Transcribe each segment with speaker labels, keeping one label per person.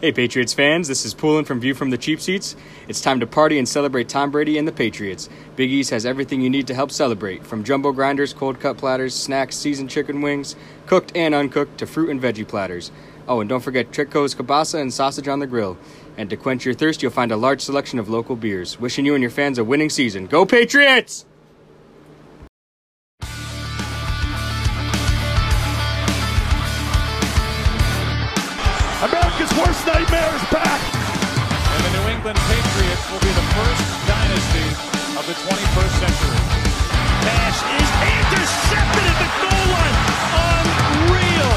Speaker 1: Hey, Patriots fans, this is Poulin from View from the Cheap Seats. It's time to party and celebrate Tom Brady and the Patriots. Big E's has everything you need to help celebrate from jumbo grinders, cold cut platters, snacks, seasoned chicken wings, cooked and uncooked, to fruit and veggie platters. Oh, and don't forget Trico's kielbasa and sausage on the grill. And to quench your thirst, you'll find a large selection of local beers. Wishing you and your fans a winning season. Go, Patriots!
Speaker 2: America's worst nightmare is back.
Speaker 3: And the New England Patriots will be the first dynasty of the 21st century.
Speaker 2: Pass is intercepted at the goal line. Unreal.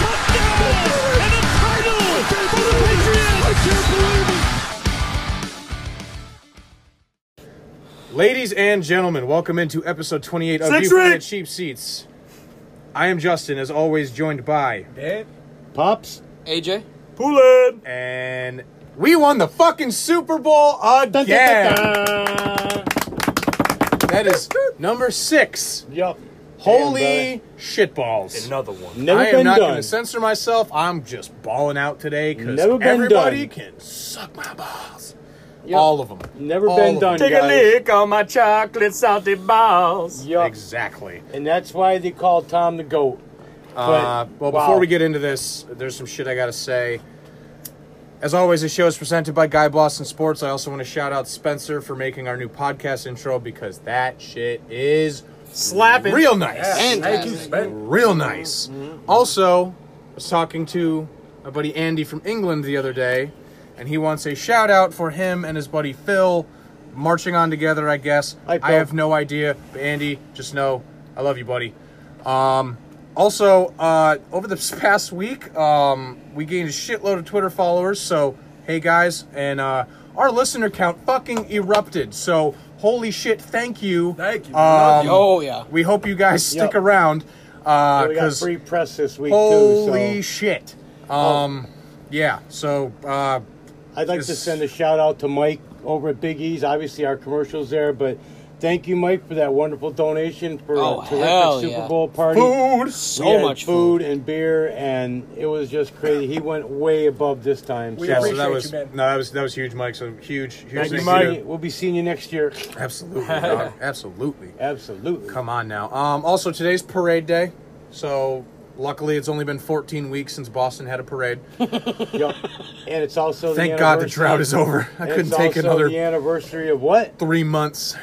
Speaker 2: Touchdown and a title for the Patriots. I can't believe it.
Speaker 4: Ladies and gentlemen, welcome into episode 28 of
Speaker 2: Six
Speaker 4: View from the
Speaker 2: Ring.
Speaker 4: Cheap Seats. I am Justin, as always, joined by,
Speaker 5: Pops.
Speaker 1: AJ?
Speaker 2: Poulin.
Speaker 4: and we won the fucking Super Bowl
Speaker 5: Dun, dun,
Speaker 4: again.
Speaker 5: dun,
Speaker 4: That is number six.
Speaker 5: dun. Yup.
Speaker 4: Holy shitballs!
Speaker 2: Another one.
Speaker 5: Never
Speaker 4: I
Speaker 5: been
Speaker 4: am not
Speaker 5: done.
Speaker 4: going to censor myself. I'm just balling out today because
Speaker 5: Never been
Speaker 4: everybody
Speaker 5: done.
Speaker 4: can suck my balls. All of them.
Speaker 5: Never
Speaker 4: All
Speaker 5: been
Speaker 4: of 'em.
Speaker 5: done, guys.
Speaker 1: on my chocolate salted
Speaker 4: uh,
Speaker 1: balls.
Speaker 5: Yup.
Speaker 4: Exactly.
Speaker 5: And that's why they call Tom the goat.
Speaker 4: Uh,
Speaker 5: But-
Speaker 4: well,
Speaker 5: wow.
Speaker 4: before we get into this, there's some shit I gotta say. As always, this show is presented by Guy Boston Sports. I also want to shout out Spencer for making our new podcast intro because that shit is
Speaker 2: Slapping.
Speaker 4: real nice.
Speaker 1: And
Speaker 4: Real nice.
Speaker 5: Mm-hmm.
Speaker 4: Also, I was talking to my buddy Andy from England the other day, and he wants a shout out for him and his buddy Phil marching on together, I guess.
Speaker 5: Hi,
Speaker 4: I
Speaker 5: Phil.
Speaker 4: have no idea, but Andy, just know I love you, buddy. Um, also, uh, over this past week, um, we gained a shitload of Twitter followers. So, hey guys, and uh, our listener count fucking erupted. So, holy shit, thank you.
Speaker 2: Thank you.
Speaker 4: Um,
Speaker 1: Oh, yeah.
Speaker 4: we hope you guys stick
Speaker 5: Yep.
Speaker 4: around
Speaker 5: we got
Speaker 4: because
Speaker 5: free press this week,
Speaker 4: holy
Speaker 5: too. So
Speaker 4: shit. Um, yeah. So uh,
Speaker 5: I'd like to
Speaker 4: is-
Speaker 5: send a shout out to Mike over at Big E's. Obviously, our commercial's there, but thank you, Mike, for that wonderful donation for
Speaker 6: Oh,
Speaker 5: a terrific
Speaker 6: hell
Speaker 5: Super
Speaker 6: yeah.
Speaker 5: Bowl party.
Speaker 4: food.
Speaker 5: We
Speaker 6: so
Speaker 5: had
Speaker 6: much
Speaker 5: food and beer, and it was just crazy. He went way above this time.
Speaker 2: We
Speaker 5: so
Speaker 4: Yeah, so
Speaker 2: appreciate
Speaker 4: that was
Speaker 2: you, man.
Speaker 4: no, that was that was huge, Mike. So huge, huge.
Speaker 5: we'll, be
Speaker 4: thank
Speaker 5: seeing
Speaker 4: you.
Speaker 5: you, we'll be seeing you next year.
Speaker 4: Absolutely, dog. absolutely.
Speaker 5: Absolutely.
Speaker 4: Come on now. Um, also, today's parade day. So luckily, it's only been 14 weeks since Boston had a parade.
Speaker 5: Yup. And it's also the
Speaker 4: Thank God the
Speaker 5: anniversary-
Speaker 4: drought is over. I
Speaker 5: and
Speaker 4: couldn't
Speaker 5: it's
Speaker 4: take
Speaker 5: also
Speaker 4: another
Speaker 5: the anniversary of what?
Speaker 4: three months.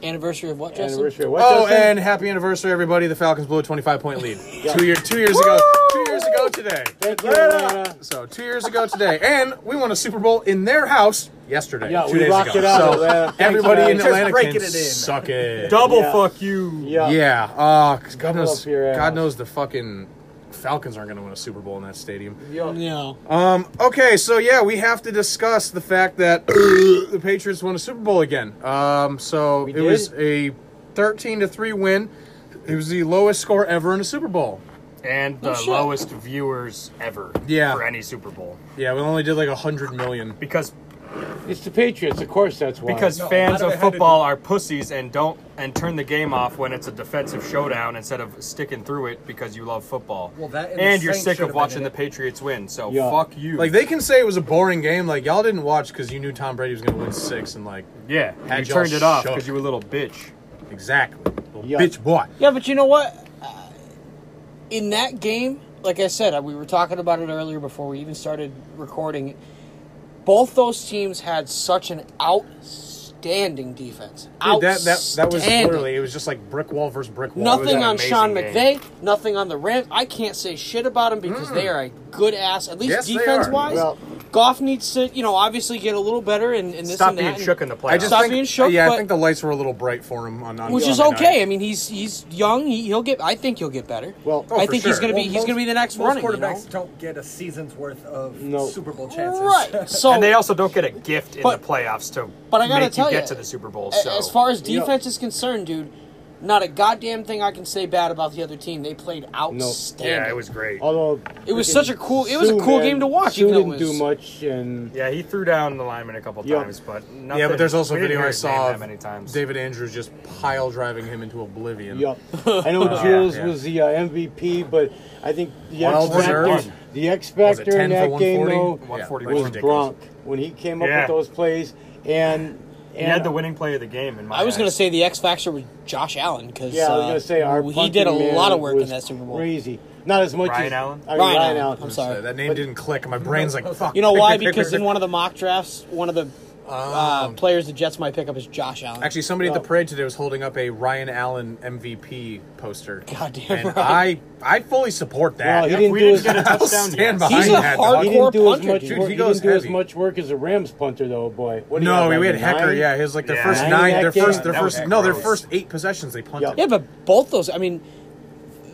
Speaker 6: Anniversary of what, Justin?
Speaker 5: Anniversary of what?
Speaker 4: Oh,
Speaker 5: Justin?
Speaker 4: and happy anniversary, everybody! The Falcons blew a 25 point lead two year two years ago. Two years ago today.
Speaker 5: Thank you, Atlanta.
Speaker 4: So two years ago today, and we won a Super Bowl in their house yesterday.
Speaker 5: Yeah,
Speaker 4: two
Speaker 5: we
Speaker 4: days
Speaker 5: rocked
Speaker 4: ago.
Speaker 5: it out,
Speaker 4: So
Speaker 5: Atlanta. Thanks,
Speaker 4: everybody
Speaker 5: man.
Speaker 4: in
Speaker 5: Just
Speaker 4: Atlanta
Speaker 2: breaking
Speaker 4: can
Speaker 2: it in.
Speaker 4: suck it.
Speaker 2: Double
Speaker 5: Yeah.
Speaker 2: fuck you.
Speaker 5: Yeah.
Speaker 4: Yeah. Uh, 'cause God
Speaker 5: Double
Speaker 4: knows.
Speaker 5: up your ass.
Speaker 4: God knows the fucking Falcons aren't going to win a Super Bowl in that stadium.
Speaker 6: No.
Speaker 4: Um. Okay. So yeah, we have to discuss the fact that the Patriots won a Super Bowl again. Um. So it
Speaker 5: did?
Speaker 4: was a 13 to three win. It was the lowest score ever in a Super Bowl.
Speaker 2: And the
Speaker 6: shit.
Speaker 2: lowest viewers ever.
Speaker 4: Yeah.
Speaker 2: For any Super Bowl.
Speaker 4: Yeah, we only did like a hundred million.
Speaker 2: Because
Speaker 5: It's the Patriots, of course. That's why.
Speaker 2: because
Speaker 5: No,
Speaker 2: fans
Speaker 6: how do
Speaker 2: of
Speaker 6: they- how do
Speaker 2: football are pussies and don't and turn the game off when it's a defensive showdown instead of sticking through it because you love football.
Speaker 6: Well, that and
Speaker 2: and,
Speaker 6: the
Speaker 2: you're
Speaker 6: Saints
Speaker 2: sick
Speaker 6: should have
Speaker 2: of
Speaker 6: been
Speaker 2: watching
Speaker 6: in
Speaker 2: the
Speaker 6: it.
Speaker 2: Patriots win. So
Speaker 5: Yeah.
Speaker 2: fuck you.
Speaker 4: Like they can say it was a boring game. Like y'all didn't watch because you knew Tom Brady was gonna win six, and like
Speaker 2: yeah,
Speaker 4: Had
Speaker 2: you
Speaker 4: y'all
Speaker 2: turned it off
Speaker 4: shook.
Speaker 2: because you were a little bitch.
Speaker 4: exactly, Little
Speaker 5: Yeah.
Speaker 4: bitch boy.
Speaker 6: Yeah, but you know what? Uh, in that game, like I said, uh, we were talking about it earlier before we even started recording. Both those teams had such an outstanding defense.
Speaker 4: Dude, that that that was
Speaker 6: Outstanding.
Speaker 4: literally it was just like brick wall versus brick wall. It was
Speaker 6: Nothing
Speaker 4: an
Speaker 6: on
Speaker 4: amazing
Speaker 6: Sean
Speaker 4: game.
Speaker 6: McVay, nothing on the Rams. I can't say shit about them because they are a good ass, at least
Speaker 4: Yes, they are.
Speaker 6: defense wise.
Speaker 5: Well-
Speaker 6: Goff needs to, you know, obviously get a little better and, and this
Speaker 2: Stop
Speaker 6: and that.
Speaker 2: being
Speaker 6: and-
Speaker 2: shook in the playoffs.
Speaker 4: I just
Speaker 6: Stop
Speaker 4: think,
Speaker 6: being shook,
Speaker 4: yeah, I
Speaker 6: but-
Speaker 4: think the lights were a little bright for him on, on
Speaker 6: which is
Speaker 4: Monday
Speaker 6: okay. I
Speaker 4: night.
Speaker 6: mean, he's he's young. He, he'll get. I think he'll get better.
Speaker 5: Well- Oh,
Speaker 6: I
Speaker 4: for
Speaker 6: think he's
Speaker 4: sure.
Speaker 6: gonna be
Speaker 7: Well,
Speaker 6: he's
Speaker 7: most-
Speaker 6: gonna be the next
Speaker 7: most
Speaker 6: running. you know?
Speaker 7: quarterbacks don't get a season's worth of
Speaker 5: No.
Speaker 7: Super Bowl chances.
Speaker 6: Right. So,
Speaker 2: and they also don't get a gift in
Speaker 6: But-
Speaker 2: the playoffs to
Speaker 6: but I gotta
Speaker 2: make
Speaker 6: tell
Speaker 2: you get
Speaker 6: ya,
Speaker 2: to the Super Bowl.
Speaker 6: a-
Speaker 2: So
Speaker 6: as far as
Speaker 5: Yeah.
Speaker 6: defense is concerned, dude, not a goddamn thing I can say bad about the other team. They played outstanding.
Speaker 2: yeah, it was great.
Speaker 5: although
Speaker 6: It was
Speaker 5: freaking
Speaker 6: such a cool- it was a
Speaker 5: Sue,
Speaker 6: cool
Speaker 5: man,
Speaker 6: game to watch,
Speaker 5: Sue
Speaker 6: even though
Speaker 5: didn't
Speaker 6: it
Speaker 5: do
Speaker 6: was-
Speaker 5: much, and
Speaker 2: Yeah, he threw down the lineman a couple
Speaker 5: Yeah.
Speaker 2: times, but nothing,
Speaker 4: Yeah, but there's also a
Speaker 2: we didn't
Speaker 4: video
Speaker 2: hear
Speaker 4: I
Speaker 2: his name
Speaker 4: saw
Speaker 2: that many times.
Speaker 4: of David Andrews just pile driving him into oblivion.
Speaker 5: yup. I know Jules
Speaker 4: yeah.
Speaker 5: was the uh, MVP, but I think the
Speaker 4: Well
Speaker 5: X factor,
Speaker 4: deserved.
Speaker 5: the The X
Speaker 4: Was it
Speaker 5: factor in
Speaker 4: 10 for
Speaker 5: that game
Speaker 4: 140?
Speaker 5: though
Speaker 4: Yeah, like
Speaker 5: was
Speaker 4: ridiculous.
Speaker 5: Gronk when he came up
Speaker 8: Yeah.
Speaker 5: with those plays, and
Speaker 8: He
Speaker 5: and
Speaker 8: had the winning play of the game in my
Speaker 6: I was going
Speaker 8: eyes.
Speaker 6: to say the X factor was Josh Allen because
Speaker 5: Yeah, I was gonna say our
Speaker 6: he did a
Speaker 5: punting man
Speaker 6: lot of work in
Speaker 5: was
Speaker 6: that Super Bowl.
Speaker 5: Crazy, not as much
Speaker 8: Ryan
Speaker 5: as
Speaker 8: Allen?
Speaker 5: I mean,
Speaker 6: Ryan
Speaker 5: Ryan,
Speaker 6: Allen.
Speaker 5: Allen.
Speaker 6: I'm sorry.
Speaker 4: that name didn't click. My brain's like, fuck.
Speaker 6: You know why? Because in one of the mock drafts, one of the uh,
Speaker 4: Um,
Speaker 6: players the Jets might pick up is Josh Allen.
Speaker 4: Actually, somebody at
Speaker 5: No.
Speaker 4: the parade today was holding up a Ryan Allen MVP poster.
Speaker 6: Goddamn
Speaker 4: And
Speaker 6: right.
Speaker 4: I, I fully support that.
Speaker 5: Well, he
Speaker 8: If
Speaker 5: didn't
Speaker 8: we
Speaker 5: do
Speaker 8: didn't
Speaker 5: his-
Speaker 8: get a
Speaker 4: I'll
Speaker 8: touchdown
Speaker 4: stand
Speaker 8: yet.
Speaker 4: behind
Speaker 6: He's a
Speaker 4: that.
Speaker 6: hard-
Speaker 4: dog.
Speaker 5: He didn't
Speaker 6: Hardcore
Speaker 5: do as
Speaker 6: punter,
Speaker 5: much.
Speaker 6: dude.
Speaker 5: work-
Speaker 4: He
Speaker 5: he,
Speaker 4: goes
Speaker 5: didn't do as
Speaker 4: heavy.
Speaker 5: much work as a Rams punter, though, boy. What do you
Speaker 4: No,
Speaker 5: have,
Speaker 4: we had
Speaker 5: nine?
Speaker 4: Hecker. Yeah, his like their
Speaker 8: Yeah.
Speaker 4: first
Speaker 8: Nine
Speaker 4: nine,
Speaker 5: that
Speaker 4: their
Speaker 5: game.
Speaker 4: first, their
Speaker 8: That was
Speaker 4: first, no, their
Speaker 8: gross.
Speaker 4: first eight possessions they punted.
Speaker 5: Yeah.
Speaker 6: yeah, but both those. I mean,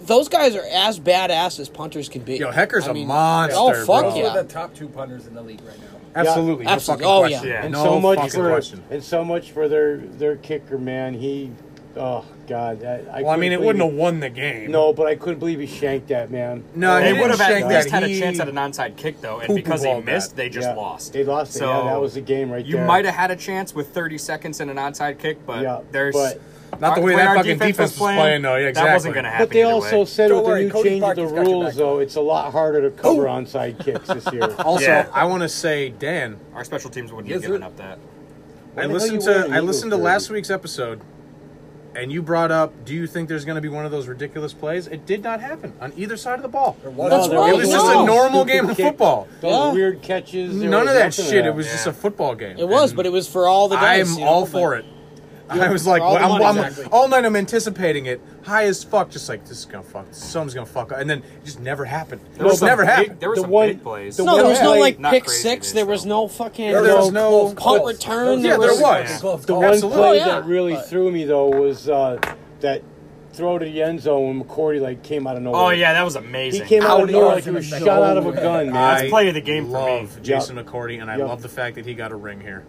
Speaker 6: those guys are as badass as punters can be.
Speaker 4: Yo, Hecker's
Speaker 6: I
Speaker 4: a
Speaker 6: mean,
Speaker 4: monster,
Speaker 6: Oh
Speaker 4: bro.
Speaker 6: fuck
Speaker 4: Those
Speaker 7: Those are
Speaker 6: yeah!
Speaker 7: the top two punters in the league right now.
Speaker 4: Absolutely, no
Speaker 6: Absolutely.
Speaker 4: fucking
Speaker 6: Oh,
Speaker 4: question.
Speaker 8: yeah.
Speaker 5: and
Speaker 4: No
Speaker 5: so much
Speaker 4: fucking
Speaker 5: for
Speaker 4: question.
Speaker 5: and so much for their their kicker, man. He, oh god, I, I
Speaker 4: Well, I
Speaker 5: couldn't
Speaker 4: mean, it
Speaker 5: believe
Speaker 4: wouldn't
Speaker 5: he-
Speaker 4: have won the game.
Speaker 5: No, but I couldn't believe he shanked that man.
Speaker 4: No, he
Speaker 8: They
Speaker 4: didn't
Speaker 8: would have at
Speaker 4: shank
Speaker 8: least
Speaker 4: that.
Speaker 8: had a
Speaker 4: He-
Speaker 8: chance at an onside kick though, and
Speaker 4: poo-poo
Speaker 8: because they
Speaker 4: balled
Speaker 8: missed,
Speaker 4: that.
Speaker 8: they just
Speaker 5: Yeah.
Speaker 8: lost.
Speaker 5: They lost it.
Speaker 8: So
Speaker 5: Yeah, that was the game right
Speaker 8: you
Speaker 5: there.
Speaker 8: might have had a chance with 30 seconds and an onside kick, but
Speaker 5: Yeah,
Speaker 8: there's
Speaker 5: but-
Speaker 4: Not the way
Speaker 8: way
Speaker 4: that
Speaker 8: our
Speaker 4: fucking defense was playing, though. Yeah,
Speaker 8: That
Speaker 4: exactly.
Speaker 8: wasn't going to happen.
Speaker 5: But they
Speaker 8: either
Speaker 5: also
Speaker 8: way.
Speaker 5: said
Speaker 7: Don't
Speaker 5: with
Speaker 7: worry,
Speaker 5: the new
Speaker 7: Cody
Speaker 5: change of the
Speaker 7: Parker's got your
Speaker 5: rules,
Speaker 7: back.
Speaker 5: though, it's a lot harder
Speaker 4: Oh!
Speaker 5: to cover onside kicks this year.
Speaker 4: Also,
Speaker 8: Yeah.
Speaker 4: I want to say, Dan,
Speaker 8: our special teams wouldn't have
Speaker 7: Yes,
Speaker 8: given
Speaker 7: sir.
Speaker 8: up that.
Speaker 4: I
Speaker 5: the hell
Speaker 4: listened
Speaker 5: you
Speaker 4: to
Speaker 5: wearing
Speaker 4: I
Speaker 5: Eagles
Speaker 4: listened to
Speaker 5: jersey?
Speaker 4: last week's episode, and you brought up. Do you think there's going to be one of those ridiculous plays? It did not happen on either side of the ball.
Speaker 7: There was-
Speaker 6: That's
Speaker 5: there
Speaker 6: right,
Speaker 5: was
Speaker 6: it was
Speaker 5: no
Speaker 6: just a
Speaker 4: normal
Speaker 5: stupid
Speaker 4: game of
Speaker 5: kick,
Speaker 4: football.
Speaker 5: Those
Speaker 6: Yeah.
Speaker 5: weird catches. there
Speaker 4: None
Speaker 5: was
Speaker 4: of that
Speaker 5: nothing
Speaker 4: shit.
Speaker 5: that.
Speaker 4: It was just
Speaker 8: Yeah.
Speaker 4: a football game.
Speaker 6: It was,
Speaker 4: And
Speaker 6: but it was for all the guys.
Speaker 4: I'm
Speaker 6: you know,
Speaker 4: all
Speaker 6: but-
Speaker 4: for it. I was like,
Speaker 6: for all the
Speaker 4: I'm,
Speaker 6: money,
Speaker 4: I'm-
Speaker 6: exactly.
Speaker 4: all night I'm anticipating it, high as fuck. Just like this is gonna fuck, something's gonna fuck, up. and then it just never happened. It
Speaker 8: was
Speaker 4: just
Speaker 8: some
Speaker 4: never
Speaker 8: big-
Speaker 4: happened.
Speaker 8: There were
Speaker 5: The
Speaker 8: some
Speaker 5: one-
Speaker 8: big plays.
Speaker 5: the
Speaker 6: No, there was no
Speaker 5: Well,
Speaker 6: like
Speaker 8: not
Speaker 6: pick
Speaker 8: crazy
Speaker 6: six.
Speaker 8: days,
Speaker 6: There was
Speaker 8: though.
Speaker 6: no fucking.
Speaker 4: Yeah, there was no-
Speaker 6: punt return.
Speaker 4: Yeah, there
Speaker 7: fucking
Speaker 4: was.
Speaker 7: close
Speaker 4: The
Speaker 7: call.
Speaker 5: One
Speaker 4: Absolutely.
Speaker 5: play
Speaker 6: Oh, yeah.
Speaker 5: that really
Speaker 6: But-
Speaker 5: threw me though was uh, that throw to the end zone when McCourty like came out of nowhere.
Speaker 8: Oh yeah, that was
Speaker 5: he
Speaker 8: amazing.
Speaker 5: came out of
Speaker 7: Out
Speaker 5: nowhere
Speaker 7: of
Speaker 5: like he was
Speaker 7: nowhere.
Speaker 5: shot out of a gun, man.
Speaker 8: That's play of the game for me.
Speaker 4: love Jason
Speaker 5: Yep.
Speaker 4: McCourty, and I
Speaker 5: Yep.
Speaker 4: love the fact that he got a ring here.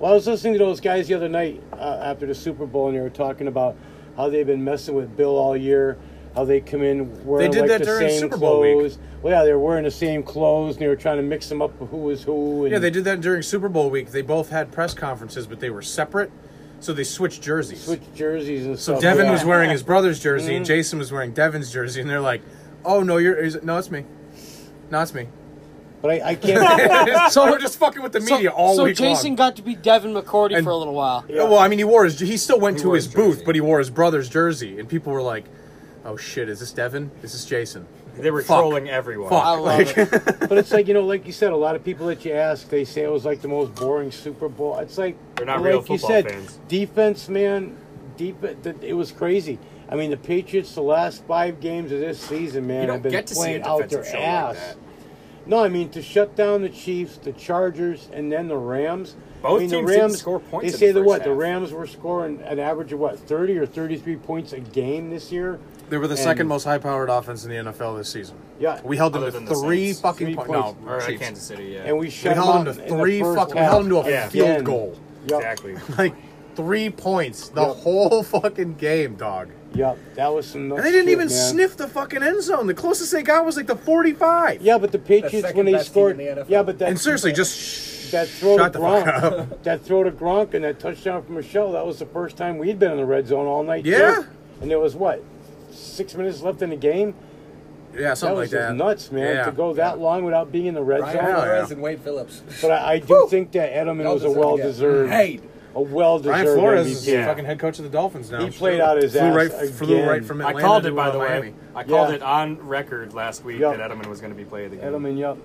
Speaker 5: Well, I was listening to those guys the other night uh, after the Super Bowl, and they were talking about how they've been messing with Bill all year. How they come in wearing
Speaker 4: did
Speaker 5: like
Speaker 4: that
Speaker 5: the
Speaker 4: during
Speaker 5: same
Speaker 4: Super Bowl week.
Speaker 5: clothes. Well, yeah, they were wearing the same clothes, and they were trying to mix them up. Who was who? And
Speaker 4: Yeah, they did that during Super Bowl week. They both had press conferences, but they were separate, so they switched jerseys.
Speaker 5: switched jerseys and
Speaker 4: so
Speaker 5: stuff.
Speaker 4: Devin
Speaker 5: yeah.
Speaker 4: was wearing his brother's jersey,
Speaker 8: Mm-hmm.
Speaker 4: and Jason was wearing Devin's jersey, and they're like, "Oh no, you're is it- no, it's me, no, it's me."
Speaker 5: but I, I can't.
Speaker 4: so we're just fucking with the media
Speaker 6: so,
Speaker 4: all
Speaker 6: so
Speaker 4: week
Speaker 6: Jason
Speaker 4: long.
Speaker 6: got to be Devin McCourty
Speaker 4: And-
Speaker 6: for a little while.
Speaker 4: Yeah, Well, I mean, he wore his. He still went to
Speaker 8: wore
Speaker 4: his,
Speaker 8: his
Speaker 4: booth,
Speaker 8: jersey.
Speaker 4: but he wore his brother's jersey, and people were like, "Oh shit, is this Devin? Is this Jason?"
Speaker 8: They were
Speaker 4: Fuck.
Speaker 8: trolling everyone.
Speaker 4: Fuck.
Speaker 6: I love it.
Speaker 5: but it's like you know, like you said, a lot of people that you ask, they say it was like the most boring Super Bowl. It's like
Speaker 8: They're not
Speaker 5: like
Speaker 8: real
Speaker 5: you
Speaker 8: football
Speaker 5: said,
Speaker 8: fans.
Speaker 5: defense, man, deep. th- It was crazy. I mean, the Patriots, the last five games of this season, man,
Speaker 8: You don't
Speaker 5: have been
Speaker 8: get to see a
Speaker 5: playing out their
Speaker 8: defensive show like
Speaker 5: ass. no, I mean to shut down the Chiefs, the Chargers, and then the Rams.
Speaker 8: Both
Speaker 5: I mean,
Speaker 8: teams
Speaker 5: the
Speaker 8: didn't
Speaker 5: Rams
Speaker 8: score points in
Speaker 5: They
Speaker 8: the
Speaker 5: say that
Speaker 8: first
Speaker 5: what the
Speaker 8: half.
Speaker 5: Rams were scoring an average of what thirty or thirty-three points a game this year.
Speaker 4: They were the
Speaker 5: And-
Speaker 4: second most high-powered offense in the NFL this season.
Speaker 5: Yeah.
Speaker 4: we held them
Speaker 8: Other
Speaker 4: to
Speaker 8: than the
Speaker 4: three
Speaker 8: Saints.
Speaker 4: fucking
Speaker 5: Three
Speaker 4: points.
Speaker 5: points.
Speaker 4: No,
Speaker 8: Or uh,
Speaker 4: Chiefs.
Speaker 8: Kansas City, yeah.
Speaker 5: and we
Speaker 4: we
Speaker 5: shut them
Speaker 4: held
Speaker 5: out
Speaker 4: them to
Speaker 5: in the
Speaker 4: three
Speaker 5: first
Speaker 4: fucking. We
Speaker 5: half.
Speaker 4: held them to a
Speaker 8: Yeah.
Speaker 4: field
Speaker 5: Again.
Speaker 4: goal.
Speaker 5: Yep.
Speaker 8: exactly.
Speaker 4: Like three points the
Speaker 5: Yep.
Speaker 4: whole fucking game, dog.
Speaker 5: Yep, that was some.
Speaker 4: And they didn't
Speaker 5: shit, man.
Speaker 4: even sniff the fucking end zone. The closest they got was like the forty-five.
Speaker 5: Yeah, but the Patriots
Speaker 7: second
Speaker 5: when they
Speaker 7: best team in
Speaker 5: scored.
Speaker 7: the NFL.
Speaker 5: Yeah, but that
Speaker 4: And seriously, just sh-
Speaker 5: that throw
Speaker 4: shut
Speaker 5: to
Speaker 4: the fuck up.
Speaker 5: Gronk, that throw to Gronk, and that touchdown from Michelle. That was the first time we'd been in the red zone all night.
Speaker 4: Yeah.
Speaker 5: too. and there was what six minutes left in the game.
Speaker 4: Yeah, something
Speaker 5: that was
Speaker 4: like that.
Speaker 5: just nuts, man,
Speaker 4: Yeah.
Speaker 5: to go that long without being in the red
Speaker 7: Ryan
Speaker 5: zone.
Speaker 4: Hell,
Speaker 7: Flores
Speaker 4: yeah.
Speaker 7: and Wade Phillips.
Speaker 5: But I, I do think that Edelman
Speaker 7: Y'all
Speaker 5: was a
Speaker 7: deserve to get
Speaker 5: well-deserved,
Speaker 7: paid.
Speaker 5: a well-deserved
Speaker 4: Ryan Flores
Speaker 5: MVP.
Speaker 4: is the fucking head coach of the Dolphins now.
Speaker 5: He played out his
Speaker 4: flew
Speaker 5: ass
Speaker 4: Right, Flew
Speaker 5: again.
Speaker 4: right from
Speaker 8: I
Speaker 4: Atlanta
Speaker 8: called it
Speaker 4: to,
Speaker 8: by
Speaker 4: uh,
Speaker 8: the
Speaker 4: Miami.
Speaker 8: way. I called
Speaker 5: Yeah.
Speaker 8: it on record last week
Speaker 5: Yep.
Speaker 8: that Edelman was going to be play of the game.
Speaker 5: Edelman, yep.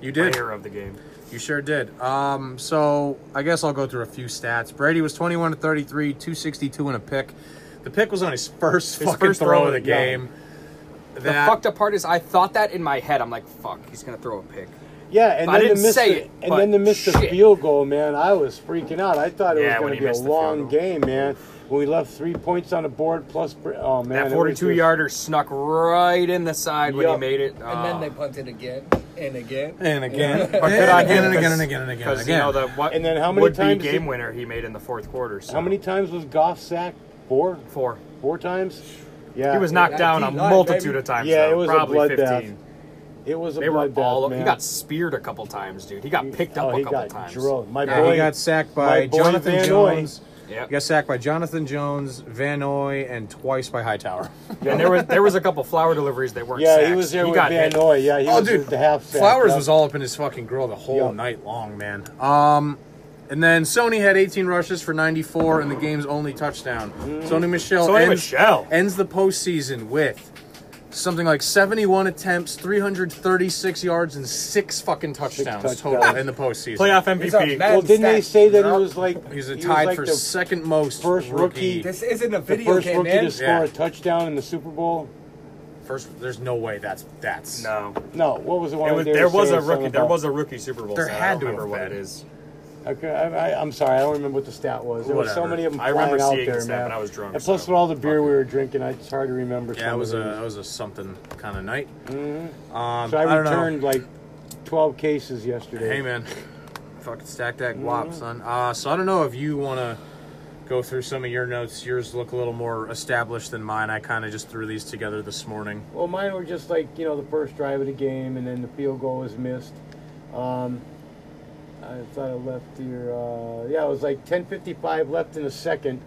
Speaker 4: You did.
Speaker 8: player of the game.
Speaker 4: You sure did. Um, so I guess I'll go through a few stats. Brady was 21 to 33, 262 and a pick. The pick was on his first
Speaker 8: His
Speaker 4: fucking
Speaker 8: first
Speaker 4: throw,
Speaker 8: throw
Speaker 4: of the
Speaker 8: of the game.
Speaker 4: game.
Speaker 8: The
Speaker 4: That-
Speaker 8: fucked up part is I thought that in my head. I'm like, fuck, he's going to throw a pick.
Speaker 5: Yeah, and
Speaker 8: I
Speaker 5: then
Speaker 8: didn't
Speaker 5: the miss
Speaker 8: say
Speaker 5: the,
Speaker 8: it,
Speaker 5: and
Speaker 8: but
Speaker 5: then the missed the
Speaker 8: shit.
Speaker 5: field goal, man. I was freaking out. I thought it
Speaker 8: Yeah,
Speaker 5: was
Speaker 8: when
Speaker 5: going
Speaker 8: he
Speaker 5: to be a
Speaker 8: missed the field
Speaker 5: long
Speaker 8: goal.
Speaker 5: game, man. When we left three points on the board, plus br- oh man,
Speaker 8: that
Speaker 5: it was
Speaker 8: 42
Speaker 5: just-
Speaker 8: yarder snuck right in the side when he
Speaker 5: Yup.
Speaker 8: made it. Uh,
Speaker 7: And
Speaker 6: Ah.
Speaker 7: then they punted again and again.
Speaker 4: And again. and
Speaker 8: but good on him
Speaker 4: again and again and
Speaker 8: because-
Speaker 4: again and again.
Speaker 8: because,
Speaker 4: And
Speaker 8: You know,
Speaker 4: again.
Speaker 8: the, what
Speaker 5: And then how many
Speaker 8: would
Speaker 5: times
Speaker 8: be
Speaker 5: did-
Speaker 8: game winner he made in the fourth quarter? So.
Speaker 5: How many times was Goff sacked? Four,
Speaker 8: Four.
Speaker 5: four times. Yeah,
Speaker 8: He was knocked
Speaker 7: Yeah,
Speaker 8: down a
Speaker 7: D-line,
Speaker 8: multitude
Speaker 7: baby.
Speaker 8: of times.
Speaker 5: Yeah,
Speaker 8: though,
Speaker 5: it was a
Speaker 8: probably
Speaker 5: bloodbath.
Speaker 8: 15.
Speaker 5: It was a
Speaker 8: They were
Speaker 5: bloodbath,
Speaker 8: all.
Speaker 5: man.
Speaker 8: He got speared a couple times, dude. He got picked up
Speaker 5: oh,
Speaker 8: a
Speaker 5: he
Speaker 8: couple
Speaker 5: got
Speaker 8: times.
Speaker 5: drilled. My
Speaker 4: Yeah,
Speaker 5: boy
Speaker 4: he got sacked
Speaker 5: my
Speaker 4: by
Speaker 5: boy
Speaker 4: Jonathan
Speaker 5: Van Noy.
Speaker 4: Jones.
Speaker 8: Yep.
Speaker 4: You got sacked by Jonathan Jones, Vanoy, and twice by Hightower.
Speaker 8: And there was there was a couple flower deliveries that weren't.
Speaker 5: Yeah, he
Speaker 8: sacks.
Speaker 5: was there with
Speaker 8: got
Speaker 5: Van
Speaker 8: hit.
Speaker 5: Noy. Yeah, he
Speaker 4: oh,
Speaker 5: was
Speaker 4: dude,
Speaker 5: with the half sack.
Speaker 4: Flowers
Speaker 5: Yep.
Speaker 4: was all up in his fucking grill the whole
Speaker 5: Yep.
Speaker 4: night long, man. Um, and then Sony had 18 rushes for 94 and the game's only touchdown.
Speaker 5: Mm.
Speaker 4: Sony Michelle
Speaker 8: Sony
Speaker 4: ends,
Speaker 8: Michel.
Speaker 4: ends the postseason with something like 71 attempts, 336 yards, and six fucking touchdowns, total
Speaker 5: touchdowns.
Speaker 4: in the postseason.
Speaker 3: Playoff
Speaker 7: These are
Speaker 3: MVP.
Speaker 7: mad
Speaker 5: Well, didn't they
Speaker 7: stats.
Speaker 5: say that he
Speaker 4: Yup.
Speaker 5: was like
Speaker 4: He's
Speaker 5: he was
Speaker 4: tied
Speaker 5: like
Speaker 4: for
Speaker 5: the
Speaker 4: second most
Speaker 5: first rookie-
Speaker 7: This isn't a
Speaker 5: the
Speaker 7: video
Speaker 5: first
Speaker 7: game,
Speaker 5: rookie
Speaker 7: man.
Speaker 5: to score
Speaker 4: Yeah.
Speaker 5: a touchdown in the Super Bowl?
Speaker 4: First, there's no way that's that's
Speaker 3: No,
Speaker 5: No, what was the one?
Speaker 3: it was,
Speaker 5: they were
Speaker 3: there was
Speaker 5: saying
Speaker 3: a rookie.
Speaker 5: something
Speaker 3: There
Speaker 5: about-
Speaker 3: was a rookie Super Bowl.
Speaker 4: There
Speaker 3: so
Speaker 4: had
Speaker 3: I don't
Speaker 4: to have
Speaker 3: remember what
Speaker 4: been.
Speaker 3: it is.
Speaker 5: Okay, I, I, I'm sorry, I don't remember what the stat was. There were so
Speaker 4: Whatever.
Speaker 5: many of them
Speaker 3: I
Speaker 5: flying
Speaker 3: remember
Speaker 5: out
Speaker 3: seeing
Speaker 5: there,
Speaker 3: the stat,
Speaker 5: man.
Speaker 3: but I was drunk,
Speaker 5: And plus,
Speaker 3: so
Speaker 5: with all the beer we were drinking, I, it's hard to remember.
Speaker 4: Yeah,
Speaker 5: some
Speaker 4: it
Speaker 5: of
Speaker 4: was a
Speaker 5: these.
Speaker 3: uh,
Speaker 4: it was a something kind of night. Um,
Speaker 5: So Mm-hmm. I,
Speaker 4: I don't know.
Speaker 5: returned like 12 cases yesterday.
Speaker 4: Hey man, fucking stack that guap, son. Uh, so I don't know if you want to go through some of your notes. Yours look a little more established than mine. I kind of just threw these together this morning.
Speaker 5: Well, mine were just like you know the first drive of the game, and then the field goal was missed. Um, I thought I left here. Uh, yeah, it was like 10:55 left in the second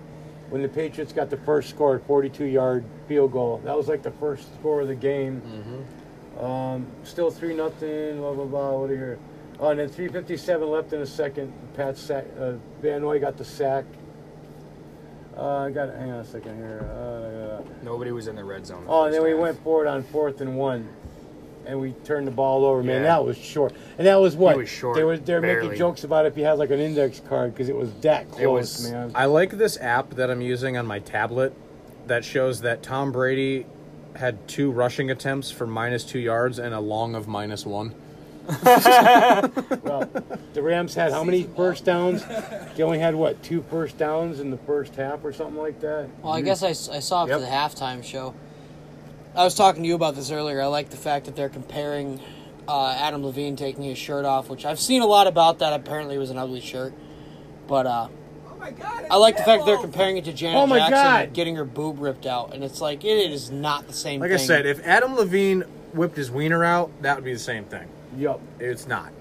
Speaker 5: when the Patriots got the first score, 42-yard field goal. That was like the first score of the game. Um, still three nothing. Blah blah blah. What do you hear? Oh, and then 3:57 left in the second. Pat sack. Uh, Van Noy got the sack. Uh, I got. Hang on a second here. Uh, yeah.
Speaker 8: Nobody was in the red zone.
Speaker 5: Oh, and then
Speaker 8: first
Speaker 5: we
Speaker 8: half.
Speaker 5: went for it on fourth and one, and we turned the ball over. Man,
Speaker 8: Yeah.
Speaker 5: that was short. And that was what
Speaker 8: It was short,
Speaker 5: they were. They were making
Speaker 8: barely.
Speaker 5: jokes about if you had like an index card because it was that close,
Speaker 8: It was-
Speaker 5: man.
Speaker 4: I like this app that I'm using on my tablet that shows that Tom Brady had two rushing attempts for minus two yards and a long of minus one.
Speaker 5: Well, the Rams had how many first downs? They only had what two first downs in the first half or something like that.
Speaker 6: Well, I guess I, s- I saw it for the halftime show. I was talking to you about this earlier. I like the fact that they're comparing uh, Adam Levine taking his shirt off, which I've seen a lot about that. Apparently, it was an ugly shirt. But uh,
Speaker 7: Oh my god.
Speaker 6: I like the fact that they're
Speaker 7: it's
Speaker 6: comparing it to Janet
Speaker 5: Oh my
Speaker 6: Jackson
Speaker 5: God.
Speaker 6: getting her boob ripped out. And it's like, it is not the same
Speaker 4: Like I
Speaker 6: thing.
Speaker 4: said, if Adam Levine whipped his wiener out, that would be the same thing.
Speaker 5: Yup.
Speaker 4: It's not.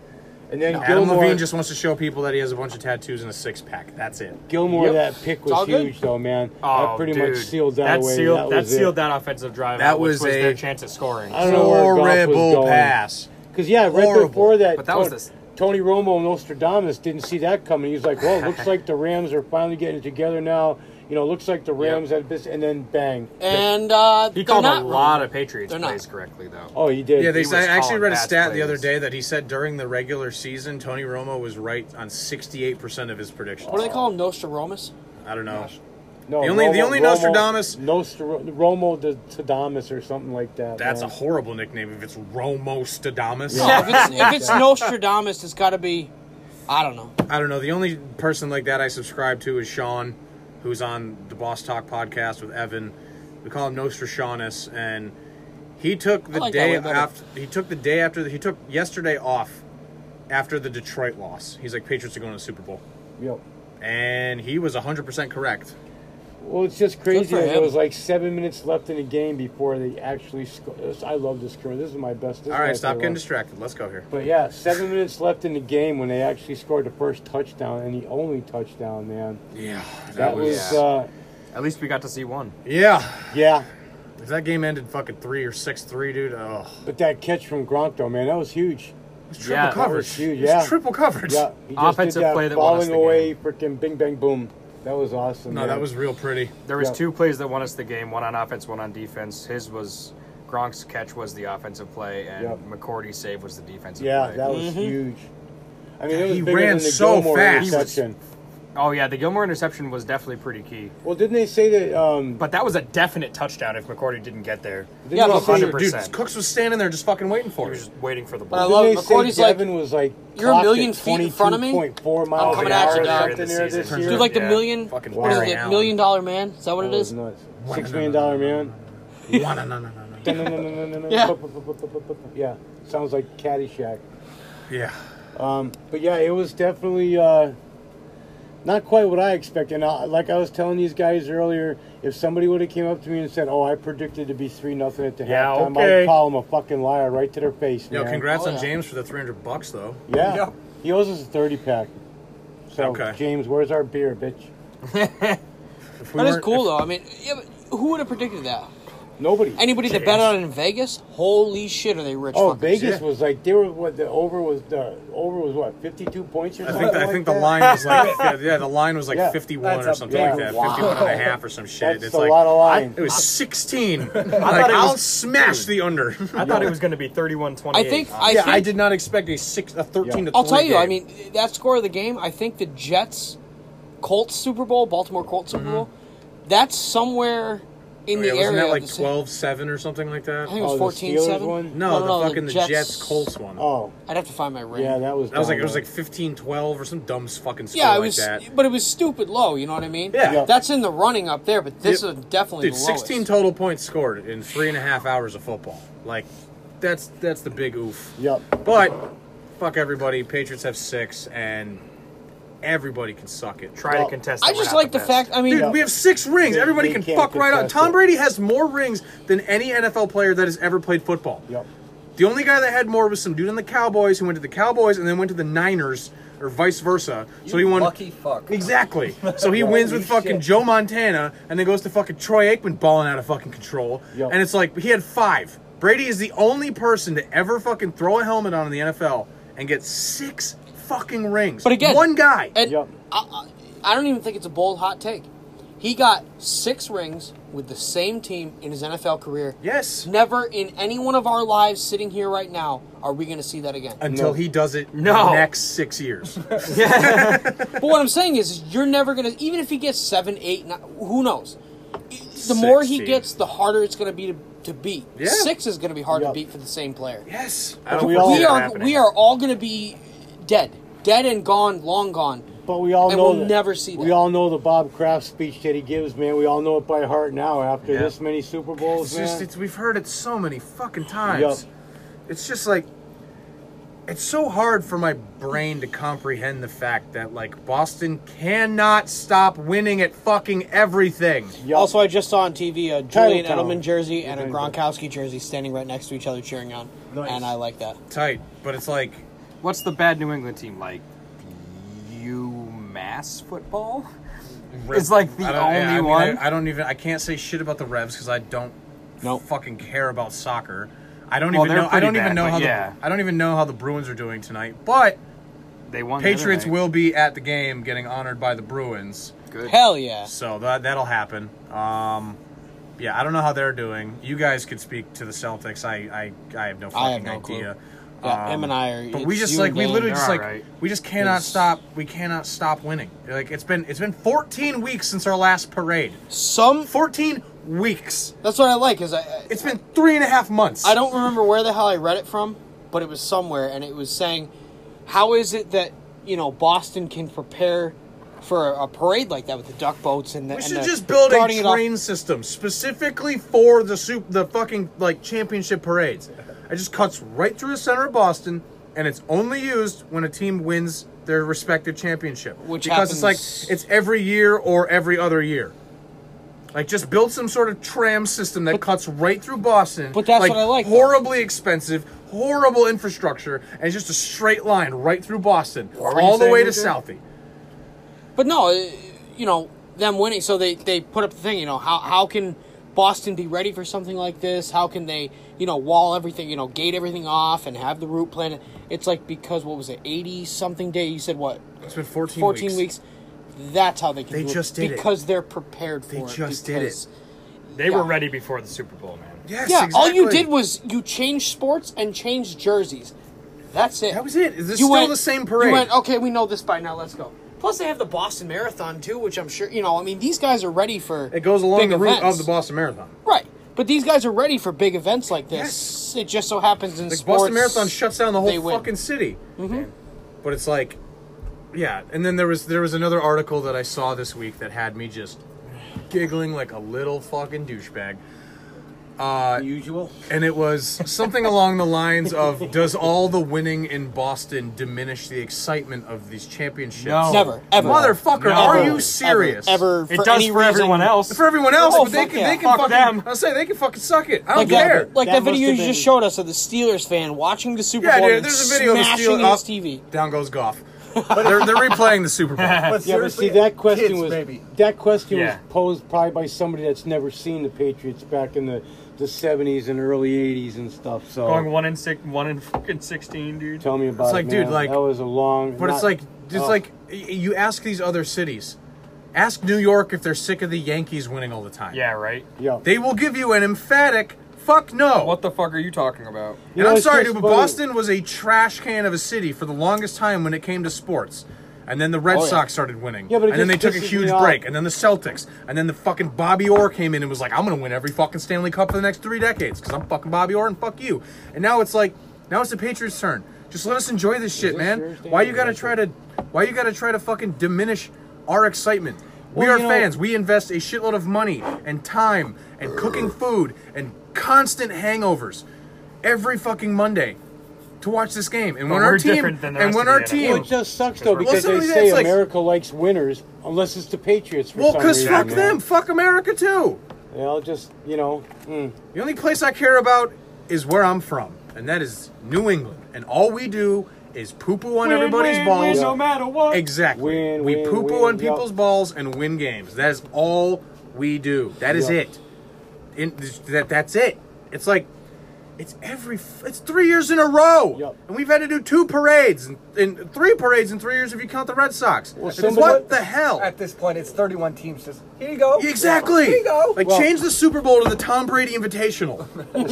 Speaker 5: And then
Speaker 4: Adam
Speaker 5: Gilmore.
Speaker 4: Levine just wants to show people that he has a bunch of tattoos and a six pack. That's it.
Speaker 5: Gilmore,
Speaker 8: Yep.
Speaker 5: that pick was
Speaker 6: all good.
Speaker 5: huge though, man.
Speaker 3: Oh,
Speaker 5: that pretty
Speaker 3: dude.
Speaker 5: much sealed that, away.
Speaker 3: Sealed,
Speaker 5: that
Speaker 3: that
Speaker 5: was it.
Speaker 3: sealed that offensive drive.
Speaker 4: That
Speaker 3: out, which
Speaker 4: was
Speaker 3: was,
Speaker 4: a-
Speaker 3: their chance at scoring.
Speaker 5: I don't know where golf was
Speaker 4: Horrible
Speaker 5: going.
Speaker 4: pass.
Speaker 5: Because yeah, right
Speaker 4: Horrible.
Speaker 5: before that,
Speaker 8: But that
Speaker 5: Tony,
Speaker 8: was this-
Speaker 5: Tony Romo and Nostradamus didn't see that coming. He was like, "Well, looks like the Rams are finally getting it together now." You know, looks like the Rams had this, and then bang!
Speaker 6: And uh,
Speaker 8: He
Speaker 6: they're
Speaker 8: called a
Speaker 6: not
Speaker 8: lot of Patriots
Speaker 6: They're not.
Speaker 8: plays correctly though.
Speaker 5: Oh, he did.
Speaker 4: Yeah, they
Speaker 8: was
Speaker 4: I actually
Speaker 8: calling
Speaker 4: read a
Speaker 8: bad
Speaker 4: stat the
Speaker 8: plays.
Speaker 4: other day that he said during the regular season, Tony Romo was right on 68% of his predictions.
Speaker 6: What do they call him? Nostradamus?
Speaker 4: I don't know.
Speaker 5: no,
Speaker 4: the only- the only Nostradamus-
Speaker 5: Nostra- Romo the Tadamus or something like that.
Speaker 4: That's a
Speaker 5: man.
Speaker 4: horrible nickname if it's Romo Stadamus.
Speaker 6: No, if it's, if it's Nostradamus, it's got to be, I don't know.
Speaker 4: I don't know. The only person like that I subscribe to is Sean, who's on the Boss Talk podcast with Evan. We call him Nostrashawnus, and he took the
Speaker 6: like that
Speaker 4: day
Speaker 6: way better.
Speaker 4: after. He took the day after. He took yesterday off after the Detroit loss. He's like Patriots are going to the Super Bowl,
Speaker 5: Yep.
Speaker 4: and he was hundred percent correct.
Speaker 5: Well, it's just crazy.
Speaker 6: for
Speaker 5: that There
Speaker 6: him.
Speaker 5: was like seven minutes left in the game before they actually scored. I love this curve. This is my best. This
Speaker 4: All
Speaker 5: is my
Speaker 4: right, stop getting
Speaker 5: favorite.
Speaker 4: distracted. Let's go here.
Speaker 5: But yeah, seven minutes left in the game when they actually scored the first touchdown and the only touchdown, man.
Speaker 4: Yeah,
Speaker 5: That was, uh,
Speaker 8: At least we got to see one.
Speaker 4: yeah.
Speaker 5: yeah.
Speaker 4: If that game ended fucking three or six three, dude. Oh,
Speaker 5: But that catch from Gronk, though, man, that was huge.
Speaker 4: it's triple
Speaker 8: Yeah, that
Speaker 4: coverage.
Speaker 5: was huge,
Speaker 4: It's
Speaker 5: yeah.
Speaker 4: triple coverage.
Speaker 5: Yeah, he just
Speaker 8: Offensive
Speaker 5: did that
Speaker 8: play that won us
Speaker 5: falling
Speaker 8: the
Speaker 5: away, freaking bing bang boom. That was awesome.
Speaker 4: No,
Speaker 5: man.
Speaker 4: that was real pretty.
Speaker 8: There was
Speaker 5: Yeah.
Speaker 8: two plays that won us the game. One on offense, one on defense. His was Gronk's catch was the offensive play, and
Speaker 5: Yep.
Speaker 8: McCourty's save was the defensive
Speaker 5: yeah,
Speaker 8: play.
Speaker 5: that was huge. I mean, it was
Speaker 4: He
Speaker 5: bigger
Speaker 4: ran
Speaker 5: than the
Speaker 4: so
Speaker 5: Gilmore
Speaker 4: fast. He was-
Speaker 5: interception.
Speaker 8: oh yeah, the Gilmore interception was definitely pretty key.
Speaker 5: Well, didn't they say that? Um,
Speaker 8: But that was a definite touchdown if McCourty didn't get there.
Speaker 5: didn't
Speaker 6: Yeah,
Speaker 5: they
Speaker 6: but
Speaker 5: say-
Speaker 8: Hundred
Speaker 4: Dude,
Speaker 8: percent.
Speaker 4: Cooks was standing there just fucking waiting
Speaker 8: He
Speaker 4: for
Speaker 8: was
Speaker 4: it.
Speaker 8: just waiting for the
Speaker 6: I
Speaker 8: ball.
Speaker 6: love-
Speaker 5: Didn't they
Speaker 6: McCourty's
Speaker 5: say
Speaker 6: like,
Speaker 5: Devin was like
Speaker 6: "You're a
Speaker 5: clocked
Speaker 6: million
Speaker 5: at
Speaker 6: feet in front of me?
Speaker 5: 22.4 miles
Speaker 6: coming
Speaker 5: an
Speaker 6: at you,
Speaker 5: hour or
Speaker 6: dog."
Speaker 5: something there this
Speaker 8: Turns
Speaker 5: year.
Speaker 6: Dude, like the
Speaker 8: Yeah.
Speaker 6: million,
Speaker 4: Fucking Oh,
Speaker 6: what is
Speaker 4: Barry
Speaker 6: it,
Speaker 4: Allen.
Speaker 6: million dollar man? Is that what
Speaker 5: That
Speaker 6: it
Speaker 5: was
Speaker 6: is?
Speaker 5: nuts. Six million dollar man.
Speaker 6: Yeah.
Speaker 5: Yeah, sounds like Caddyshack.
Speaker 4: Yeah.
Speaker 5: Um, but yeah, it was definitely uh, not quite what I expected. And I, like I was telling these guys earlier, if somebody would have came up to me and said, "Oh, I predicted to be three nothing at the
Speaker 4: Yeah,
Speaker 5: halftime,"
Speaker 4: okay.
Speaker 5: I'd call them a fucking liar right to their face.
Speaker 4: Yo,
Speaker 5: man.
Speaker 4: congrats
Speaker 6: Oh,
Speaker 4: on
Speaker 6: yeah.
Speaker 4: James for the 300 bucks, though.
Speaker 5: Yeah.
Speaker 7: Yeah.
Speaker 5: he owes us a thirty pack. So
Speaker 4: Okay.
Speaker 5: James, where's our beer, bitch?
Speaker 4: If we
Speaker 6: That is
Speaker 4: weren't-
Speaker 6: cool, though. I mean, yeah, but who would have predicted that?
Speaker 5: Nobody.
Speaker 6: Anybody that bet on it in Vegas? Holy shit, are they rich?
Speaker 5: Oh,
Speaker 6: fuckers.
Speaker 5: Vegas was like they were what the over was the over was what fifty two points or
Speaker 4: I
Speaker 5: something.
Speaker 4: think, I
Speaker 5: like
Speaker 4: think
Speaker 5: that?
Speaker 4: the line was like yeah, yeah, the line was like
Speaker 5: Yeah.
Speaker 4: 51 or
Speaker 7: That's a
Speaker 4: something
Speaker 5: big
Speaker 4: like that,
Speaker 5: wow.
Speaker 4: 51 and a half or some shit.
Speaker 5: That's
Speaker 4: it's
Speaker 5: a
Speaker 4: like
Speaker 5: lot of line.
Speaker 4: it was 16. like,
Speaker 8: it
Speaker 4: I'll
Speaker 8: was-
Speaker 4: smash the under.
Speaker 8: I thought it was going to be 31-28.
Speaker 6: I think. I
Speaker 4: yeah,
Speaker 6: think,
Speaker 4: I did not expect a six, a 13 to.
Speaker 6: I'll tell
Speaker 4: 3
Speaker 6: you. I
Speaker 4: game.
Speaker 6: mean, that score of the game. I think the Jets, Colts Super Bowl, Baltimore Colts Super Bowl. That's somewhere in
Speaker 4: Mm-hmm. Oh, Yeah,
Speaker 6: the
Speaker 4: wasn't
Speaker 6: area.
Speaker 4: that
Speaker 6: of
Speaker 4: like
Speaker 6: the city.
Speaker 4: 12-7 or something like that?
Speaker 6: I think it was
Speaker 5: Oh, the
Speaker 6: fourteen
Speaker 5: Steelers
Speaker 6: seven.
Speaker 5: one?
Speaker 4: No, the
Speaker 6: Oh,
Speaker 4: fucking the Jets, Colts one.
Speaker 5: Oh,
Speaker 6: I'd have to find my ring.
Speaker 5: yeah, that was.
Speaker 4: that was like
Speaker 5: down
Speaker 4: it was
Speaker 5: there.
Speaker 4: like 15-12 or some dumb fucking score
Speaker 6: yeah, it
Speaker 4: like
Speaker 6: was,
Speaker 4: that.
Speaker 6: but it was stupid low. You know what I mean?
Speaker 4: Yeah. Yeah.
Speaker 6: That's in the running up there, but this
Speaker 4: Yep.
Speaker 6: is definitely
Speaker 4: Dude,
Speaker 6: the lowest.
Speaker 4: 16 total points scored in three and a half hours of football. Like, that's that's the big oof.
Speaker 5: Yep.
Speaker 4: But fuck everybody. Patriots have six, and everybody can suck it.
Speaker 8: Try
Speaker 5: Well,
Speaker 8: to contest.
Speaker 6: I
Speaker 8: it. We're
Speaker 6: just
Speaker 8: not
Speaker 6: like the,
Speaker 8: best.
Speaker 6: fact. I mean,
Speaker 4: Dude, we have six rings.
Speaker 5: They-
Speaker 4: Everybody
Speaker 5: they
Speaker 4: can
Speaker 5: can't
Speaker 4: fuck right out.
Speaker 5: contest
Speaker 4: Tom
Speaker 5: it.
Speaker 4: Brady has more rings than any NFL player that has ever played football.
Speaker 5: Yep.
Speaker 4: The only guy that had more was some dude in the Cowboys who went to the Cowboys and then went to the Niners, or vice versa. so he won.
Speaker 7: Lucky fuck.
Speaker 4: Exactly. So he wins with
Speaker 7: Holy
Speaker 4: fucking
Speaker 7: shit.
Speaker 4: Joe Montana and then goes to fucking Troy Aikman balling out of fucking control.
Speaker 5: Yep.
Speaker 4: And it's like he had five. Brady is the only person to ever fucking throw a helmet on in the NFL and get six fucking rings.
Speaker 6: But again-
Speaker 4: one guy.
Speaker 6: and
Speaker 5: Yep.
Speaker 6: I, I, I don't even think it's a bold hot take. He got six rings with the same team in his NFL career.
Speaker 4: yes.
Speaker 6: Never in any one of our lives sitting here right now are we going to see that again.
Speaker 4: Until
Speaker 5: No.
Speaker 4: he does it
Speaker 8: No.
Speaker 4: next six years.
Speaker 6: But what I'm saying is, is you're never going to, even if he gets seven, eight, nine, who knows? The more he
Speaker 4: Sixteen.
Speaker 6: gets, the harder it's going to be to, to beat.
Speaker 4: Yeah.
Speaker 6: Six is going to be hard to
Speaker 5: Yep.
Speaker 6: beat for the same player.
Speaker 4: yes.
Speaker 5: we
Speaker 4: foresee
Speaker 5: all-
Speaker 6: We
Speaker 4: that
Speaker 6: are
Speaker 4: happening.
Speaker 6: we are all going to be dead, dead and gone, long gone.
Speaker 5: But we all
Speaker 6: And
Speaker 5: know
Speaker 6: we'll
Speaker 5: that-
Speaker 6: never see
Speaker 5: We
Speaker 6: that.
Speaker 5: all know the Bob Kraft speech that he gives, man. We all know it by heart now. After
Speaker 4: Yeah.
Speaker 5: this many Super Bowls,
Speaker 4: It's just
Speaker 5: man.
Speaker 4: it's, we've heard it so many fucking times.
Speaker 5: Yup.
Speaker 4: It's just like it's so hard for my brain to comprehend the fact that like Boston cannot stop winning at fucking everything.
Speaker 5: Yup.
Speaker 6: Also, I just saw on TV a
Speaker 5: Title
Speaker 6: Julian
Speaker 5: town.
Speaker 6: Edelman jersey and a
Speaker 5: Okay.
Speaker 6: Gronkowski jersey standing right next to each other cheering on,
Speaker 7: Nice.
Speaker 6: and I like that.
Speaker 4: Tight, but it's like
Speaker 8: What's the bad New England team like? UMass football. It's like the
Speaker 4: I don't-
Speaker 8: only
Speaker 4: yeah, I mean,
Speaker 8: one.
Speaker 4: I, I don't even I can't say shit about the Revs because I don't
Speaker 6: Nope.
Speaker 4: fucking care about soccer. I don't
Speaker 8: Well,
Speaker 4: even
Speaker 8: they're
Speaker 4: know. I
Speaker 8: pretty
Speaker 4: don't even
Speaker 8: bad,
Speaker 4: know
Speaker 8: but
Speaker 4: how
Speaker 8: yeah.
Speaker 4: the I don't even know how the Bruins are doing tonight. But
Speaker 8: they won. the other
Speaker 4: Patriots
Speaker 8: night.
Speaker 4: will be at the game, getting honored by the Bruins.
Speaker 8: Good.
Speaker 6: Hell yeah!
Speaker 4: So that that'll happen. Um, yeah, I don't know how they're doing. You guys could speak to the Celtics. I I, I have no fucking
Speaker 6: I have no
Speaker 4: idea.
Speaker 6: clue. Yeah, him and I are.
Speaker 4: But we
Speaker 6: it's
Speaker 4: just
Speaker 6: you
Speaker 4: like
Speaker 6: and
Speaker 4: we
Speaker 6: Dane.
Speaker 4: literally
Speaker 8: They're
Speaker 4: just like
Speaker 8: alright.
Speaker 4: we just cannot
Speaker 6: It's-
Speaker 4: stop we cannot stop winning. Like it's been it's been 14 weeks since our last parade.
Speaker 6: some.
Speaker 4: 14 weeks.
Speaker 6: That's what I like is I. I-
Speaker 4: It's been three and a half months.
Speaker 6: I don't remember where the hell I read it from, but it was somewhere, and it was saying, "How is it that you know Boston can prepare for a, a parade like that with the duck boats and the
Speaker 4: We
Speaker 6: and
Speaker 4: should
Speaker 6: the-
Speaker 4: just build
Speaker 6: starting
Speaker 4: a
Speaker 6: it off-
Speaker 4: train system specifically for the soup, the fucking like championship parades. It just cuts right through the center of Boston, and it's only used when a team wins their respective championship.
Speaker 6: Which
Speaker 4: because it's
Speaker 6: happens-
Speaker 4: like it's every year or every other year. Like just build some sort of tram system that cuts right through Boston.
Speaker 6: But that's what I like, though.
Speaker 4: Horribly expensive, horrible infrastructure, and it's just a straight line right through Boston, all the way to Southie.
Speaker 6: But no, uh, you know them winning, so they they put up the thing. You know how how can Boston be ready for something like this? How can they you know wall everything, you know gate everything off and have the route plan? It's like because what was it eighty something day? You said what
Speaker 4: It's been 14,
Speaker 6: 14
Speaker 4: weeks.
Speaker 6: weeks. That's how they can
Speaker 4: They
Speaker 6: do it
Speaker 4: just did it.
Speaker 6: because they're prepared for
Speaker 4: They
Speaker 6: it.
Speaker 4: just did it.
Speaker 6: because-
Speaker 8: They
Speaker 6: Yeah.
Speaker 8: were ready before the Super Bowl, man.
Speaker 4: Yes,
Speaker 6: Yeah, all you
Speaker 4: exactly.
Speaker 6: did was you changed sports and changed jerseys. That's it.
Speaker 4: That was it. Is this still the same parade?
Speaker 6: You went, okay, we know this by now. Let's go. Plus, they have the Boston Marathon too, which I'm sure you know. I mean, these guys are ready for
Speaker 4: It goes along
Speaker 6: big
Speaker 4: the route
Speaker 6: events.
Speaker 4: of the Boston Marathon.
Speaker 6: right? But these guys are ready for big events like
Speaker 4: Yes.
Speaker 6: this. It just so happens in
Speaker 4: Like
Speaker 6: sports.
Speaker 4: Boston Marathon shuts down the
Speaker 6: they
Speaker 4: whole
Speaker 6: win. Mm-hmm.
Speaker 4: fucking city. But it's like, yeah. And then there was there was another article that I saw this week that had me just giggling like a little fucking douchebag.
Speaker 7: Usual.
Speaker 4: And it was something along the lines of, "Does all the winning in Boston diminish the excitement of these championships?"
Speaker 8: No.
Speaker 6: Never, ever,
Speaker 4: Motherfucker,
Speaker 8: No.
Speaker 4: are
Speaker 8: Ever,
Speaker 4: you serious?
Speaker 6: ever, ever
Speaker 8: It
Speaker 6: for
Speaker 8: does
Speaker 6: any
Speaker 8: for
Speaker 6: reason.
Speaker 8: everyone else.
Speaker 4: For everyone else,
Speaker 6: Oh,
Speaker 4: but they
Speaker 6: fuck
Speaker 4: can,
Speaker 6: yeah.
Speaker 4: they can
Speaker 8: Fuck
Speaker 4: fucking.
Speaker 8: them.
Speaker 4: I'll say they can fucking suck it. I don't
Speaker 6: Like
Speaker 4: care.
Speaker 6: that, like
Speaker 5: That
Speaker 6: that, video you
Speaker 5: must have
Speaker 6: just
Speaker 5: been-
Speaker 6: showed us of the Steelers fan watching the Super
Speaker 4: Yeah,
Speaker 6: Bowl
Speaker 4: dude,
Speaker 6: and
Speaker 4: there's a video of the
Speaker 6: smashing
Speaker 4: Steelers.
Speaker 6: his
Speaker 4: oh,
Speaker 6: TV.
Speaker 4: Down goes Goff. they're, they're replaying the Super Bowl.
Speaker 7: But
Speaker 5: Yeah, but see,
Speaker 7: seriously,
Speaker 5: that question
Speaker 7: kids,
Speaker 5: was
Speaker 7: baby.
Speaker 5: that question
Speaker 8: Yeah.
Speaker 5: was posed probably by somebody that's never seen the Patriots back in the the seventies and early eighties and stuff. So
Speaker 8: Going one in six, one in fucking sixteen, dude.
Speaker 5: tell me about
Speaker 4: It's
Speaker 5: it,
Speaker 4: like, dude,
Speaker 5: man.
Speaker 4: like-
Speaker 5: that was a long.
Speaker 4: But it's
Speaker 5: not-
Speaker 4: like it's
Speaker 5: oh,
Speaker 4: like y- you ask these other cities, ask New York if they're sick of the Yankees winning all the time.
Speaker 8: Yeah, right.
Speaker 5: yeah.
Speaker 4: They will give you an emphatic fuck no.
Speaker 1: What the fuck are you talking about?
Speaker 5: You
Speaker 4: and
Speaker 5: know,
Speaker 4: I'm
Speaker 5: it's
Speaker 4: sorry,
Speaker 5: just
Speaker 4: dude, but
Speaker 5: funny.
Speaker 4: Boston was a trash can of a city for the longest time when it came to sports. And then the Red
Speaker 5: Oh, yeah.
Speaker 4: Sox started winning.
Speaker 5: Yeah, but it
Speaker 4: and then they
Speaker 5: just
Speaker 4: took a
Speaker 5: pisses
Speaker 4: huge
Speaker 5: me off.
Speaker 4: break. And then the Celtics. And then the fucking Bobby Orr came in and was like, I'm going to win every fucking Stanley Cup for the next three decades because I'm fucking Bobby Orr and fuck you. And now it's like, now it's the Patriots' turn. Just let us enjoy this shit,
Speaker 5: this
Speaker 4: man.
Speaker 5: yours,
Speaker 4: Why
Speaker 5: Dan?
Speaker 4: you got to try to, why you got to try to fucking diminish our excitement? We
Speaker 5: Well,
Speaker 4: are
Speaker 5: you know-
Speaker 4: fans. We invest a shitload of money and time and cooking food and constant hangovers every fucking Monday to watch this game. And when
Speaker 8: we're
Speaker 4: our team
Speaker 8: different than the
Speaker 4: and
Speaker 8: rest
Speaker 4: when
Speaker 8: of
Speaker 4: our
Speaker 8: the
Speaker 5: Well,
Speaker 4: team
Speaker 5: it just sucks though
Speaker 8: Well,
Speaker 5: because
Speaker 4: some
Speaker 5: they
Speaker 4: of that,
Speaker 5: say
Speaker 4: it's like-
Speaker 5: America likes winners unless it's the Patriots. For
Speaker 4: well,
Speaker 5: some
Speaker 4: cause
Speaker 5: reason,
Speaker 4: fuck
Speaker 5: man.
Speaker 4: them, fuck America too.
Speaker 5: You know, just you know, mm,
Speaker 4: The only place I care about is where I'm from, and that is New England. And all we do is poo poo on everybody's balls.
Speaker 5: no
Speaker 4: matter what. Exactly.
Speaker 5: Win,
Speaker 4: we
Speaker 5: win,
Speaker 4: poo poo
Speaker 5: win,
Speaker 4: on people's
Speaker 5: yup.
Speaker 4: balls and win games. That is all we do. That is
Speaker 5: Yup.
Speaker 4: it. In, that that's it. It's like it's every f- it's three years in a row,
Speaker 5: Yup.
Speaker 4: and we've had to do two parades and, and three parades in three years if you count the Red Sox.
Speaker 5: somebody-
Speaker 4: what the hell?
Speaker 7: At this point, it's 31 teams. Just here you go.
Speaker 4: Exactly.
Speaker 7: Here you go.
Speaker 4: Like change the Super Bowl to the Tom Brady Invitational.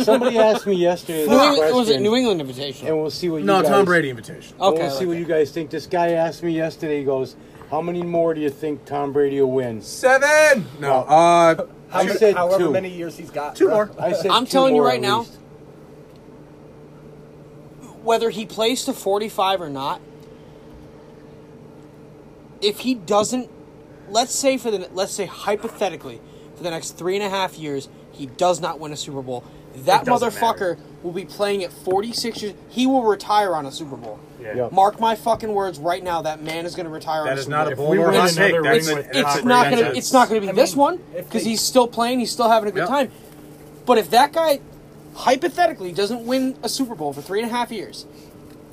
Speaker 5: somebody asked me yesterday. this
Speaker 6: New England, was it
Speaker 5: question,
Speaker 6: New England invitation?
Speaker 5: And we'll see what you
Speaker 4: no,
Speaker 5: guys.
Speaker 4: Tom Brady Invitational.
Speaker 5: Okay,
Speaker 6: Okay,
Speaker 5: we'll
Speaker 6: I
Speaker 5: see
Speaker 6: like
Speaker 5: what
Speaker 6: that.
Speaker 5: you guys think. This guy asked me yesterday. He goes, "How many more do you think Tom Brady will win?"
Speaker 4: Seven. No. Uh,
Speaker 7: How-
Speaker 5: I said
Speaker 7: however
Speaker 5: two.
Speaker 7: many years he's got.
Speaker 4: two more.
Speaker 5: I said,
Speaker 6: I'm
Speaker 5: two
Speaker 6: telling you
Speaker 5: more
Speaker 6: right
Speaker 5: at
Speaker 6: now,
Speaker 5: least.
Speaker 6: whether he plays to 45 or not, if he doesn't, let's say for the let's say hypothetically for the next three and a half years he does not win a Super Bowl, that
Speaker 8: It doesn't
Speaker 6: motherfucker
Speaker 8: matter.
Speaker 6: will be playing at 46 years. He will retire on a Super Bowl.
Speaker 8: Yeah.
Speaker 5: Yep.
Speaker 6: Mark my fucking words right now. That man is going to retire. on
Speaker 4: That
Speaker 6: a
Speaker 4: is
Speaker 6: Super
Speaker 4: not
Speaker 6: Bowl.
Speaker 4: a
Speaker 8: If
Speaker 4: bull
Speaker 8: we
Speaker 4: or a
Speaker 8: win
Speaker 4: hot take.
Speaker 8: another
Speaker 4: That's
Speaker 8: ring
Speaker 4: an-
Speaker 8: with
Speaker 4: that's
Speaker 6: it's
Speaker 8: Tom
Speaker 4: a-
Speaker 8: Brady,
Speaker 6: not gonna
Speaker 8: that's-
Speaker 6: it's not gonna be
Speaker 7: I
Speaker 6: this
Speaker 7: mean,
Speaker 6: one
Speaker 7: if
Speaker 6: because
Speaker 7: they-
Speaker 6: he's still playing he's still having a good
Speaker 4: Yep.
Speaker 6: time but if that guy hypothetically doesn't win a super bowl for three and a half years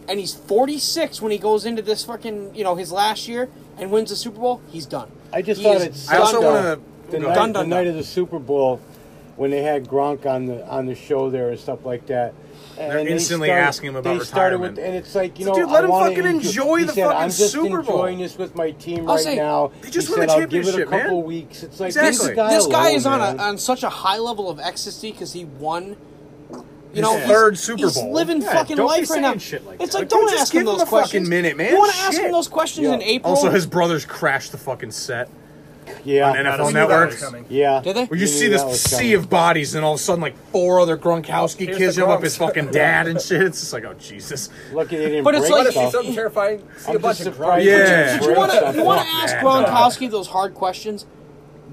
Speaker 6: and he's 46 when he goes into this fucking you know his last year and wins the super bowl he's done
Speaker 5: I just
Speaker 6: He
Speaker 5: thought
Speaker 6: is
Speaker 5: it's.
Speaker 4: I also
Speaker 6: done.
Speaker 4: wanna-
Speaker 5: the, night,
Speaker 4: Go
Speaker 5: the
Speaker 6: ahead. Dun, dun,
Speaker 5: night
Speaker 6: dun.
Speaker 5: of the Super Bowl when they had Gronk on the on the show there and stuff like that. And
Speaker 4: They're
Speaker 5: they
Speaker 4: instantly asking him about
Speaker 5: they started
Speaker 4: retirement.
Speaker 5: With, and it's like you
Speaker 4: So,
Speaker 5: know,
Speaker 4: dude, let
Speaker 5: I
Speaker 4: him
Speaker 5: wanna
Speaker 4: fucking
Speaker 5: enjoy-
Speaker 4: enjoy
Speaker 5: he
Speaker 4: the
Speaker 5: said,
Speaker 4: fucking
Speaker 5: I'm just
Speaker 4: Super Bowl."
Speaker 5: enjoying this with my team
Speaker 6: I'll
Speaker 5: right
Speaker 6: say-
Speaker 5: now.
Speaker 4: They just
Speaker 5: he
Speaker 4: won
Speaker 5: said,
Speaker 4: the
Speaker 5: I'll give it a
Speaker 4: championship, man.
Speaker 5: couple weeks. It's like
Speaker 4: Exactly.
Speaker 5: this guy,
Speaker 6: this guy
Speaker 5: alone,
Speaker 6: is on
Speaker 5: man.
Speaker 6: a, on such a high level of ecstasy because he won you
Speaker 4: His
Speaker 6: know, he's-
Speaker 4: third Super
Speaker 6: he's
Speaker 4: Bowl.
Speaker 6: living
Speaker 4: Yeah,
Speaker 6: fucking
Speaker 8: don't be
Speaker 6: life right
Speaker 8: saying
Speaker 6: now.
Speaker 8: shit like
Speaker 6: it's
Speaker 8: that.
Speaker 6: like,
Speaker 4: Dude,
Speaker 6: don't
Speaker 4: just
Speaker 6: ask him
Speaker 4: give him
Speaker 6: those
Speaker 4: a fucking
Speaker 6: questions.
Speaker 4: minute, man.
Speaker 6: You want to ask
Speaker 4: Shit.
Speaker 6: him those questions
Speaker 5: Yeah.
Speaker 6: in April?
Speaker 4: Also, his brothers crashed the fucking set on
Speaker 5: yeah,
Speaker 4: NFL
Speaker 8: we knew that
Speaker 4: Network.
Speaker 8: was coming.
Speaker 5: yeah.
Speaker 6: Did they?
Speaker 4: Where you
Speaker 5: We
Speaker 4: see
Speaker 5: knew
Speaker 4: this
Speaker 5: that was
Speaker 4: sea
Speaker 5: coming.
Speaker 4: of bodies, and all of a sudden, like four other Gronkowski
Speaker 7: Here's
Speaker 4: kids
Speaker 7: the
Speaker 4: jump up his
Speaker 7: Gronks.
Speaker 4: fucking dad and shit. It's just like, oh Jesus.
Speaker 5: Lucky they didn't
Speaker 6: But
Speaker 5: break
Speaker 6: it's
Speaker 7: What
Speaker 6: like-
Speaker 7: if it's
Speaker 5: stuff.
Speaker 7: something terrifying? See
Speaker 5: I'm
Speaker 7: a bunch
Speaker 5: just
Speaker 7: of crap.
Speaker 5: surprised.
Speaker 4: Yeah.
Speaker 5: they
Speaker 6: you
Speaker 5: didn't
Speaker 6: want
Speaker 5: break
Speaker 6: to
Speaker 5: stuff
Speaker 6: you want to
Speaker 5: up.
Speaker 6: ask
Speaker 4: Yeah.
Speaker 6: Gronkowski those hard questions?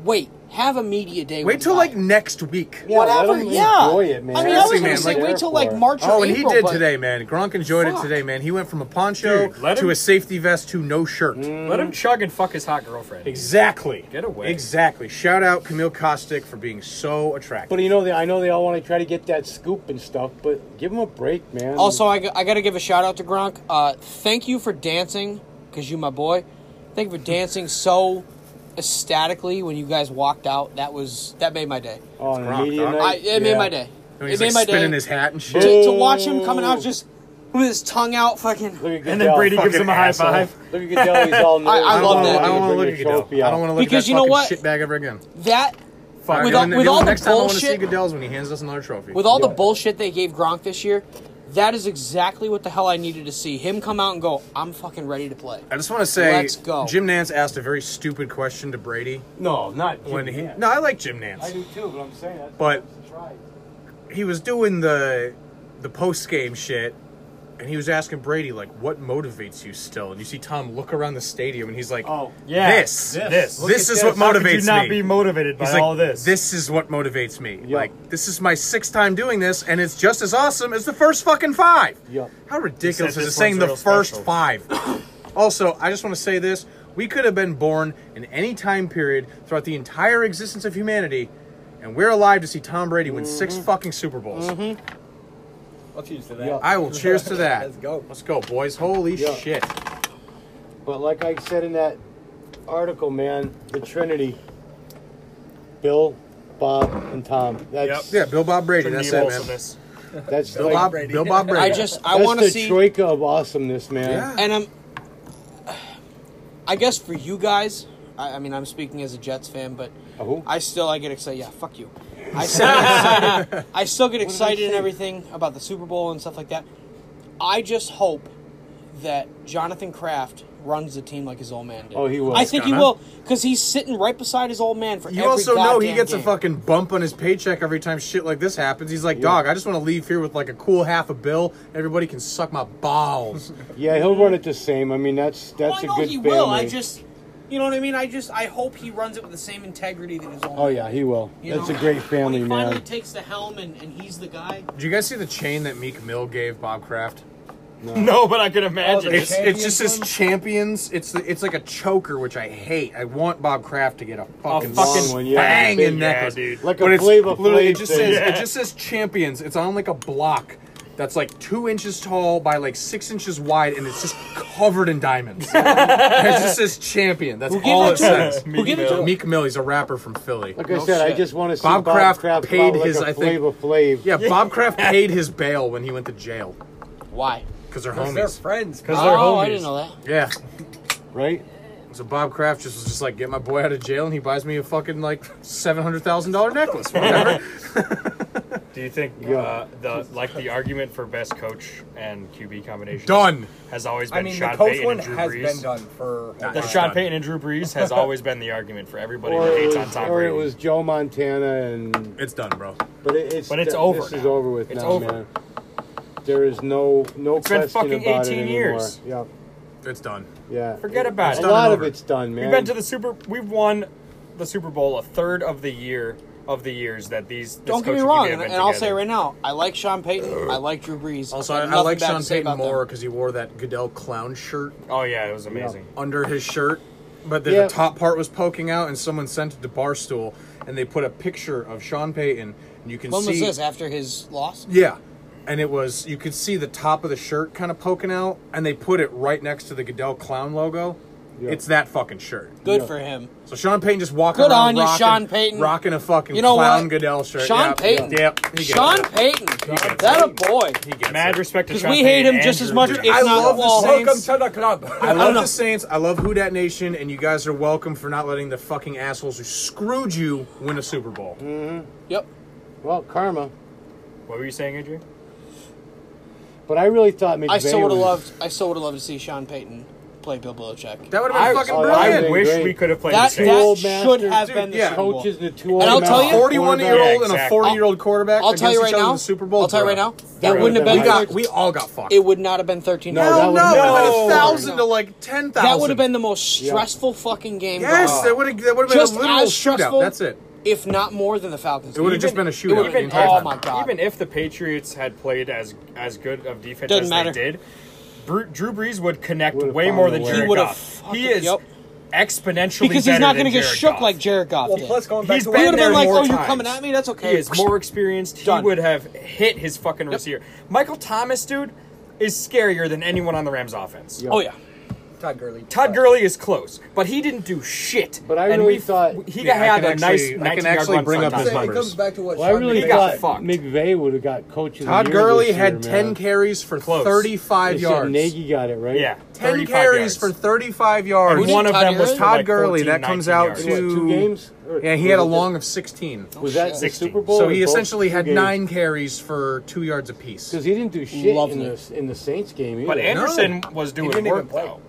Speaker 6: Wait, have a media day.
Speaker 4: Wait
Speaker 6: with
Speaker 4: till
Speaker 6: the
Speaker 4: like
Speaker 6: guy.
Speaker 4: next week.
Speaker 5: Yeah, let
Speaker 6: whatever.
Speaker 5: him
Speaker 6: yeah,
Speaker 5: enjoy it, man.
Speaker 6: I mean, I
Speaker 4: Seriously,
Speaker 6: was gonna
Speaker 4: man,
Speaker 6: say
Speaker 4: like-
Speaker 6: wait till like
Speaker 5: Therefore.
Speaker 6: March or
Speaker 4: Oh, and he
Speaker 6: April.
Speaker 4: did
Speaker 6: but
Speaker 4: today, man. Gronk enjoyed
Speaker 6: Fuck.
Speaker 4: it today, man. He went from a poncho
Speaker 8: Dude, let
Speaker 4: to
Speaker 8: him-
Speaker 4: a safety vest to no shirt.
Speaker 6: Mm.
Speaker 8: Let him chug and fuck his hot girlfriend.
Speaker 4: Exactly.
Speaker 8: Get away.
Speaker 4: Exactly. Shout out Camille Kostick for being so attractive.
Speaker 5: But you know, they, I know they all want to try to get that scoop and stuff, but give him a break, man.
Speaker 6: Also, I, I got to give a shout out to Gronk. Uh, thank you for dancing, cause you my boy. Thank you for dancing so ecstatically when you guys walked out. That was that made my day.
Speaker 5: on
Speaker 4: Gronk,
Speaker 5: media
Speaker 4: dog.
Speaker 5: night,
Speaker 6: I, it made
Speaker 5: yeah.
Speaker 6: my day.
Speaker 4: And
Speaker 6: It
Speaker 4: he's
Speaker 6: made
Speaker 4: like
Speaker 6: my
Speaker 4: spinning
Speaker 6: day.
Speaker 4: his hat and shit.
Speaker 6: To, to watch him coming out just with his tongue out,
Speaker 5: Look
Speaker 6: fucking.
Speaker 5: at
Speaker 8: And then
Speaker 5: Goodell.
Speaker 8: Brady gives
Speaker 4: Fucking
Speaker 8: him a high
Speaker 4: asshole.
Speaker 8: five.
Speaker 5: Look at Goodell. He's all
Speaker 6: I
Speaker 5: nervous.
Speaker 6: love
Speaker 5: He wanna
Speaker 6: that.
Speaker 4: I don't want
Speaker 5: bring
Speaker 4: to look
Speaker 5: a
Speaker 4: at Goodell.
Speaker 5: trophy
Speaker 4: I
Speaker 5: out.
Speaker 4: don't want to look
Speaker 6: Because
Speaker 4: at that
Speaker 6: you know
Speaker 4: fucking
Speaker 6: what?
Speaker 4: shitbag ever again.
Speaker 6: That
Speaker 4: Fuck.
Speaker 6: With
Speaker 4: the
Speaker 6: all-
Speaker 4: only-
Speaker 6: with
Speaker 4: the
Speaker 6: all
Speaker 4: only
Speaker 6: the
Speaker 4: next time I want to see
Speaker 6: bullshit-
Speaker 4: Goodell's when he hands us another trophy.
Speaker 6: with all the
Speaker 5: Yeah.
Speaker 6: bullshit they gave Gronk this year, that is exactly what the hell I needed to see. Him come out and go, I'm fucking ready to play.
Speaker 4: I just want to say,
Speaker 6: Let's go.
Speaker 4: Jim Nance asked a very stupid question to Brady
Speaker 5: No, not
Speaker 4: when he.
Speaker 5: Nance.
Speaker 4: No, I like Jim Nance.
Speaker 5: do too, but I'm saying that's
Speaker 4: But-
Speaker 5: that's a try.
Speaker 4: He was doing the the post game shit, and he was asking Brady like, "What motivates you still?" And you see Tom look around the stadium, and he's like,
Speaker 5: Oh,
Speaker 8: Yeah.
Speaker 4: This.
Speaker 8: This.
Speaker 4: This is what
Speaker 8: How could
Speaker 4: motivates
Speaker 8: you not
Speaker 4: me.
Speaker 8: be motivated by
Speaker 4: He's like,
Speaker 8: all this.
Speaker 4: is what motivates me.
Speaker 5: Yeah.
Speaker 4: Like, this is my sixth time doing this, and it's just as awesome as the first fucking five.
Speaker 5: Yeah.
Speaker 4: How ridiculous is
Speaker 8: He said
Speaker 4: it
Speaker 8: this
Speaker 4: saying
Speaker 8: one's
Speaker 4: the
Speaker 8: real
Speaker 4: first
Speaker 8: special.
Speaker 4: five? also, I just want to say this. We could have been born in any time period throughout the entire existence of humanity, and we're alive to see Tom Brady win six
Speaker 8: Mm-hmm.
Speaker 4: fucking Super Bowls.
Speaker 7: Let's use to that.
Speaker 5: Yeah.
Speaker 4: I will cheers to that.
Speaker 7: Let's go.
Speaker 4: Let's go, boys. Holy
Speaker 5: Yeah.
Speaker 4: shit.
Speaker 5: But like I said in that article, man, the Trinity, Bill, Bob, and Tom. That's
Speaker 4: Yeah, Bill Bob Brady. That's it, man.
Speaker 8: This.
Speaker 5: that's
Speaker 4: Bill
Speaker 5: like,
Speaker 4: Bob,
Speaker 7: Brady.
Speaker 4: Bill Bob Brady.
Speaker 6: I just I
Speaker 5: that's
Speaker 6: want
Speaker 5: the
Speaker 6: to see
Speaker 5: troika of awesomeness, man.
Speaker 4: Yeah.
Speaker 6: and I'm. I guess for you guys, I, I mean, I'm speaking as a Jets fan, but
Speaker 5: Oh.
Speaker 6: I still I get excited. Yeah, fuck you. I still get excited. I still get excited and everything about the Super Bowl and stuff like that. I just hope that Jonathan Kraft runs the team like his old man did.
Speaker 5: Oh, he will.
Speaker 6: I think he
Speaker 4: Gonna.
Speaker 6: will because he's sitting right beside his old man for
Speaker 4: Uh-huh. You
Speaker 6: every
Speaker 4: also know he
Speaker 6: goddamn
Speaker 4: gets a
Speaker 6: game.
Speaker 4: fucking bump on his paycheck every time shit like this happens. He's like, dog, I just want to leave here with like a cool half a bill. Everybody can suck my balls.
Speaker 5: Yeah, he'll run it the same. I mean, that's
Speaker 6: Well,
Speaker 5: that's
Speaker 6: Oh, I
Speaker 5: a
Speaker 6: know
Speaker 5: good
Speaker 6: he
Speaker 5: family.
Speaker 6: will. I just, you know what I mean. I just I hope he runs it with the same integrity that his old.
Speaker 5: Oh
Speaker 6: man
Speaker 5: yeah, he will.
Speaker 6: You
Speaker 5: that's
Speaker 6: know,
Speaker 5: a great family,
Speaker 6: when he
Speaker 5: man.
Speaker 6: Finally takes the helm and, and he's the guy.
Speaker 4: Did you guys see the chain that Meek Mill gave Bob Kraft?
Speaker 8: No, but I can imagine.
Speaker 4: It's, it's just this champions. It's the, it's like a choker, which I hate. I want Bob Kraft to get a fucking,
Speaker 5: fucking one, yeah.
Speaker 4: banging
Speaker 8: Big- yeah,
Speaker 4: necklace,
Speaker 8: dude.
Speaker 5: Like a
Speaker 4: but it's
Speaker 5: Flava
Speaker 4: literally it
Speaker 5: Flav
Speaker 4: just
Speaker 5: thing.
Speaker 4: says it just says champions. It's on like a block that's like two inches tall by like six inches wide, and it's just covered in diamonds. it just says champion. That's
Speaker 6: gave
Speaker 4: all
Speaker 6: it
Speaker 4: it
Speaker 6: to him?
Speaker 4: says.
Speaker 6: Who gave it to him?
Speaker 4: Meek Mill. He's a rapper from Philly.
Speaker 5: Like I said, I
Speaker 6: shit.
Speaker 5: just want to see
Speaker 4: Bob
Speaker 5: Bob,
Speaker 4: Kraft
Speaker 5: Kraft,
Speaker 4: paid
Speaker 5: paid like
Speaker 4: his,
Speaker 5: a
Speaker 4: I think-
Speaker 5: Flava Flav.
Speaker 4: Yeah, Bob Kraft paid his bail when he went to jail
Speaker 6: Why?
Speaker 4: because they're
Speaker 7: They're
Speaker 4: homies.
Speaker 7: friends.
Speaker 8: Because they're
Speaker 6: oh, I
Speaker 8: homies.
Speaker 6: didn't know that.
Speaker 4: Yeah.
Speaker 5: right?
Speaker 4: So Bob Kraft just was just like, get my boy out of jail, and he buys me a fucking like seven hundred thousand dollar necklace. Whatever.
Speaker 8: Do you think
Speaker 5: Yeah.
Speaker 8: uh, the like the argument for best coach and QB combination
Speaker 4: Done.
Speaker 8: has always been
Speaker 7: I mean,
Speaker 8: Sean
Speaker 7: the coach
Speaker 8: Payton
Speaker 7: one
Speaker 8: and Drew
Speaker 7: has
Speaker 8: Brees?
Speaker 7: been done for. a
Speaker 8: The
Speaker 7: while.
Speaker 8: Sean Payton and Drew Brees has always been the argument for everybody
Speaker 5: Or
Speaker 8: that
Speaker 5: it,
Speaker 8: hates on
Speaker 5: was,
Speaker 8: Tom
Speaker 5: or
Speaker 8: Brady.
Speaker 5: it was Joe Montana and
Speaker 4: it's done, bro.
Speaker 5: but it, it's
Speaker 8: But it's
Speaker 5: th-
Speaker 8: over
Speaker 5: This is
Speaker 8: now.
Speaker 5: over with
Speaker 8: It's
Speaker 5: now,
Speaker 8: over.
Speaker 5: man. There is no no
Speaker 8: been
Speaker 5: question
Speaker 8: fucking
Speaker 5: about
Speaker 8: 18
Speaker 5: it
Speaker 8: years.
Speaker 5: anymore.
Speaker 4: It's done.
Speaker 5: Yeah, yeah.
Speaker 8: Forget about
Speaker 5: a
Speaker 8: it.
Speaker 4: done
Speaker 5: lot
Speaker 4: and
Speaker 5: of
Speaker 4: over.
Speaker 5: it's done, man.
Speaker 8: We've been to the Super. We've won the Super Bowl a third of the year of the years that these. This
Speaker 6: Don't get
Speaker 8: coach
Speaker 6: me
Speaker 8: and
Speaker 6: wrong,
Speaker 8: QB have
Speaker 6: and,
Speaker 8: been
Speaker 6: and I'll say
Speaker 8: together.
Speaker 6: right now, I like Sean Payton. I like Drew Brees.
Speaker 4: Uh, Also, I,
Speaker 6: I've
Speaker 4: I
Speaker 6: nothing
Speaker 4: like
Speaker 6: bad to
Speaker 4: Sean
Speaker 6: say
Speaker 4: Payton
Speaker 6: about them.
Speaker 4: more because he wore that Goodell clown shirt
Speaker 8: Oh yeah, it was amazing.
Speaker 4: under his shirt, but the,
Speaker 5: Yeah.
Speaker 4: the top part was poking out, and someone sent it to Barstool, and they put a picture of Sean Payton, and you can
Speaker 6: When
Speaker 4: see
Speaker 6: was this? After his loss?
Speaker 4: Yeah. And it was you could see the top of the shirt kind of poking out, and they put it right next to the Goodell clown logo. It's that fucking shirt.
Speaker 6: Good for him.
Speaker 4: So Sean Payton just walking
Speaker 6: Good
Speaker 4: around
Speaker 6: on you,
Speaker 4: rocking,
Speaker 6: Sean Payton.
Speaker 4: rocking a fucking
Speaker 6: You know
Speaker 4: clown
Speaker 6: what?
Speaker 4: Goodell shirt.
Speaker 6: Sean
Speaker 4: Yep.
Speaker 6: Payton.
Speaker 4: Yep. he gets
Speaker 6: Sean
Speaker 4: it.
Speaker 6: Payton.
Speaker 4: gets
Speaker 6: That a
Speaker 4: it.
Speaker 6: boy.
Speaker 4: He gets
Speaker 8: Mad
Speaker 4: it.
Speaker 8: respect to
Speaker 6: 'Cause
Speaker 8: Sean
Speaker 6: we hate
Speaker 8: Payton
Speaker 6: him
Speaker 8: and
Speaker 6: just as
Speaker 8: Drew
Speaker 6: much,
Speaker 8: Brees.
Speaker 6: if
Speaker 4: I
Speaker 6: not
Speaker 4: love
Speaker 6: all.
Speaker 4: the
Speaker 7: Welcome
Speaker 4: Saints.
Speaker 7: to the club.
Speaker 4: I love
Speaker 6: know.
Speaker 4: the Saints. I love Who Dat Nation, and you guys are welcome for not letting the fucking assholes who screwed you win a Super Bowl.
Speaker 6: Yep.
Speaker 5: well, karma.
Speaker 8: What were you saying, Adrian?
Speaker 5: But I really thought McVay.
Speaker 6: I still would have
Speaker 5: was-
Speaker 6: loved. I still would have loved to see Sean Payton play Bill Belichick.
Speaker 4: That would have
Speaker 8: I,
Speaker 4: been fucking
Speaker 5: oh, that
Speaker 4: brilliant.
Speaker 8: I
Speaker 5: would've been
Speaker 8: wish
Speaker 5: great.
Speaker 8: we could have played
Speaker 6: That,
Speaker 8: the Saints.
Speaker 6: that
Speaker 5: old
Speaker 6: should
Speaker 5: masters.
Speaker 6: have
Speaker 4: Dude,
Speaker 6: been the
Speaker 4: yeah.
Speaker 6: Super Bowl.
Speaker 5: coaches and the two.
Speaker 6: And I'll
Speaker 5: old
Speaker 6: tell
Speaker 5: men.
Speaker 6: you-
Speaker 4: 41 year old
Speaker 8: Yeah,
Speaker 4: and a
Speaker 8: exactly.
Speaker 4: 40 year old quarterback
Speaker 6: I'll tell
Speaker 4: against
Speaker 6: you
Speaker 4: each
Speaker 6: right
Speaker 4: other in
Speaker 6: now.
Speaker 4: the Super Bowl.
Speaker 6: I'll tell you right
Speaker 4: bro.
Speaker 6: now. That wouldn't have
Speaker 5: that
Speaker 4: We
Speaker 6: been.
Speaker 5: would've
Speaker 4: got,
Speaker 6: the-
Speaker 4: we all got fucked.
Speaker 6: It would not have been thirteen.
Speaker 5: No,
Speaker 6: to
Speaker 5: that
Speaker 4: Hell
Speaker 5: would've
Speaker 4: no!
Speaker 5: been-
Speaker 4: it went
Speaker 5: No.
Speaker 4: a thousand to like ten thousand.
Speaker 6: That would have been the most stressful fucking game.
Speaker 4: yes.
Speaker 6: going.
Speaker 4: That would have. That would have been
Speaker 6: just
Speaker 4: a literal
Speaker 6: as stressful.
Speaker 4: shootout. That's it.
Speaker 6: If not more than the Falcons.
Speaker 4: It would have just been a shootout.
Speaker 6: would've
Speaker 4: the
Speaker 6: been-
Speaker 4: entire
Speaker 6: oh
Speaker 4: time.
Speaker 6: my God.
Speaker 8: Even if the Patriots had played as as good of defense
Speaker 6: Doesn't
Speaker 8: as
Speaker 6: matter.
Speaker 8: they did, Bru- Drew Brees would connect
Speaker 5: Would've
Speaker 8: way
Speaker 5: found
Speaker 8: more
Speaker 5: a
Speaker 8: than
Speaker 5: way.
Speaker 8: Jared
Speaker 6: He would've
Speaker 8: Goff.
Speaker 6: fucking-
Speaker 8: He is
Speaker 6: yep.
Speaker 8: exponentially
Speaker 6: because he's
Speaker 8: better
Speaker 6: not
Speaker 8: than
Speaker 6: going to get
Speaker 8: Jared
Speaker 6: shook
Speaker 8: Goff.
Speaker 6: like Jared Goff.
Speaker 7: Well,
Speaker 6: did.
Speaker 7: plus going back
Speaker 8: He's
Speaker 7: to
Speaker 8: been
Speaker 6: he
Speaker 7: what-
Speaker 6: would have
Speaker 8: there
Speaker 6: been like,
Speaker 8: more
Speaker 6: "Oh, you're
Speaker 8: times.
Speaker 6: coming at me? That's okay."
Speaker 8: He is more experienced.
Speaker 6: Done.
Speaker 8: He would have hit his fucking receiver. Michael Thomas, dude, is scarier than anyone on the Rams offense.
Speaker 6: Oh yeah.
Speaker 7: Todd Gurley.
Speaker 8: Todd Gurley is close, but he didn't do shit.
Speaker 5: But I
Speaker 8: And
Speaker 5: really
Speaker 8: we-
Speaker 5: thought-
Speaker 8: he
Speaker 4: Yeah, I
Speaker 8: had
Speaker 4: can
Speaker 8: a nice.
Speaker 4: actually- I can
Speaker 8: 19
Speaker 4: actually
Speaker 8: yard
Speaker 4: bring up
Speaker 8: run
Speaker 4: his
Speaker 7: Say,
Speaker 8: sometime.
Speaker 7: It
Speaker 4: numbers.
Speaker 7: comes back to what
Speaker 5: Well, I
Speaker 7: Sean
Speaker 5: really
Speaker 7: Payton-
Speaker 8: got
Speaker 5: thought
Speaker 8: fucked.
Speaker 5: McVay would have got coach of the
Speaker 4: Todd
Speaker 5: year
Speaker 4: Gurley
Speaker 5: this
Speaker 4: had
Speaker 5: year,
Speaker 4: ten
Speaker 5: man.
Speaker 4: carries for
Speaker 8: Close.
Speaker 4: thirty-five
Speaker 5: They said
Speaker 4: yards.
Speaker 5: Nagy got it right.
Speaker 8: Yeah,
Speaker 4: ten
Speaker 8: 35
Speaker 4: carries
Speaker 8: yards.
Speaker 4: for thirty-five yards.
Speaker 6: Who did
Speaker 8: one of
Speaker 6: Todd
Speaker 8: them was
Speaker 6: Gurley?
Speaker 8: for,
Speaker 4: Todd
Speaker 8: like,
Speaker 4: Gurley.
Speaker 8: 14,
Speaker 4: that comes
Speaker 8: 19
Speaker 4: out
Speaker 8: yards.
Speaker 4: to
Speaker 5: What, two games? Oh. Or-
Speaker 4: Yeah, he had a
Speaker 5: was it-
Speaker 4: long of sixteen.
Speaker 5: Was that the
Speaker 8: 16.
Speaker 5: Super Bowl?
Speaker 4: So he essentially had nine carries for two yards apiece.
Speaker 5: because he didn't do shit
Speaker 6: Loved
Speaker 5: in
Speaker 6: it.
Speaker 5: the in the Saints game. Either.
Speaker 8: But Anderson was
Speaker 7: He
Speaker 8: doing
Speaker 7: didn't even
Speaker 8: work
Speaker 7: play.
Speaker 8: though.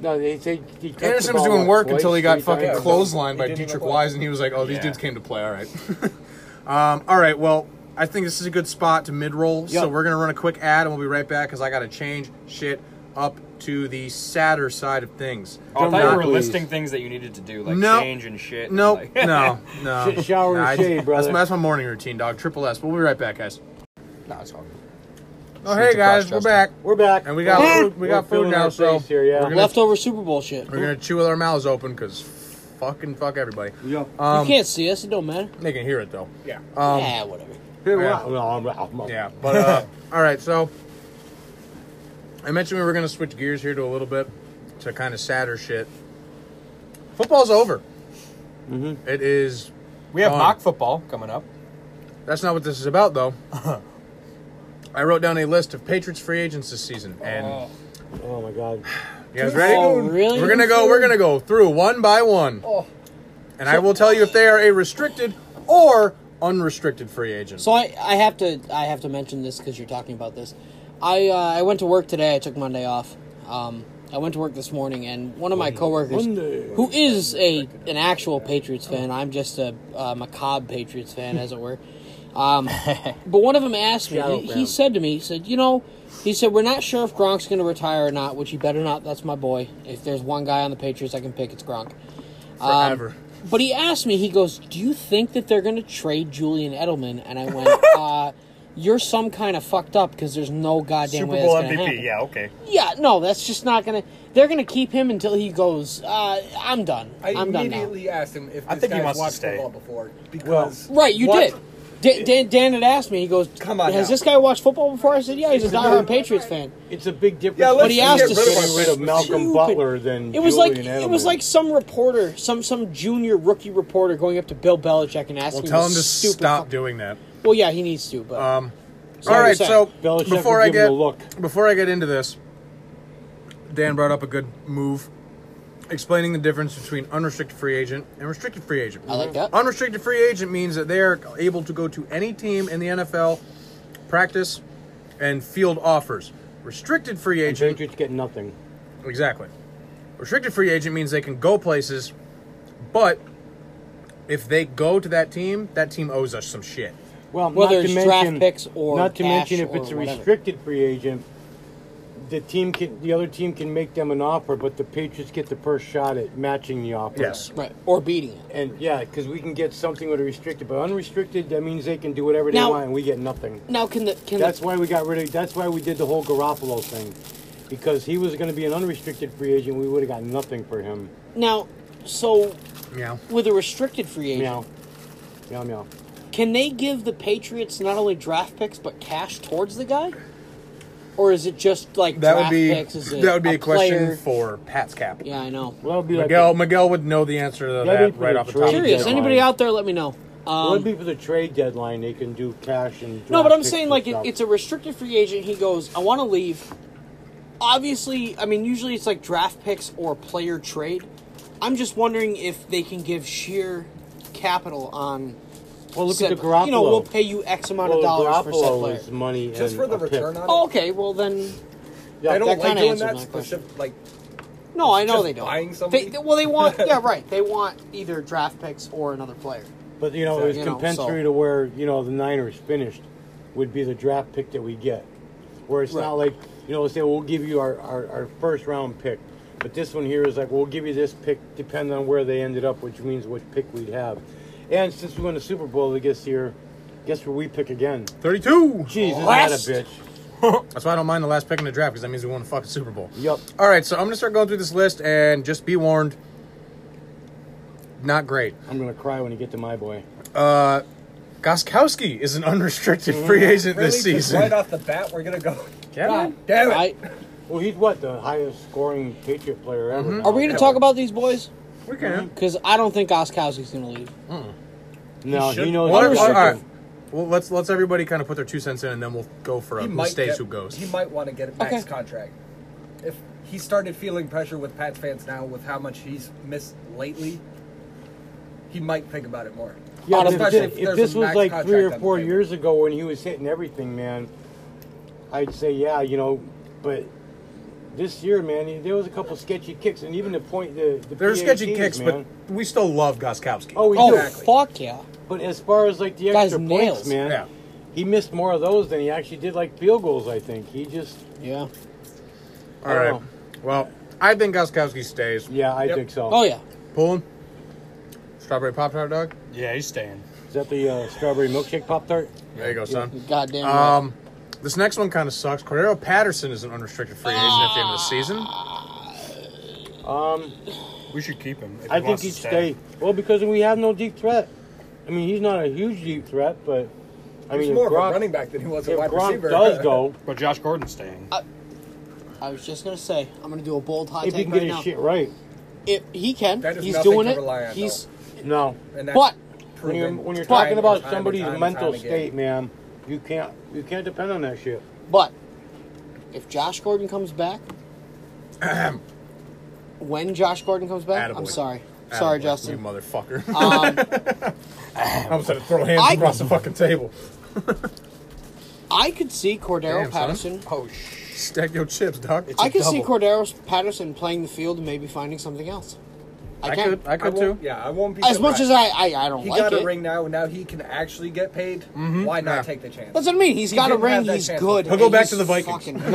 Speaker 5: no, they say he touched
Speaker 4: Anderson
Speaker 5: the
Speaker 4: was
Speaker 5: ball,
Speaker 4: doing
Speaker 5: what,
Speaker 4: work
Speaker 5: twice,
Speaker 4: until he got
Speaker 5: three
Speaker 4: fucking
Speaker 5: times?
Speaker 4: clotheslined by
Speaker 7: He didn't
Speaker 4: Dietrich
Speaker 7: look like-
Speaker 4: Wise, and he was like, "Oh, these
Speaker 8: Yeah.
Speaker 4: dudes came to play. All right." um, all right. Well, I think this is a good spot to mid-roll. So
Speaker 5: Yep.
Speaker 4: we're gonna run a quick ad, and we'll be right back because I gotta change shit up to the sadder side of things.
Speaker 8: Oh, I thought you were
Speaker 5: Please.
Speaker 8: listing things that you needed to do, like
Speaker 4: No.
Speaker 8: change and shit. and,
Speaker 4: Nope.
Speaker 8: like-
Speaker 4: no. No.
Speaker 5: Sh- shower and
Speaker 4: Nah, I-
Speaker 5: shade,
Speaker 4: That's
Speaker 5: brother.
Speaker 4: my, that's my morning routine, dog. Triple S. We'll be right back, guys.
Speaker 7: No, it's all good.
Speaker 4: Oh, hey guys, we're back.
Speaker 5: We're back,
Speaker 4: And we got
Speaker 5: We're-
Speaker 4: food- we got
Speaker 5: we're
Speaker 4: food
Speaker 5: filling
Speaker 4: now,
Speaker 5: our
Speaker 4: so
Speaker 5: space here, yeah.
Speaker 4: we're gonna-
Speaker 6: Leftover Super Bowl shit.
Speaker 4: We're gonna chew with our mouths open because fucking fuck everybody.
Speaker 5: Yeah.
Speaker 8: Uh,
Speaker 4: Um,
Speaker 6: you can't see us. It don't matter.
Speaker 4: They can hear it though. Yeah.
Speaker 6: yeah, whatever.
Speaker 4: Yeah. Yeah, but uh, all right. So I mentioned we were going to switch gears here to a little bit. to kind of sadder shit. Football's over.
Speaker 5: Mm-hmm.
Speaker 4: It is.
Speaker 8: We have
Speaker 4: Gone.
Speaker 8: mock football coming up.
Speaker 4: That's not what this is about, though. I wrote down a list of Patriots free agents this season, and
Speaker 5: Oh my God.
Speaker 4: you guys ready?
Speaker 6: Oh, really?
Speaker 4: We're gonna go. We're gonna go through one by one,
Speaker 7: Oh.
Speaker 4: and I will tell you if they are a restricted or unrestricted free agent.
Speaker 6: So I, I have to I have to mention this because you're talking about this. I uh, I went to work today. I took Monday off. Um, I went to work this morning, and one of my coworkers, who is a an actual Patriots fan, I'm just a uh, macabre Patriots fan, as it were. Um, but one of them asked me. He, he said to me, he said, you know, he said we're not sure if Gronk's going to retire or not, which he better not. That's my boy. If there's one guy on the Patriots I can pick, it's Gronk. Um,
Speaker 7: um,
Speaker 4: Forever.
Speaker 6: But he asked me, he goes, Do you think that they're going to trade Julian Edelman? And I went, uh, You're some kind of fucked up because there's no goddamn
Speaker 8: Super
Speaker 6: way
Speaker 8: Bowl
Speaker 6: that's gonna
Speaker 8: MVP.
Speaker 6: happen.
Speaker 8: Yeah, okay.
Speaker 6: Yeah, no, that's just not going to. They're going to keep him until he goes, uh, I'm done.
Speaker 7: I
Speaker 6: I'm done now.
Speaker 7: immediately asked him if this
Speaker 8: I think he
Speaker 7: guy's
Speaker 8: wants to
Speaker 7: watched
Speaker 8: stay.
Speaker 7: football before because
Speaker 6: Right, you
Speaker 7: What?
Speaker 6: did. Dan, Dan, Dan had asked me, he goes,
Speaker 7: Come on
Speaker 6: Has
Speaker 7: now.
Speaker 6: this guy watched football before? I said, Yeah, he's a diehard Patriots fan.
Speaker 5: It's a big difference.
Speaker 7: Yeah, let's
Speaker 6: But he asked
Speaker 7: get
Speaker 6: us
Speaker 7: rid of
Speaker 6: to
Speaker 7: our
Speaker 5: Getting rid of Malcolm
Speaker 6: Stupid.
Speaker 5: Butler than
Speaker 6: It was like
Speaker 5: Julian
Speaker 6: it was
Speaker 5: Edelman.
Speaker 6: like some reporter, some some junior rookie reporter going up to Bill Belichick and asking
Speaker 4: Well, tell
Speaker 6: him
Speaker 4: him to
Speaker 6: this stupid
Speaker 4: stop
Speaker 6: fuck-
Speaker 4: doing that.
Speaker 6: Well, yeah, he needs to, but
Speaker 4: Um, All right,
Speaker 6: saying.
Speaker 4: so
Speaker 5: Belichick
Speaker 4: before
Speaker 5: would
Speaker 4: I
Speaker 5: give him
Speaker 4: get
Speaker 5: a look.
Speaker 4: before I get into this, Dan brought up a good move, explaining the difference between unrestricted free agent and restricted free agent.
Speaker 6: I like that.
Speaker 4: Unrestricted free agent means that they are able to go to any team in the NFL, practice, and field offers. Restricted free agent,
Speaker 5: Patriots get nothing.
Speaker 4: exactly. Restricted free agent means they can go places, but if they go to that team, that team owes us some shit.
Speaker 5: Well,
Speaker 6: Whether
Speaker 5: not to
Speaker 6: it's
Speaker 5: mention,
Speaker 6: draft picks or
Speaker 5: not to
Speaker 6: cash
Speaker 5: mention if
Speaker 6: or
Speaker 5: it's a
Speaker 6: whatever.
Speaker 5: restricted free agent, the team can the other team can make them an offer, but the Patriots get the first shot at matching the offer.
Speaker 4: Yes.
Speaker 6: Right, or beating it.
Speaker 5: And yeah, because we can get something with a restricted, but unrestricted that means they can do whatever they
Speaker 6: Now-
Speaker 5: want, and we get nothing.
Speaker 6: Now, can the can
Speaker 5: That's
Speaker 6: the,
Speaker 5: why we got rid of. That's why we did the whole Garoppolo thing, because he was going to be an unrestricted free agent. We would have got nothing for him.
Speaker 6: now? So
Speaker 4: Yeah.
Speaker 6: with a restricted free agent,
Speaker 5: Meow, meow, meow.
Speaker 6: can they give the Patriots not only draft picks but cash towards the guy? Or is it just like
Speaker 4: That would
Speaker 6: draft
Speaker 4: be
Speaker 6: picks? Is it
Speaker 4: that would be a, question
Speaker 6: player?
Speaker 4: for Pat's cap.
Speaker 6: Yeah, I know.
Speaker 5: Well, that'd be
Speaker 4: Miguel
Speaker 5: like
Speaker 4: Miguel would know the answer to
Speaker 5: That'd be
Speaker 4: that
Speaker 5: for
Speaker 4: right
Speaker 5: the
Speaker 4: off the top.
Speaker 5: trade.
Speaker 4: of his
Speaker 6: Curious.
Speaker 4: head.
Speaker 5: deadline.
Speaker 6: Anybody out there? Let me know.
Speaker 5: Well,
Speaker 6: Um,
Speaker 5: it'd be for the trade deadline. They can do cash and
Speaker 6: no,
Speaker 5: draft
Speaker 6: but I'm
Speaker 5: picks
Speaker 6: saying
Speaker 5: and
Speaker 6: like it,
Speaker 5: stuff.
Speaker 6: it's a restricted free agent. He goes, I want to leave. Obviously, I mean, usually it's like draft picks or player trade. I'm just wondering if they can give sheer capital on
Speaker 5: well. Look
Speaker 6: said-
Speaker 5: at the Garoppolo.
Speaker 6: You know, we'll pay you X amount
Speaker 5: Well,
Speaker 6: of dollars for said
Speaker 5: Garoppolo
Speaker 6: player.
Speaker 5: is money
Speaker 7: just
Speaker 5: and
Speaker 7: for the
Speaker 5: a pick.
Speaker 7: return on it.
Speaker 6: Oh, okay, well then,
Speaker 7: they don't
Speaker 6: that
Speaker 7: like
Speaker 6: kinda
Speaker 7: doing
Speaker 6: answered
Speaker 7: that
Speaker 6: my question.
Speaker 7: specific. Like
Speaker 6: no, I know
Speaker 7: Just
Speaker 6: they don't.
Speaker 7: buying somebody?
Speaker 6: they, they- well, they want, yeah, right. They want either draft picks or another player.
Speaker 5: But you know, it was
Speaker 6: You know,
Speaker 5: compensatory
Speaker 6: so-
Speaker 5: to where you know the Niners finished would be the draft pick that we get. Where it's not like you know, say we'll give you our, our, our first round pick, but this one here is like we'll give you this pick depending on where they ended up, which means which pick we'd have. And since we won the Super Bowl this year, guess where we pick again?
Speaker 4: Thirty-two.
Speaker 5: Jeez, isn't
Speaker 6: Last.
Speaker 5: that a bitch?
Speaker 4: That's why I don't mind the last pick in the draft because that means we won the fucking Super Bowl.
Speaker 5: Yup.
Speaker 4: All right, so I'm gonna start going through this list and just be warned. Not great.
Speaker 5: I'm gonna cry when you get to my boy.
Speaker 4: Goskowski is an unrestricted free agent
Speaker 7: Mm-hmm. really,
Speaker 4: this
Speaker 7: just
Speaker 4: season.
Speaker 7: right off the bat, we're gonna go.
Speaker 4: Kevin?
Speaker 7: Damn it!
Speaker 6: I,
Speaker 5: Well, he's what the highest scoring Patriot player ever. now.
Speaker 6: are we going to talk about these boys?
Speaker 4: We can.
Speaker 6: Because I don't think Oskowski's going to leave.
Speaker 5: No, he,
Speaker 7: should-
Speaker 5: knows.
Speaker 4: What-
Speaker 5: he's
Speaker 4: all
Speaker 5: chicken.
Speaker 4: right. Well, let's let's everybody kind of put their two cents in, and then we'll go for a
Speaker 7: he
Speaker 4: who
Speaker 7: might
Speaker 4: stays,
Speaker 7: get,
Speaker 4: who goes.
Speaker 7: He might want to get a max
Speaker 6: Okay.
Speaker 7: contract. If he started feeling pressure with Pats fans now, with how much he's missed lately, he might think about it more.
Speaker 5: Yeah, but if,
Speaker 7: Especially
Speaker 5: thi- if
Speaker 7: there's
Speaker 5: this
Speaker 7: a
Speaker 5: was
Speaker 7: max
Speaker 5: like three
Speaker 7: contract
Speaker 5: or
Speaker 7: on the
Speaker 5: four
Speaker 7: table.
Speaker 5: years ago when he was hitting everything, man, I'd say yeah, you know. But this year, man, he- there was a couple sketchy kicks, and even the point the, the
Speaker 4: They're sketchy
Speaker 5: PATs,
Speaker 4: kicks,
Speaker 5: man.
Speaker 4: but we still love Goskowski.
Speaker 5: oh, we
Speaker 6: Oh,
Speaker 5: do.
Speaker 7: Exactly.
Speaker 6: fuck yeah.
Speaker 5: But as far as like the
Speaker 6: Guy's
Speaker 5: extra points,
Speaker 6: nails.
Speaker 5: man,
Speaker 4: Yeah.
Speaker 5: he missed more of those than he actually did like field goals. I think he just
Speaker 6: Yeah.
Speaker 4: all
Speaker 5: I
Speaker 4: right.
Speaker 7: Oh.
Speaker 5: don't
Speaker 4: Well, I think Goskowski stays.
Speaker 5: yeah, I
Speaker 7: Yep.
Speaker 5: think so.
Speaker 6: Oh, yeah.
Speaker 4: Pulling. Strawberry pop tart dog.
Speaker 8: Yeah, he's staying.
Speaker 5: Is that the uh, strawberry milkshake pop tart?
Speaker 4: There you go, son.
Speaker 6: Goddamn. right.
Speaker 4: Um, this next one kind of sucks. Cordero Patterson is an unrestricted free agent at the end of the season.
Speaker 5: Um,
Speaker 8: We should keep him. If
Speaker 5: I
Speaker 8: he
Speaker 5: think
Speaker 8: wants to
Speaker 5: he'd stay. Well, because we have no deep threat. I mean, he's not a huge deep threat, but I
Speaker 7: He's
Speaker 5: mean,
Speaker 7: more
Speaker 5: if Gronk,
Speaker 7: of a running back than he was a
Speaker 5: if
Speaker 7: wide
Speaker 5: Gronk
Speaker 7: receiver.
Speaker 5: does go,
Speaker 8: But Josh Gordon's staying.
Speaker 6: I was just gonna say I'm gonna do a bold hot
Speaker 5: If he
Speaker 6: take
Speaker 5: can
Speaker 6: right
Speaker 5: get his
Speaker 6: now.
Speaker 5: shit right.
Speaker 6: If he can,
Speaker 7: That is
Speaker 6: he's
Speaker 7: nothing
Speaker 6: doing
Speaker 7: to
Speaker 6: it.
Speaker 7: rely on,
Speaker 6: he's
Speaker 5: No.
Speaker 7: And that's
Speaker 6: but
Speaker 5: When
Speaker 7: proven
Speaker 5: you're, when you're
Speaker 7: time
Speaker 5: talking
Speaker 7: and
Speaker 5: about
Speaker 7: time and
Speaker 5: somebody's
Speaker 7: time and
Speaker 5: mental
Speaker 7: time again.
Speaker 5: state, man, you can't you can't depend on that shit.
Speaker 6: but if Josh Gordon comes back, when Josh Gordon comes back, I'm
Speaker 4: Attaboy.
Speaker 6: sorry, sorry,
Speaker 4: Attaboy,
Speaker 6: Justin.
Speaker 4: You motherfucker.
Speaker 6: Um,
Speaker 4: I was going to throw hands
Speaker 6: I-
Speaker 4: across the fucking table.
Speaker 6: I could see Cordero
Speaker 4: Damn, son.
Speaker 6: Patterson.
Speaker 4: Oh, sh- stack your chips, doc.
Speaker 6: I could see Cordero Patterson playing the field and maybe finding something else. I,
Speaker 4: I
Speaker 6: can.
Speaker 4: could, I
Speaker 7: I
Speaker 4: could too.
Speaker 7: won't, yeah, I won't be
Speaker 6: as much as
Speaker 7: surprised.
Speaker 6: I, I, I don't
Speaker 7: he
Speaker 6: like
Speaker 7: got
Speaker 6: it.
Speaker 7: a ring now, now he can actually get paid. Why not
Speaker 4: Yeah.
Speaker 7: take the chance?
Speaker 6: That's what I mean. He's got a
Speaker 7: didn't have
Speaker 6: ring.
Speaker 7: that
Speaker 6: He's
Speaker 7: chance.
Speaker 6: good.
Speaker 4: He'll go
Speaker 6: and
Speaker 4: back
Speaker 6: he's
Speaker 4: to the Vikings.
Speaker 6: fucking-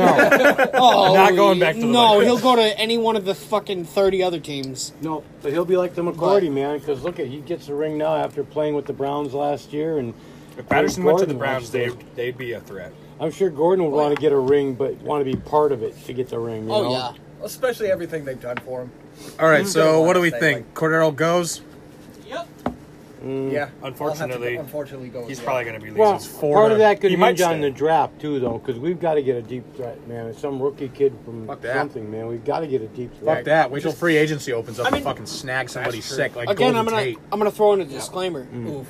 Speaker 6: oh,
Speaker 1: Not going back to the
Speaker 6: No,
Speaker 1: Vikings.
Speaker 6: he'll go to any one of the fucking thirty other teams.
Speaker 5: No, but he'll be like the McCarty man because look at he gets the ring now after playing with the Browns last year, and
Speaker 8: If Patterson went to the
Speaker 5: Gordon
Speaker 8: Browns,
Speaker 5: wants
Speaker 8: they,
Speaker 5: to.
Speaker 8: they'd be a threat.
Speaker 5: I'm sure Gordon
Speaker 7: Oh,
Speaker 5: would want to get a ring, but want to be part of it to get the ring. You
Speaker 6: Oh
Speaker 5: know?
Speaker 6: yeah.
Speaker 7: Especially everything they've done for him.
Speaker 4: All right, so
Speaker 7: Don't
Speaker 4: what do we
Speaker 7: say,
Speaker 4: think? Cordero goes.
Speaker 7: Yeah. I'll have to
Speaker 8: Unfortunately,
Speaker 7: go- unfortunately, goes.
Speaker 8: He's
Speaker 7: yeah.
Speaker 8: probably going to be losing.
Speaker 5: Well,
Speaker 4: four
Speaker 5: part
Speaker 4: to-
Speaker 5: of that could
Speaker 8: he might
Speaker 5: hinge on
Speaker 8: stay.
Speaker 5: the draft too, though, because we've got to get a deep threat, man. Some rookie kid from
Speaker 4: Fuck that.
Speaker 5: something, man. We've got to get a deep
Speaker 4: Fuck
Speaker 5: threat.
Speaker 4: that. Wait till free agency opens up
Speaker 6: I mean-
Speaker 4: and fucking snag somebody sick like
Speaker 6: Again, I'm
Speaker 4: Golden
Speaker 6: gonna
Speaker 4: Tate. Mm-hmm.
Speaker 6: I'm gonna throw in a disclaimer.
Speaker 7: Oof.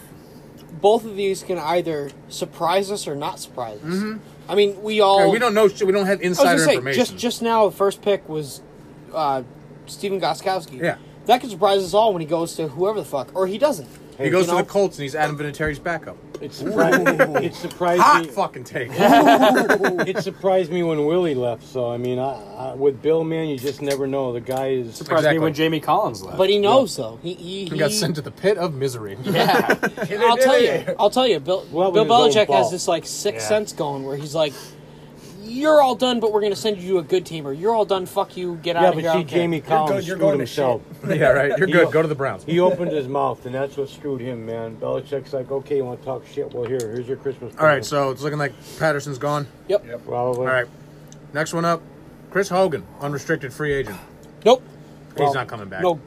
Speaker 6: Both of these can either surprise us or not surprise us.
Speaker 7: Mm-hmm.
Speaker 6: I mean, we all
Speaker 4: Yeah, we don't know. shit. We don't have
Speaker 6: I was
Speaker 4: insider
Speaker 6: gonna say
Speaker 4: information.
Speaker 6: just just now, first pick was uh, Stephen Goskowski.
Speaker 4: Yeah.
Speaker 6: That could surprise us all when he goes to whoever the fuck, or he doesn't.
Speaker 4: he goes
Speaker 6: you
Speaker 4: to the
Speaker 6: know?
Speaker 4: Colts and he's Adam Vinatieri's backup.
Speaker 5: It surprised, it surprised
Speaker 4: Hot
Speaker 5: me.
Speaker 4: fucking take.
Speaker 5: It surprised me when Willie left. So I mean, I, I, with Bill, man, you just never know. The guy is.
Speaker 1: Surprised
Speaker 4: Exactly.
Speaker 1: me when Jamie Collins left.
Speaker 6: But he knows though. He he,
Speaker 4: He got sent to the pit of misery.
Speaker 6: Yeah. I'll tell you. I'll tell you. Bill,
Speaker 5: Well,
Speaker 6: Bill
Speaker 5: with his own
Speaker 6: Belichick
Speaker 5: ball.
Speaker 6: has this like sixth
Speaker 1: Yeah.
Speaker 6: sense going where he's like, "You're all done, but we're gonna send you a good team, or you're all done. Fuck you. Get
Speaker 5: Yeah,
Speaker 6: out of
Speaker 5: but
Speaker 6: here." I
Speaker 5: see,
Speaker 6: don't care."
Speaker 5: Jamie Collins
Speaker 7: you're
Speaker 5: screwed
Speaker 7: going to
Speaker 5: himself.
Speaker 4: yeah, right. You're good. Go to the Browns.
Speaker 5: He opened his mouth, and that's what screwed him, man. Belichick's like, okay, you want to talk shit? Well, here, here's your Christmas.
Speaker 4: All right,
Speaker 5: present."
Speaker 4: so it's looking like Patterson's gone.
Speaker 6: Yep.
Speaker 5: probably.
Speaker 4: All right, next one up, Chris Hogan, unrestricted free agent.
Speaker 6: Nope.
Speaker 4: He's not coming back.
Speaker 6: No.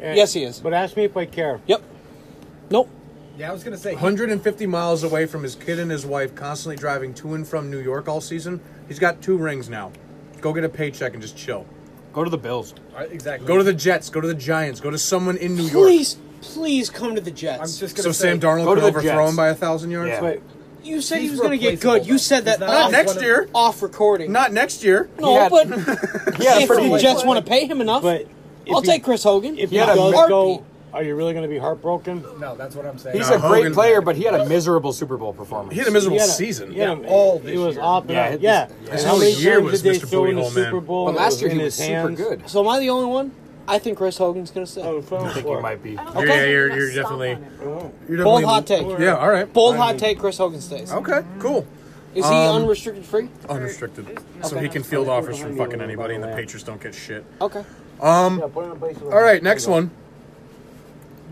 Speaker 5: And-
Speaker 6: Yes, he is.
Speaker 5: But ask me if I care.
Speaker 6: Yep. Nope.
Speaker 7: Yeah, I was going to say.
Speaker 4: 150 miles away from his kid and his wife, constantly driving to and from New York all season. He's got two rings now. Go get a paycheck and just chill.
Speaker 8: Go to the Bills.
Speaker 7: Uh, Exactly.
Speaker 4: Go to the Jets. Go to the Giants. Go to someone in New
Speaker 6: Please, please come to the
Speaker 7: I'm
Speaker 6: Jets.
Speaker 4: York.
Speaker 7: just going
Speaker 4: So
Speaker 7: to say.
Speaker 4: Sam Darnold
Speaker 1: Go to
Speaker 4: could
Speaker 1: the
Speaker 4: overthrow
Speaker 1: Jets.
Speaker 4: him by a thousand yards.
Speaker 1: Yeah.
Speaker 5: Wait,
Speaker 6: you said he
Speaker 7: he's
Speaker 6: was going to get
Speaker 7: replaceable,
Speaker 6: good. You
Speaker 7: though.
Speaker 6: said that
Speaker 7: He's not
Speaker 6: off,
Speaker 4: Not next
Speaker 7: one of-
Speaker 4: year.
Speaker 6: off recording.
Speaker 4: Not next year.
Speaker 6: no,
Speaker 1: had-
Speaker 6: but
Speaker 1: Yeah,
Speaker 6: if
Speaker 1: pretty
Speaker 6: the
Speaker 1: much.
Speaker 6: Jets want to pay him enough,
Speaker 5: but if
Speaker 6: I'll
Speaker 5: he-
Speaker 6: take Chris Hogan.
Speaker 5: If he
Speaker 1: Yeah,
Speaker 5: does
Speaker 1: but-
Speaker 5: go, are you really going to be heartbroken?
Speaker 7: No, that's what I'm saying.
Speaker 1: He's
Speaker 4: No,
Speaker 1: a great
Speaker 4: Hogan-
Speaker 1: player, but he had a miserable Super Bowl performance.
Speaker 4: He had a miserable
Speaker 5: Yeah,
Speaker 4: season.
Speaker 5: Yeah,
Speaker 7: all
Speaker 5: it
Speaker 7: this
Speaker 5: was
Speaker 7: year.
Speaker 5: off and
Speaker 1: Yeah,
Speaker 5: on.
Speaker 1: it-
Speaker 5: Yeah.
Speaker 1: this
Speaker 5: And
Speaker 1: whole
Speaker 5: how many
Speaker 4: year
Speaker 5: times
Speaker 4: was
Speaker 5: did they
Speaker 4: Mr.
Speaker 5: throw in the
Speaker 4: Booty Hole, man.
Speaker 5: Super Bowl?
Speaker 1: but
Speaker 5: and it
Speaker 1: last year
Speaker 5: was
Speaker 1: he
Speaker 5: in
Speaker 1: was
Speaker 5: his
Speaker 1: super
Speaker 5: hands?
Speaker 1: good.
Speaker 6: so am I the only one? I think Chris Hogan's going to sit.
Speaker 5: Oh, fell
Speaker 1: I think
Speaker 5: for
Speaker 1: he
Speaker 5: it.
Speaker 1: might be.
Speaker 9: I don't think
Speaker 4: You're- yeah,
Speaker 9: I'm
Speaker 4: you're-
Speaker 9: gonna
Speaker 4: you're
Speaker 9: stomp
Speaker 4: definitely-
Speaker 9: on him.
Speaker 4: You're
Speaker 6: Bold
Speaker 4: definitely-
Speaker 6: hot take.
Speaker 4: Yeah, all right.
Speaker 6: Bold
Speaker 4: I
Speaker 6: hot
Speaker 4: mean-
Speaker 6: take. Chris Hogan stays.
Speaker 4: Okay, cool.
Speaker 6: Is he
Speaker 4: Oh. Um,
Speaker 6: unrestricted free?
Speaker 4: Unrestricted. So
Speaker 6: Okay.
Speaker 4: he can field offers from
Speaker 5: Behind you,
Speaker 4: fucking
Speaker 5: by
Speaker 4: anybody, and the
Speaker 5: the way.
Speaker 4: Patriots don't get shit.
Speaker 6: Okay.
Speaker 5: Yeah, put it on base
Speaker 4: All right, next one.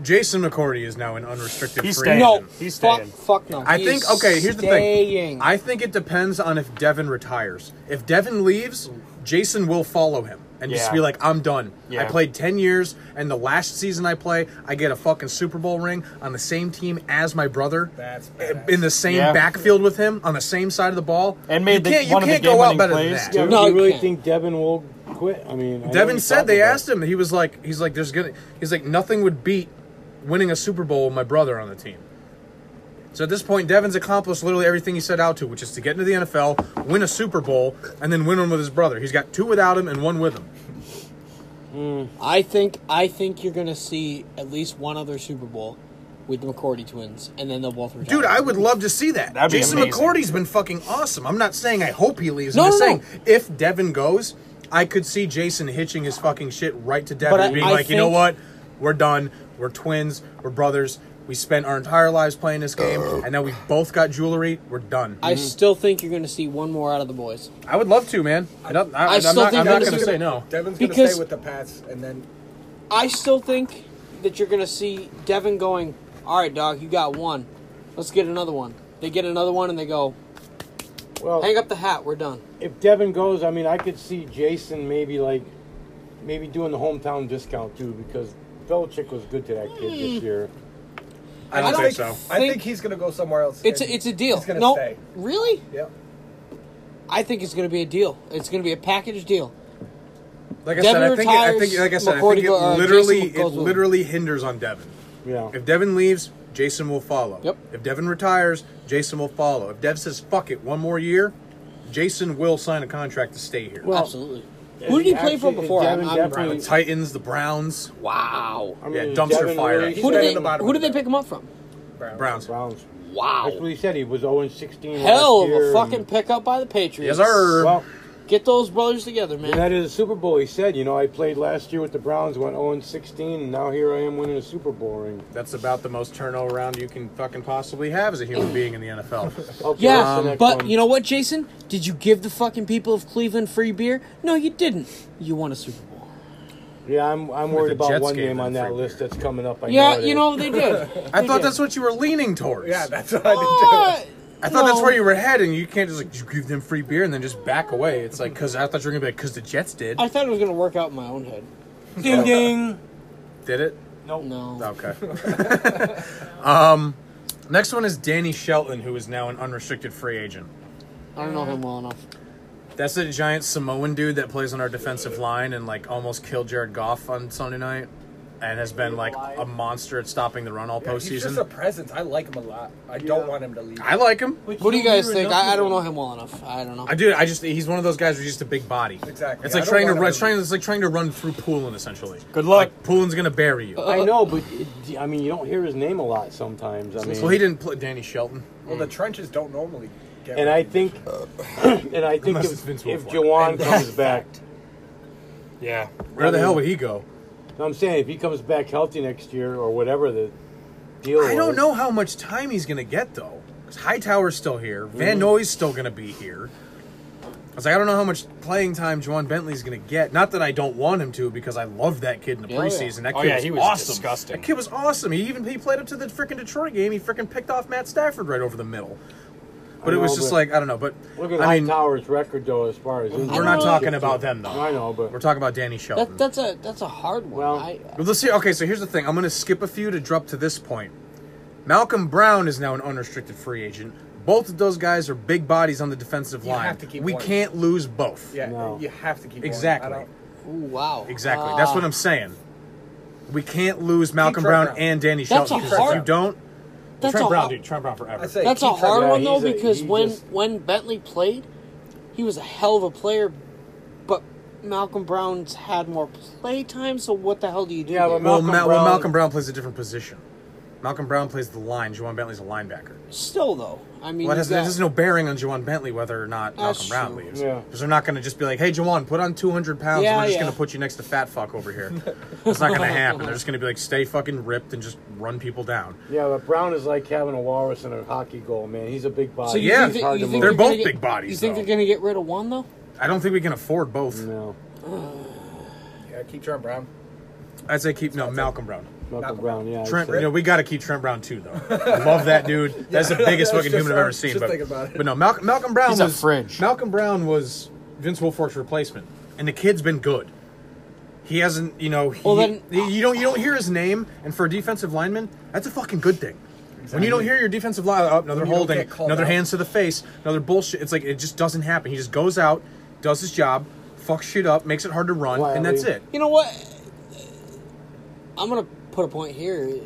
Speaker 4: Jason McCourty is now an unrestricted
Speaker 1: He's
Speaker 4: free
Speaker 1: staying.
Speaker 4: agent.
Speaker 6: No.
Speaker 1: He's
Speaker 6: fuck.
Speaker 1: staying.
Speaker 6: Fuck no.
Speaker 4: I
Speaker 6: He
Speaker 4: think
Speaker 6: is
Speaker 4: okay. Here's the
Speaker 6: staying.
Speaker 4: thing. I think it depends on if Devin retires. If Devin leaves, Jason will follow him and just
Speaker 1: Yeah.
Speaker 4: be like, "I'm done. I
Speaker 1: Yeah.
Speaker 4: played ten years, and the last season I play, I get a fucking Super Bowl ring on the same team as my brother. eh,
Speaker 7: That's badass.
Speaker 4: in the same
Speaker 1: Yeah.
Speaker 4: backfield with him on the same side of the ball.
Speaker 1: And made the-
Speaker 4: you can't, you
Speaker 1: one of the
Speaker 4: can't go out
Speaker 1: game-winning
Speaker 4: better
Speaker 1: plays,
Speaker 4: than that.
Speaker 5: Yeah,
Speaker 6: No,
Speaker 5: no,
Speaker 6: you
Speaker 5: you really
Speaker 6: can't.
Speaker 5: think Devin will quit? I mean, I know
Speaker 4: Devin
Speaker 5: he's
Speaker 4: said they
Speaker 5: talking about-
Speaker 4: asked him. He was like, he's like, there's gonna, he's like, nothing would beat winning a Super Bowl with my brother on the team. So at this point, Devin's accomplished literally everything he set out to, which is to get into the NFL, win a Super Bowl, and then win one with his brother. He's got two without him and one with him.
Speaker 6: I think I think you're gonna see at least one other Super Bowl with the McCourty twins, and then they'll both retire.
Speaker 4: Dude, I would love to see that.
Speaker 1: That'd be
Speaker 4: Jason
Speaker 1: amazing.
Speaker 4: McCourty's been fucking awesome. I'm not saying I hope he leaves.
Speaker 6: No,
Speaker 4: I'm just
Speaker 6: no, no.
Speaker 4: saying if Devin goes, I could see Jason hitching his fucking shit right to Devin,
Speaker 6: But I-
Speaker 4: being
Speaker 6: I
Speaker 4: like, you know
Speaker 6: think-
Speaker 4: what? We're done. We're twins. We're brothers. We spent our entire lives playing this game, and now we both got jewelry. We're done. I,
Speaker 6: I still think you're gonna see one more out of the boys.
Speaker 4: would love to, man. I don't, I,
Speaker 6: I
Speaker 4: am
Speaker 6: still
Speaker 4: not,
Speaker 6: think
Speaker 4: I'm not
Speaker 6: Devin's
Speaker 4: going to
Speaker 6: gonna-
Speaker 4: say no.
Speaker 7: Devin's going to
Speaker 6: Because-
Speaker 7: stay with the Pats, and then
Speaker 6: I still think that you're gonna see Devin going. All right, dog, you got one. Let's get another one. They get another one, and they go
Speaker 5: Well,
Speaker 6: hang up the hat. We're done.
Speaker 5: if Devin goes, I mean, I could see Jason maybe like maybe doing the hometown discount too because Belichick was good to that kid
Speaker 6: Hmm.
Speaker 5: this year.
Speaker 4: I
Speaker 6: I
Speaker 4: don't
Speaker 6: don't
Speaker 4: think so.
Speaker 7: I think
Speaker 6: Think-
Speaker 7: he's going to go somewhere else.
Speaker 6: It's
Speaker 7: and
Speaker 6: a, it's a deal.
Speaker 7: He's going to
Speaker 6: no,
Speaker 7: stay.
Speaker 6: really?
Speaker 7: Yep.
Speaker 6: I think it's going to be a deal. It's going to be a package deal.
Speaker 4: Like I
Speaker 6: Devin
Speaker 4: said, I think, it, I
Speaker 6: retires,
Speaker 4: think, like I said, I
Speaker 6: McCourty
Speaker 4: think it
Speaker 6: go- uh,
Speaker 4: literally,
Speaker 6: Jason
Speaker 4: it
Speaker 6: goes with him.
Speaker 4: literally hinders on Devin.
Speaker 5: Yeah.
Speaker 4: If Devin leaves, Jason will follow.
Speaker 6: Yep.
Speaker 4: If Devin retires, Jason will follow. If Dev says fuck it, one more year, Jason will sign a contract to stay here.
Speaker 5: Well,
Speaker 6: Absolutely. Who did he play for
Speaker 5: Actually,
Speaker 6: before? I'm-
Speaker 5: Devin
Speaker 6: I'm-
Speaker 4: the
Speaker 5: definitely-
Speaker 4: Titans, the Browns,
Speaker 6: wow.
Speaker 5: I
Speaker 4: yeah,
Speaker 5: mean,
Speaker 4: dumpster
Speaker 5: Devin
Speaker 4: fire.
Speaker 5: really-
Speaker 6: Who
Speaker 7: He's
Speaker 6: did
Speaker 7: been
Speaker 6: they?
Speaker 7: in the bottom
Speaker 6: Who
Speaker 7: of
Speaker 6: did they
Speaker 7: it.
Speaker 6: pick him up from?
Speaker 4: Browns.
Speaker 5: Browns. That's what
Speaker 6: Wow.
Speaker 5: he said. He was 0 16.
Speaker 6: Hell
Speaker 5: last
Speaker 6: of
Speaker 5: year,
Speaker 6: a
Speaker 5: and-
Speaker 6: fucking pickup by the
Speaker 4: Yes,
Speaker 6: Patriots.
Speaker 4: sir.
Speaker 5: Well,
Speaker 6: Get those brothers together, man.
Speaker 5: and that is a Super Bowl. He said, you know, I played last year with the Browns, went 0 16, and now here I am winning a Super Bowl ring.
Speaker 4: That's about the most turnaround you can fucking possibly have as a human being in the NFL.
Speaker 5: Okay,
Speaker 6: Yeah,
Speaker 5: what's the next
Speaker 6: but
Speaker 5: one?
Speaker 6: you know what, Jason? Did you give the fucking people of Cleveland free beer? No, you didn't. You won a Super Bowl.
Speaker 5: Yeah, I'm, I'm worried
Speaker 4: the
Speaker 5: about
Speaker 4: Jets
Speaker 5: one
Speaker 4: game
Speaker 5: name
Speaker 4: then
Speaker 5: on that
Speaker 4: for-
Speaker 5: list that's coming up. I
Speaker 6: yeah,
Speaker 5: know it
Speaker 6: you
Speaker 5: is.
Speaker 6: know they did.
Speaker 4: I
Speaker 6: They
Speaker 4: thought
Speaker 6: did.
Speaker 4: that's what you were leaning towards.
Speaker 7: Yeah, that's what I did
Speaker 6: Ah,
Speaker 4: I thought that's
Speaker 6: no.
Speaker 4: where you were heading. You can't just like just give them free beer and then just back away. It's like because I thought you were gonna be like because the Jets did.
Speaker 6: I thought it was gonna work out in my own head.
Speaker 4: Ding ding. Did it?
Speaker 6: No.
Speaker 4: Okay. um, next one is Danny Shelton, who is now an unrestricted free agent.
Speaker 6: I don't know him well enough.
Speaker 4: That's the giant Samoan dude that plays on our defensive line and like almost killed Jared Goff on Sunday night, and has been like a monster at stopping the run all
Speaker 7: do. He's just a
Speaker 4: postseason.
Speaker 7: presence. I like him a lot. I don't want him to leave.
Speaker 4: I like him.
Speaker 6: What do you guys think? I, I don't know him well enough. I don't know.
Speaker 4: I do. I just he's one of those guys who's just a big body.
Speaker 7: Exactly.
Speaker 4: It's
Speaker 7: I
Speaker 4: like
Speaker 7: don't
Speaker 4: trying to
Speaker 7: want him
Speaker 4: run.
Speaker 7: to-
Speaker 4: Trying, it's like trying to run through Poolin essentially.
Speaker 5: Good luck.
Speaker 4: Like, Poolin's gonna bury you.
Speaker 6: uh,
Speaker 5: I know, but it- I mean, you don't hear his name a lot sometimes. I mean,
Speaker 4: well, he didn't play Danny Shelton.
Speaker 7: well, the trenches don't normally get
Speaker 5: and I think, and I think
Speaker 4: Uh, Unless it's
Speaker 5: if,
Speaker 4: Vince
Speaker 5: if
Speaker 4: Wilfork.
Speaker 5: Jawan comes back,
Speaker 8: Yeah.
Speaker 4: Where the hell would he go?
Speaker 5: I'm saying if he comes back healthy next year or whatever the deal.
Speaker 4: I don't
Speaker 5: was,
Speaker 4: know how much time he's gonna get though. Because Hightower's still here, Van Noy's still gonna be here. I was like, I don't know how much playing time Juwan Bentley's gonna get. Not that I don't want him to, because I love that kid in the
Speaker 6: Yeah, yeah.
Speaker 4: preseason. That kid
Speaker 8: Oh, yeah,
Speaker 4: was,
Speaker 8: he was
Speaker 4: awesome.
Speaker 8: disgusting.
Speaker 4: That kid was awesome. He even he played up to the freaking Detroit game. He freaking picked off Matt Stafford right over the middle.
Speaker 5: I
Speaker 4: But it was
Speaker 5: know,
Speaker 4: just
Speaker 5: but-
Speaker 4: like I don't know. But
Speaker 5: Look at
Speaker 4: I mean,
Speaker 5: Hightower's record though, as far as
Speaker 4: we're not talking about them though.
Speaker 5: I know, but
Speaker 4: We're talking about Danny Shelton.
Speaker 6: that, that's a that's a hard one.
Speaker 5: Well-
Speaker 6: I,
Speaker 4: Well, let's see. Okay, so here's the thing. I'm going to skip a few to drop to this point. Malcolm Brown is now an unrestricted free agent. Both of those guys are big bodies on the defensive
Speaker 7: You
Speaker 4: line.
Speaker 7: have to keep
Speaker 4: we
Speaker 7: one.
Speaker 4: can't lose both.
Speaker 7: Yeah,
Speaker 5: No.
Speaker 7: you have to keep
Speaker 4: Exactly.
Speaker 7: Going. I don't-
Speaker 6: ooh, wow. Uh,
Speaker 4: Exactly. That's what I'm saying. We can't lose Malcolm
Speaker 7: Trent
Speaker 4: Brown,
Speaker 7: Brown.
Speaker 4: and Danny
Speaker 6: That's
Speaker 4: Shelton.
Speaker 6: a
Speaker 4: because if
Speaker 6: hard-
Speaker 4: you don't,
Speaker 6: That's
Speaker 4: Trent
Speaker 6: a
Speaker 4: Brown,
Speaker 6: hard-
Speaker 4: dude, Trent Brown forever.
Speaker 7: I say
Speaker 6: That's a
Speaker 7: keep Trent
Speaker 6: hard
Speaker 5: Yeah,
Speaker 6: one though
Speaker 5: he's a-
Speaker 6: because
Speaker 5: he
Speaker 6: when
Speaker 5: just-
Speaker 6: when Bentley played, he was a hell of a player, but Malcolm Brown's had more play time. So what the hell do you do?
Speaker 5: Yeah, but
Speaker 6: there?
Speaker 4: well,
Speaker 5: Malcolm
Speaker 4: Ma- well,
Speaker 5: Brown-
Speaker 4: Malcolm Brown plays a different position. Malcolm Brown plays the line. Juwan Bentley's a linebacker.
Speaker 6: still though, I mean,
Speaker 4: Well, it
Speaker 6: you
Speaker 4: has,
Speaker 6: got-
Speaker 4: there's no bearing on Juwan Bentley whether or not Malcolm
Speaker 6: That's
Speaker 4: Brown
Speaker 6: true.
Speaker 4: leaves.
Speaker 5: Yeah.
Speaker 4: Because they're not going to just be like, hey, Juwan, put on 200 pounds
Speaker 6: Yeah,
Speaker 4: and we're just
Speaker 6: yeah.
Speaker 4: going to put you next to fat fuck over here. That's not going to happen. They're just going to be like, stay fucking ripped and just run people down.
Speaker 5: yeah, but Brown is like having a walrus and a hockey goal, man. He's a big body.
Speaker 6: So you
Speaker 4: Yeah,
Speaker 6: think
Speaker 4: it's
Speaker 6: that-
Speaker 5: hard
Speaker 6: you
Speaker 5: to
Speaker 6: think
Speaker 4: They're
Speaker 5: move.
Speaker 6: gonna
Speaker 4: both
Speaker 6: get-
Speaker 4: big bodies,
Speaker 6: You think
Speaker 4: though.
Speaker 6: they're going to get rid of one though?
Speaker 4: I don't think we can afford both.
Speaker 6: Mm-hmm.
Speaker 5: No,
Speaker 7: Yeah, keep Trent Brown.
Speaker 4: I'd say keep, no, Malcolm Brown.
Speaker 5: Malcolm
Speaker 7: Malcolm
Speaker 5: Brown. Yeah, uh, I'd
Speaker 4: Trent,
Speaker 5: say.
Speaker 4: you know, we got to keep Trent Brown too, though. Love that dude. That's the
Speaker 7: Yeah,
Speaker 4: biggest
Speaker 7: I was
Speaker 4: fucking
Speaker 7: just-
Speaker 4: human I've
Speaker 7: I
Speaker 4: ever
Speaker 7: was
Speaker 4: seen.
Speaker 7: just
Speaker 4: but,
Speaker 7: thinking about it.
Speaker 4: but no, Malcolm, Malcolm Brown
Speaker 6: He's a
Speaker 4: was
Speaker 6: fridge.
Speaker 4: Malcolm Brown was Vince Wilfork's replacement, and the kid's been good. He hasn't, you know, he,
Speaker 6: Well, then-
Speaker 4: you don't you don't hear his name, and for a defensive lineman, that's a fucking good thing. When you don't hear your defensive line, oh, another
Speaker 7: When you don't
Speaker 4: holding,
Speaker 7: get called
Speaker 4: another
Speaker 7: out.
Speaker 4: hands to the face, another bullshit. It's like it just doesn't happen. He just goes out, does his job, fucks shit up, makes it hard to run,
Speaker 5: Why are
Speaker 4: and that's
Speaker 5: we-
Speaker 4: it.
Speaker 6: You know what? I'm going to put a point here.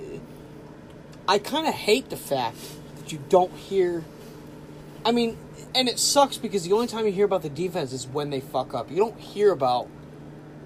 Speaker 6: I kind of hate the fact that you don't hear. I mean, and it sucks because the only time you hear about the defense is when they fuck up. You don't hear about.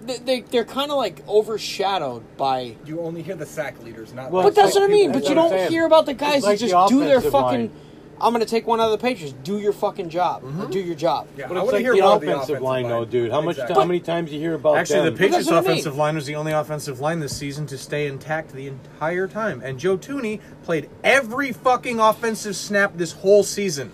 Speaker 6: They, they, they're kind of like overshadowed by.
Speaker 7: You only hear the sack leaders, not.
Speaker 5: Well,
Speaker 7: the
Speaker 6: But that's what I mean.
Speaker 5: That's
Speaker 6: But you
Speaker 5: what I'm
Speaker 6: don't
Speaker 5: saying.
Speaker 6: hear about the guys
Speaker 5: It's like
Speaker 6: that
Speaker 5: the
Speaker 6: just do their
Speaker 5: offensive
Speaker 6: fucking.
Speaker 5: line. Mm-hmm.
Speaker 6: I'm going to take one out of the Patriots. Do your fucking job. Or do your job.
Speaker 7: Yeah,
Speaker 5: But
Speaker 7: I
Speaker 5: it's
Speaker 7: wanna
Speaker 5: like
Speaker 7: hear
Speaker 5: the
Speaker 7: more of the
Speaker 5: offensive,
Speaker 7: offensive
Speaker 5: line,
Speaker 7: line.
Speaker 5: though, dude. How much?
Speaker 7: Exactly.
Speaker 5: How many times you hear about
Speaker 4: Actually,
Speaker 5: them?
Speaker 4: the Patriots'
Speaker 6: that's what I mean.
Speaker 4: offensive line was the only offensive line this season to stay intact the entire time, and Joe Tooney played every fucking offensive snap this whole season,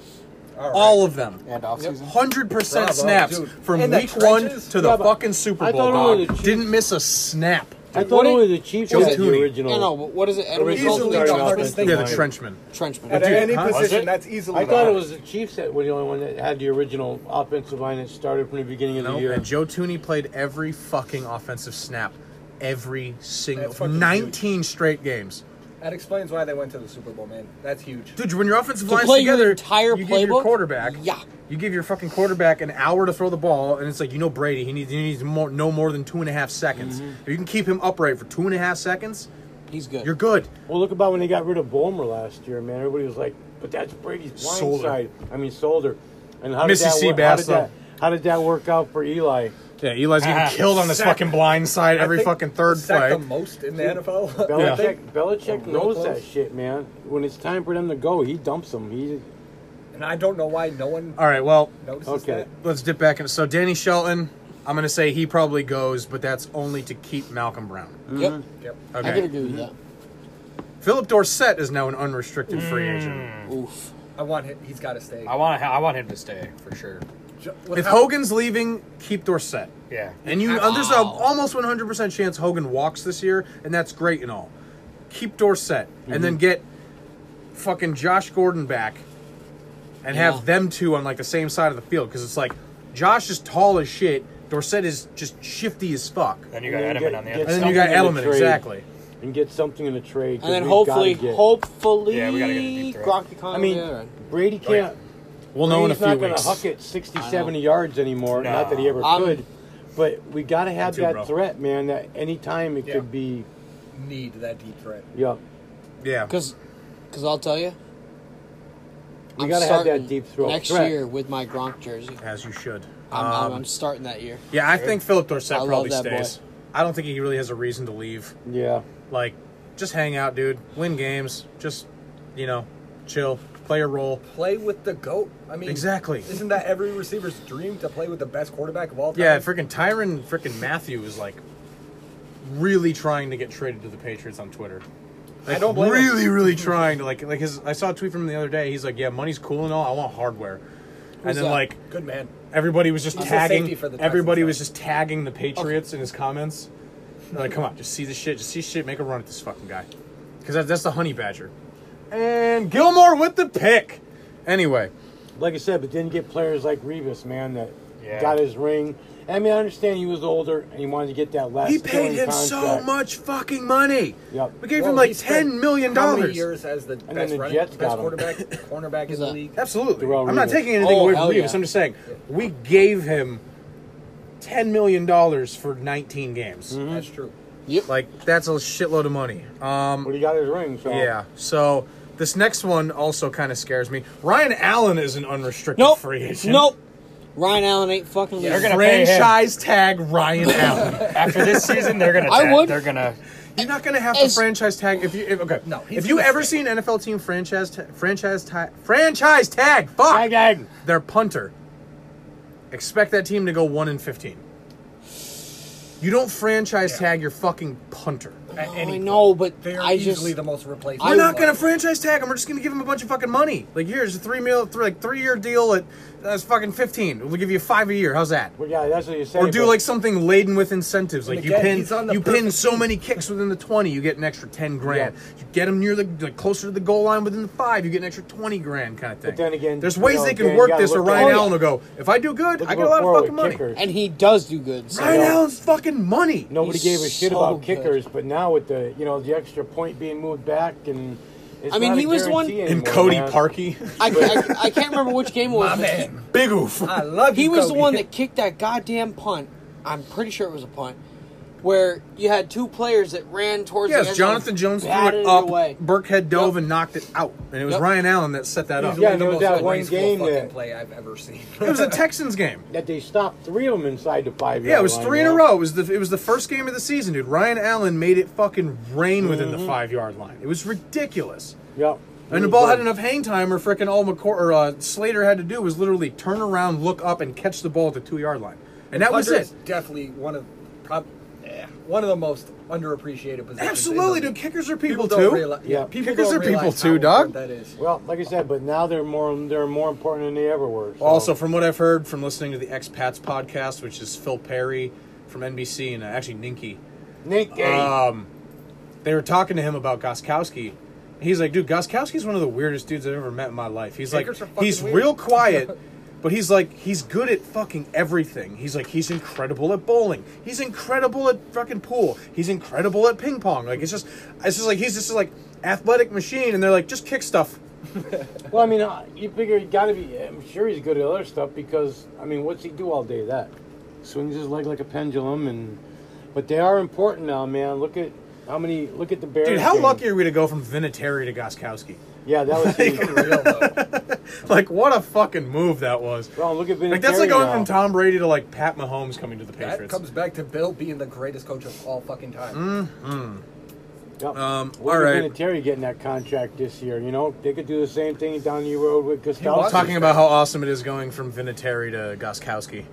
Speaker 7: All right.
Speaker 4: all of them,
Speaker 6: And offseason.
Speaker 4: hundred percent
Speaker 7: Bravo,
Speaker 4: snaps
Speaker 7: dude.
Speaker 4: from
Speaker 7: And the
Speaker 4: week one
Speaker 7: trenches?
Speaker 4: to the
Speaker 5: Yeah, but
Speaker 4: fucking Super
Speaker 5: I
Speaker 4: Bowl.
Speaker 5: thought only the
Speaker 4: Dog.
Speaker 5: Chiefs-
Speaker 4: Didn't miss a snap.
Speaker 5: I
Speaker 6: What
Speaker 5: thought
Speaker 6: did-
Speaker 5: only the Chiefs
Speaker 4: Joe
Speaker 5: had the
Speaker 4: Tooney.
Speaker 5: original.
Speaker 6: I know, but what is it? End
Speaker 5: original
Speaker 6: result
Speaker 7: Easily
Speaker 5: starting
Speaker 7: the
Speaker 5: offensive
Speaker 7: hardest thing
Speaker 5: line.
Speaker 4: Yeah, the trenchman.
Speaker 6: Trenchman.
Speaker 7: At any
Speaker 4: huh? Was
Speaker 7: position,
Speaker 4: it?
Speaker 7: that's easily.
Speaker 5: I thought it was the Chiefs that were the only one that had the original offensive line that started from the beginning of the
Speaker 4: No,
Speaker 5: year.
Speaker 4: and Joe Tooney played every fucking offensive snap, every single
Speaker 7: That's fucking
Speaker 4: nineteen straight games.
Speaker 7: That explains why they went to the Super Bowl, man. That's huge.
Speaker 4: Dude, when your offensive
Speaker 6: To
Speaker 4: line's
Speaker 6: play your
Speaker 4: together,
Speaker 6: entire
Speaker 4: you give your
Speaker 6: playbook?
Speaker 4: quarterback.
Speaker 6: Yeah.
Speaker 4: You give your fucking quarterback an hour to throw the ball, and it's like you know Brady. He needs he needs more, no more than two and a half seconds.
Speaker 6: Mm-hmm.
Speaker 4: If you can keep him upright for two and a half seconds,
Speaker 6: He's good.
Speaker 4: you're good.
Speaker 5: Well, look about when they got rid of Bomer last year, man. Everybody was like, "But that's Brady's blind
Speaker 4: Solder.
Speaker 5: side." I mean, Solder. And how did
Speaker 4: Missy
Speaker 5: that
Speaker 4: C.
Speaker 5: work? How did
Speaker 4: Bass,
Speaker 5: that, how did that work out for Eli?
Speaker 4: Yeah, Eli's getting
Speaker 7: Ah,
Speaker 4: killed on this
Speaker 7: sack.
Speaker 4: fucking blind side
Speaker 7: I
Speaker 4: every
Speaker 7: think
Speaker 4: fucking third
Speaker 7: sacked
Speaker 4: play.
Speaker 7: the most in the NFL.
Speaker 5: Belichick,
Speaker 4: Yeah.
Speaker 5: Belichick
Speaker 7: Real
Speaker 5: knows
Speaker 7: close.
Speaker 5: that shit, man. When it's time for them to go, he dumps them. He
Speaker 7: and I don't know why no one
Speaker 4: All right, well,
Speaker 7: notices
Speaker 5: Okay.
Speaker 7: that.
Speaker 4: let's dip back in. So Danny Shelton, I'm gonna say he probably goes, but that's only to keep Malcolm Brown.
Speaker 6: Yep.
Speaker 7: Yep.
Speaker 4: Okay.
Speaker 6: Mm-hmm. I can agree with that.
Speaker 4: Philip Dorsett is now an unrestricted free agent.
Speaker 6: Oof.
Speaker 7: I want him. He's got to stay.
Speaker 8: I want I want him to stay for sure.
Speaker 7: Ju- with
Speaker 4: If
Speaker 7: how-
Speaker 4: Hogan's leaving, keep Dorsett.
Speaker 8: Yeah.
Speaker 4: And you, uh, there's a almost 100% chance Hogan walks this year, and that's great and all. Keep Dorsett,
Speaker 6: Mm-hmm.
Speaker 4: and then get fucking Josh Gordon back, and
Speaker 6: Yeah.
Speaker 4: have them two on like the same side of the field because it's like Josh is tall as shit, Dorsett is just shifty as fuck, and
Speaker 8: Then you got
Speaker 5: And then
Speaker 8: Edelman
Speaker 5: get-
Speaker 8: on the
Speaker 5: get
Speaker 8: other
Speaker 4: then
Speaker 8: side.
Speaker 4: you got
Speaker 5: Something in the
Speaker 4: Edelman
Speaker 5: trade.
Speaker 4: exactly.
Speaker 5: and get something in the trade. 'cause
Speaker 6: And then
Speaker 5: we've
Speaker 6: hopefully,
Speaker 5: gotta get-
Speaker 6: hopefully,
Speaker 8: Yeah, we gotta get a deep threat.
Speaker 6: Gronk can come
Speaker 5: I mean,
Speaker 6: in there.
Speaker 5: Brady can't.
Speaker 4: We'll know in a
Speaker 5: He's
Speaker 4: few
Speaker 5: not going to
Speaker 4: weeks.
Speaker 5: huck it 60, 70 yards anymore.
Speaker 8: No.
Speaker 5: Not that he ever
Speaker 6: I'm-
Speaker 5: could. But we got to have
Speaker 4: too,
Speaker 5: that
Speaker 4: bro.
Speaker 5: threat, man. That any time it
Speaker 7: Yeah.
Speaker 5: could be.
Speaker 7: need that deep threat.
Speaker 5: Yep.
Speaker 4: Yeah,
Speaker 6: Because, because I'll tell you,
Speaker 5: We
Speaker 6: I'm
Speaker 5: gotta have that
Speaker 6: starting
Speaker 5: deep throat
Speaker 6: next
Speaker 5: threat.
Speaker 6: year with my Gronk jersey.
Speaker 4: as you should.
Speaker 6: I'm, I'm,
Speaker 4: Um,
Speaker 6: I'm starting that year.
Speaker 4: yeah, I think Philip
Speaker 6: I
Speaker 4: Dorsett
Speaker 6: love
Speaker 4: probably
Speaker 6: that boy.
Speaker 4: stays. I don't think he really has a reason to leave.
Speaker 5: Yeah.
Speaker 4: Like, just hang out, dude. Win games. Just, you know, chill. Play a role.
Speaker 7: Play with the goat. I mean,
Speaker 4: Exactly.
Speaker 7: Isn't that every receiver's dream to play with the best quarterback of all time?
Speaker 4: Yeah, freaking Tyron, freaking Matthew is like really trying to get traded to the Patriots on Twitter. Like,
Speaker 7: I don't blame him.
Speaker 4: really, really trying to like like his. I saw a tweet from him the other day. He's like, "Yeah, money's cool and all. I want hardware." and
Speaker 6: Who's
Speaker 4: then
Speaker 6: that?
Speaker 4: like
Speaker 7: good man.
Speaker 4: everybody was just
Speaker 7: He's a
Speaker 4: tagging.
Speaker 7: safety for the Texans,
Speaker 4: everybody was
Speaker 7: though.
Speaker 4: just tagging the Patriots in his comments. They're like, "Come on, just see the shit. Just see shit. Make a run at this fucking guy." Because that, that's the honey badger. And Gilmore with the pick. Anyway,
Speaker 5: Like I said, but then get players like Revis, man, that
Speaker 8: Yeah.
Speaker 5: got his ring. I mean, I understand he was older and he wanted to get that last.
Speaker 4: he paid
Speaker 5: killing
Speaker 4: him so
Speaker 5: contract.
Speaker 4: much fucking money.
Speaker 5: Yep.
Speaker 4: We gave
Speaker 7: Well,
Speaker 4: him like
Speaker 7: he spent
Speaker 4: ten million
Speaker 7: How many
Speaker 4: dollars.
Speaker 7: years as the
Speaker 5: then
Speaker 7: best
Speaker 5: the
Speaker 7: running,
Speaker 5: Jets
Speaker 7: best
Speaker 5: got him.
Speaker 7: quarterback, cornerback in the
Speaker 6: that?
Speaker 7: league?
Speaker 4: Absolutely.
Speaker 5: Darrell
Speaker 4: I'm not
Speaker 5: Revis.
Speaker 4: taking anything
Speaker 6: Oh,
Speaker 4: away from
Speaker 6: hell
Speaker 4: Reeves.
Speaker 6: yeah.
Speaker 4: I'm just saying we gave him ten million dollars for nineteen games.
Speaker 7: That's true.
Speaker 4: Like that's a shitload of money. Um,
Speaker 5: But he got his ring, so
Speaker 4: yeah. So this next one also kind of scares me. Ryan Allen is an unrestricted
Speaker 6: Nope.
Speaker 4: free agent.
Speaker 6: Nope. Ryan Allen ain't fucking leaving.
Speaker 8: They're gonna pay him.
Speaker 4: Franchise tag Ryan Allen.
Speaker 8: After this season, they're gonna.
Speaker 6: I
Speaker 8: tag-
Speaker 6: would.
Speaker 8: They're gonna.
Speaker 4: You're not gonna have
Speaker 6: As-
Speaker 4: to franchise tag if you if, okay.
Speaker 7: No, he's
Speaker 4: If you
Speaker 7: gonna
Speaker 4: ever
Speaker 7: stay.
Speaker 4: seen NFL team franchise ta- franchise tag franchise tag fuck
Speaker 5: Tag, tag.
Speaker 4: their punter. Expect that team to go one and fifteen. You don't franchise tag your fucking punter.
Speaker 7: At
Speaker 6: Oh,
Speaker 7: any
Speaker 6: I
Speaker 7: point.
Speaker 6: know, but
Speaker 7: They are
Speaker 6: I just
Speaker 7: easily the most replaceable.
Speaker 4: We're
Speaker 6: I
Speaker 4: not
Speaker 6: would-
Speaker 4: gonna franchise tag him. We're just gonna give him a bunch of fucking money. Like here's a three mil, three, like three year deal at that's fucking fifteen. We'll give you five a year. How's that?
Speaker 5: But yeah, that's what you say.
Speaker 4: Or do
Speaker 5: but-
Speaker 4: like something laden with incentives, like
Speaker 7: And
Speaker 4: you
Speaker 7: again,
Speaker 4: pin
Speaker 7: he's on the
Speaker 4: you pin
Speaker 7: perfect
Speaker 4: so many kicks within the twenty, you get an extra ten grand. You get them near the like, closer to the goal line within the five, you get an extra twenty grand kind of thing.
Speaker 5: then again,
Speaker 4: there's
Speaker 5: you
Speaker 4: ways
Speaker 5: know,
Speaker 4: they
Speaker 5: again,
Speaker 4: can
Speaker 5: you
Speaker 4: work
Speaker 5: gotta
Speaker 4: this, or
Speaker 5: look at-
Speaker 4: Ryan
Speaker 6: Oh, yeah.
Speaker 4: Allen will go. If I do good,
Speaker 5: look
Speaker 4: I
Speaker 5: at
Speaker 4: get a lot of
Speaker 5: Forward
Speaker 4: fucking money.
Speaker 5: kickers.
Speaker 6: and he does do good. So
Speaker 4: Ryan
Speaker 5: Yeah.
Speaker 4: Allen's fucking money.
Speaker 5: Nobody
Speaker 6: He's
Speaker 5: gave a shit
Speaker 6: so
Speaker 5: about
Speaker 6: good.
Speaker 5: kickers, but now with the you know the extra point being moved back and it's
Speaker 6: I mean,
Speaker 5: not
Speaker 6: he
Speaker 5: a
Speaker 6: was the one-
Speaker 5: guarantee
Speaker 4: and
Speaker 5: anymore,
Speaker 4: Cody
Speaker 5: man.
Speaker 4: Parkey,
Speaker 6: I, I, I can't remember which game it was. but
Speaker 4: big oof.
Speaker 7: I love you.
Speaker 6: He was the
Speaker 7: Kobe.
Speaker 6: one that kicked that goddamn punt. I'm pretty sure it was a punt. Where you had two players that ran towards the
Speaker 4: Yes,
Speaker 6: end zone,
Speaker 4: Jonathan Jones threw
Speaker 6: batted
Speaker 4: it up.
Speaker 6: away.
Speaker 4: Burkhead dove
Speaker 6: Yep.
Speaker 4: and knocked it out, and it was
Speaker 6: Yep.
Speaker 4: Ryan Allen that set that up.
Speaker 7: He's
Speaker 4: It
Speaker 5: Yeah,
Speaker 7: one of the
Speaker 5: there was
Speaker 7: most
Speaker 5: that one
Speaker 7: ungraceful
Speaker 5: game
Speaker 7: fucking
Speaker 5: that-
Speaker 7: play I've ever seen.
Speaker 4: was a Texans game.
Speaker 5: That they stopped three of them inside the five.
Speaker 4: Yeah, it was three in a row. It was the it was the first game of the season, dude. Ryan Allen made it fucking rain within
Speaker 7: Mm-hmm.
Speaker 4: the five yard line. It was ridiculous.
Speaker 5: Yep.
Speaker 4: And the ball had enough hang time, or frickin' all McCor- or uh, Slater had to do was literally turn around, look up, and catch the ball at the two yard line, and that was
Speaker 7: Punter is
Speaker 4: it.
Speaker 7: definitely one of prob- eh, one of the most underappreciated positions. in the
Speaker 4: Absolutely,
Speaker 7: league.
Speaker 4: dude. Kickers are people,
Speaker 7: don't
Speaker 4: too.
Speaker 7: reali-
Speaker 5: Yeah.
Speaker 7: people
Speaker 4: Kickers
Speaker 7: don't
Speaker 4: are people
Speaker 7: realize
Speaker 4: too,
Speaker 7: how
Speaker 4: dog.
Speaker 7: important That is.
Speaker 5: Well, like I said, but now they're more they're more important than they ever were. so-
Speaker 4: Also, from what I've heard from listening to the expats podcast, which is Phil Perry from NBC and uh, actually Ninky,
Speaker 5: Nick Gay.
Speaker 4: um, they were talking to him about Goskowski. He's like, dude, Goskowski's one of the weirdest dudes I've ever met in my life. He's like,
Speaker 7: Kickers are fucking
Speaker 4: he's
Speaker 7: weird.
Speaker 4: real quiet, but he's like, he's good at fucking everything. He's like, he's incredible at bowling. He's incredible at fucking pool. He's incredible at ping pong. Like, it's just, it's just like, he's just like, athletic machine, and they're like, just kick stuff.
Speaker 5: Well, I mean, uh, you figure he got to be. I'm sure he's good at other stuff because I mean, what's he do all day? That swings his leg like a pendulum, and but they are important now, man. Look at how many. Look at the Bears.
Speaker 4: Dude, how
Speaker 5: game.
Speaker 4: lucky are we to go from Vinatieri to Goskowski?
Speaker 5: Yeah, that was. huge.
Speaker 7: real though.
Speaker 4: Like, what a fucking move that was.
Speaker 5: Well, Oh, look at Vinatieri
Speaker 4: Like, that's like going
Speaker 5: now.
Speaker 4: from Tom Brady to like Pat Mahomes coming to the
Speaker 7: that
Speaker 4: Patriots.
Speaker 7: comes back to Bill being the greatest coach of all fucking time.
Speaker 5: Yep.
Speaker 4: Um,
Speaker 5: Look
Speaker 4: all
Speaker 5: at
Speaker 4: right.
Speaker 5: Vinatieri getting that contract this year. You know, they could do the same thing down the road with Costello.
Speaker 7: was
Speaker 4: Talking about how awesome it is going from Vinatieri to Goskowski.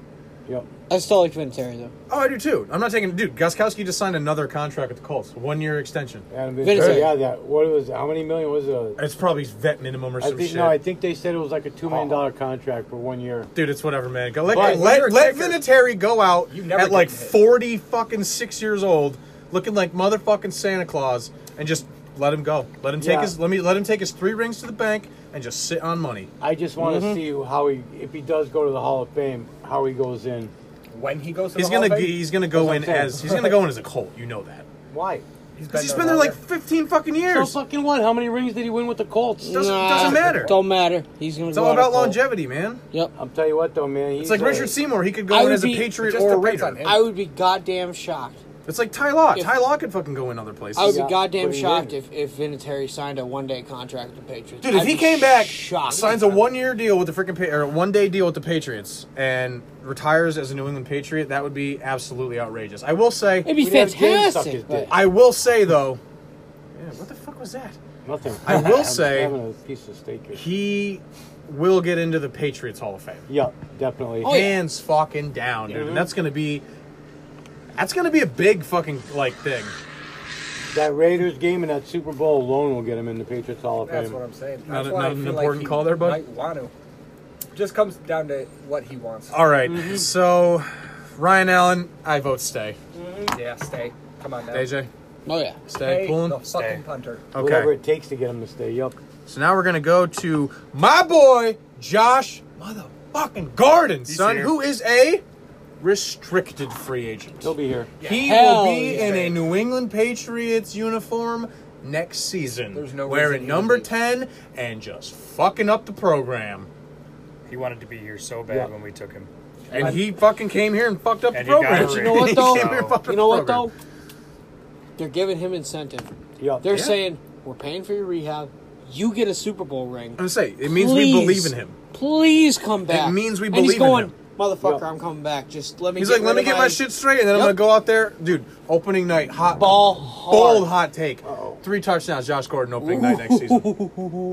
Speaker 5: Yep.
Speaker 6: I still like Vinatieri though.
Speaker 4: Oh, I do too. I'm not taking, dude. Goskowski just signed another contract with the Colts, one year extension.
Speaker 5: And
Speaker 6: Vinatieri.
Speaker 5: Vinatieri. Yeah, that. What was? How many million was it? A,
Speaker 4: It's probably vet minimum or
Speaker 5: I
Speaker 4: some
Speaker 5: think
Speaker 4: shit.
Speaker 5: no. I think they said it was like a two million dollar contract for one year.
Speaker 4: Dude, it's whatever, man. Go, let
Speaker 7: But-
Speaker 4: let, let
Speaker 7: Undertaker-
Speaker 4: Vinatieri go out
Speaker 7: You never
Speaker 4: at like
Speaker 7: get hit.
Speaker 4: forty fucking six years old, looking like motherfucking Santa Claus, and just let him go. Let him take
Speaker 5: Yeah.
Speaker 4: his let me let him take his three rings to the bank and just sit on money.
Speaker 5: I just want to see how he, if he does go to the Hall of Fame, how he goes in.
Speaker 7: When he goes to
Speaker 4: He's
Speaker 7: the Hall
Speaker 4: gonna
Speaker 7: of
Speaker 4: g-
Speaker 7: Fame,
Speaker 4: he's gonna go
Speaker 5: what
Speaker 4: in
Speaker 5: I'm saying.
Speaker 4: as he's gonna go in as a Colt. You know that
Speaker 5: Why?
Speaker 4: because he's been there like fifteen fucking
Speaker 5: So
Speaker 4: years.
Speaker 5: fucking what? How many rings did he win with the Colts?
Speaker 4: Doesn't- doesn't matter.
Speaker 6: Don't matter. He's gonna.
Speaker 4: It's
Speaker 6: go
Speaker 4: all
Speaker 6: out
Speaker 4: about
Speaker 6: of Colt.
Speaker 4: longevity, man.
Speaker 6: Yep.
Speaker 5: I'm telling you what though, man. He's
Speaker 4: It's like
Speaker 5: a-
Speaker 4: Richard Seymour. He could
Speaker 6: I
Speaker 4: go in
Speaker 6: would
Speaker 4: as a
Speaker 6: be-
Speaker 4: Patriot
Speaker 7: just
Speaker 4: or a
Speaker 7: depends
Speaker 4: Raider.
Speaker 7: on him.
Speaker 6: I would be goddamn shocked.
Speaker 4: It's like Ty Law.
Speaker 6: If-
Speaker 4: Ty Law could fucking go in other places.
Speaker 6: I would
Speaker 5: Yeah,
Speaker 6: be goddamn
Speaker 5: what do you
Speaker 6: shocked
Speaker 5: mean?
Speaker 6: if, if Vinatieri signed a one day contract with the Patriots.
Speaker 4: Dude, if
Speaker 6: I'd
Speaker 4: he
Speaker 6: be
Speaker 4: came back,
Speaker 6: shocked.
Speaker 4: signs a one-year deal with the freaking pa- or one-day deal with the Patriots, and retires as a New England Patriot, that would be absolutely outrageous. I will
Speaker 6: It'd
Speaker 4: say,
Speaker 6: be
Speaker 5: We'd have James suck his
Speaker 6: fantastic. but-
Speaker 5: dick.
Speaker 4: I will say though, yeah, what the fuck was that?
Speaker 5: Nothing.
Speaker 4: I will
Speaker 5: I'm
Speaker 4: say-
Speaker 5: having a piece of steak. Here.
Speaker 4: He will get into the Patriots Hall of Fame.
Speaker 5: Yeah, definitely.
Speaker 6: Oh, yeah.
Speaker 4: Hands fucking down, dude. And that's gonna be, that's gonna be a big fucking like thing.
Speaker 5: That Raiders game and that Super Bowl alone will get him in the Patriots Hall of Fame.
Speaker 7: That's what I'm saying. That's
Speaker 4: Not a-
Speaker 7: why I
Speaker 4: not an
Speaker 7: feel
Speaker 4: important
Speaker 7: like he
Speaker 4: call there, bud?
Speaker 7: Might want to. Just comes down to what he wants.
Speaker 4: All right, so Ryan Allen, I vote stay.
Speaker 7: yeah, stay. Come on now.
Speaker 4: AJ,
Speaker 6: Oh yeah.
Speaker 4: stay.
Speaker 7: Hey,
Speaker 4: Pulling.
Speaker 7: the
Speaker 8: Stay.
Speaker 7: fucking punter.
Speaker 5: Whatever it takes to get him to stay. Yep.
Speaker 4: So now we're gonna go to my boy Josh motherfucking Garden, son,
Speaker 8: here.
Speaker 4: who is a restricted free agent.
Speaker 5: He'll be here.
Speaker 4: He
Speaker 6: Hell
Speaker 4: will be
Speaker 6: yeah.
Speaker 4: in a New England Patriots uniform next season,
Speaker 7: There's no reason
Speaker 4: wearing
Speaker 7: he
Speaker 4: number
Speaker 7: would be.
Speaker 4: ten and just fucking up the program.
Speaker 8: He wanted to be here so bad
Speaker 5: Yeah.
Speaker 8: when we took him.
Speaker 4: And he fucking came here and fucked up
Speaker 8: And
Speaker 4: the
Speaker 8: he got
Speaker 4: program.
Speaker 8: hurt.
Speaker 6: You know what
Speaker 4: He
Speaker 6: though?
Speaker 4: came here and fucked up
Speaker 6: You know
Speaker 4: the
Speaker 6: what
Speaker 4: program.
Speaker 6: though? They're giving him incentive.
Speaker 5: Yep.
Speaker 6: They're
Speaker 4: Yeah.
Speaker 6: saying we're paying for your rehab. You get a Super Bowl ring.
Speaker 4: I'm gonna say it means we believe in him.
Speaker 6: Please come back.
Speaker 4: means we
Speaker 6: and
Speaker 4: believe
Speaker 6: he's
Speaker 4: in
Speaker 6: going,
Speaker 4: him.
Speaker 6: Motherfucker,
Speaker 5: Yep.
Speaker 6: I'm coming back. Just let me.
Speaker 4: He's
Speaker 6: get
Speaker 4: like, let
Speaker 6: rid
Speaker 4: me
Speaker 6: of
Speaker 4: get
Speaker 6: my
Speaker 4: my shit straight, and then I'm
Speaker 6: Yep.
Speaker 4: gonna go out there, dude. Opening night, hot
Speaker 6: Ball hard.
Speaker 4: bold hot take. Three touchdowns, Josh Gordon opening night next season.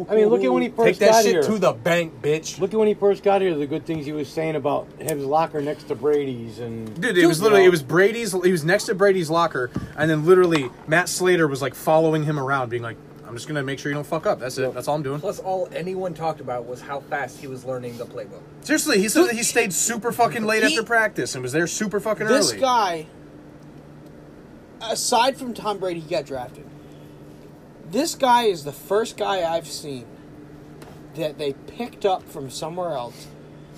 Speaker 5: I mean, look at when he
Speaker 4: Take
Speaker 5: first
Speaker 4: that
Speaker 5: got
Speaker 4: shit
Speaker 5: here.
Speaker 4: to the bank, bitch.
Speaker 5: Look at when he first got here. The good things he was saying about his locker next to Brady's and
Speaker 4: Dude, it was literally it was Brady's. He was next to Brady's locker, and then literally Matt Slater was like following him around, being like, "I'm just gonna make sure you don't fuck up. That's it. That's all I'm doing."
Speaker 7: Plus, all anyone talked about was how fast he was learning the playbook.
Speaker 4: Seriously, he said that he stayed super fucking late
Speaker 6: He-
Speaker 4: after practice and was there super fucking
Speaker 6: this
Speaker 4: early.
Speaker 6: guy, aside from Tom Brady, he got drafted. This guy is the first guy I've seen that they picked up from somewhere else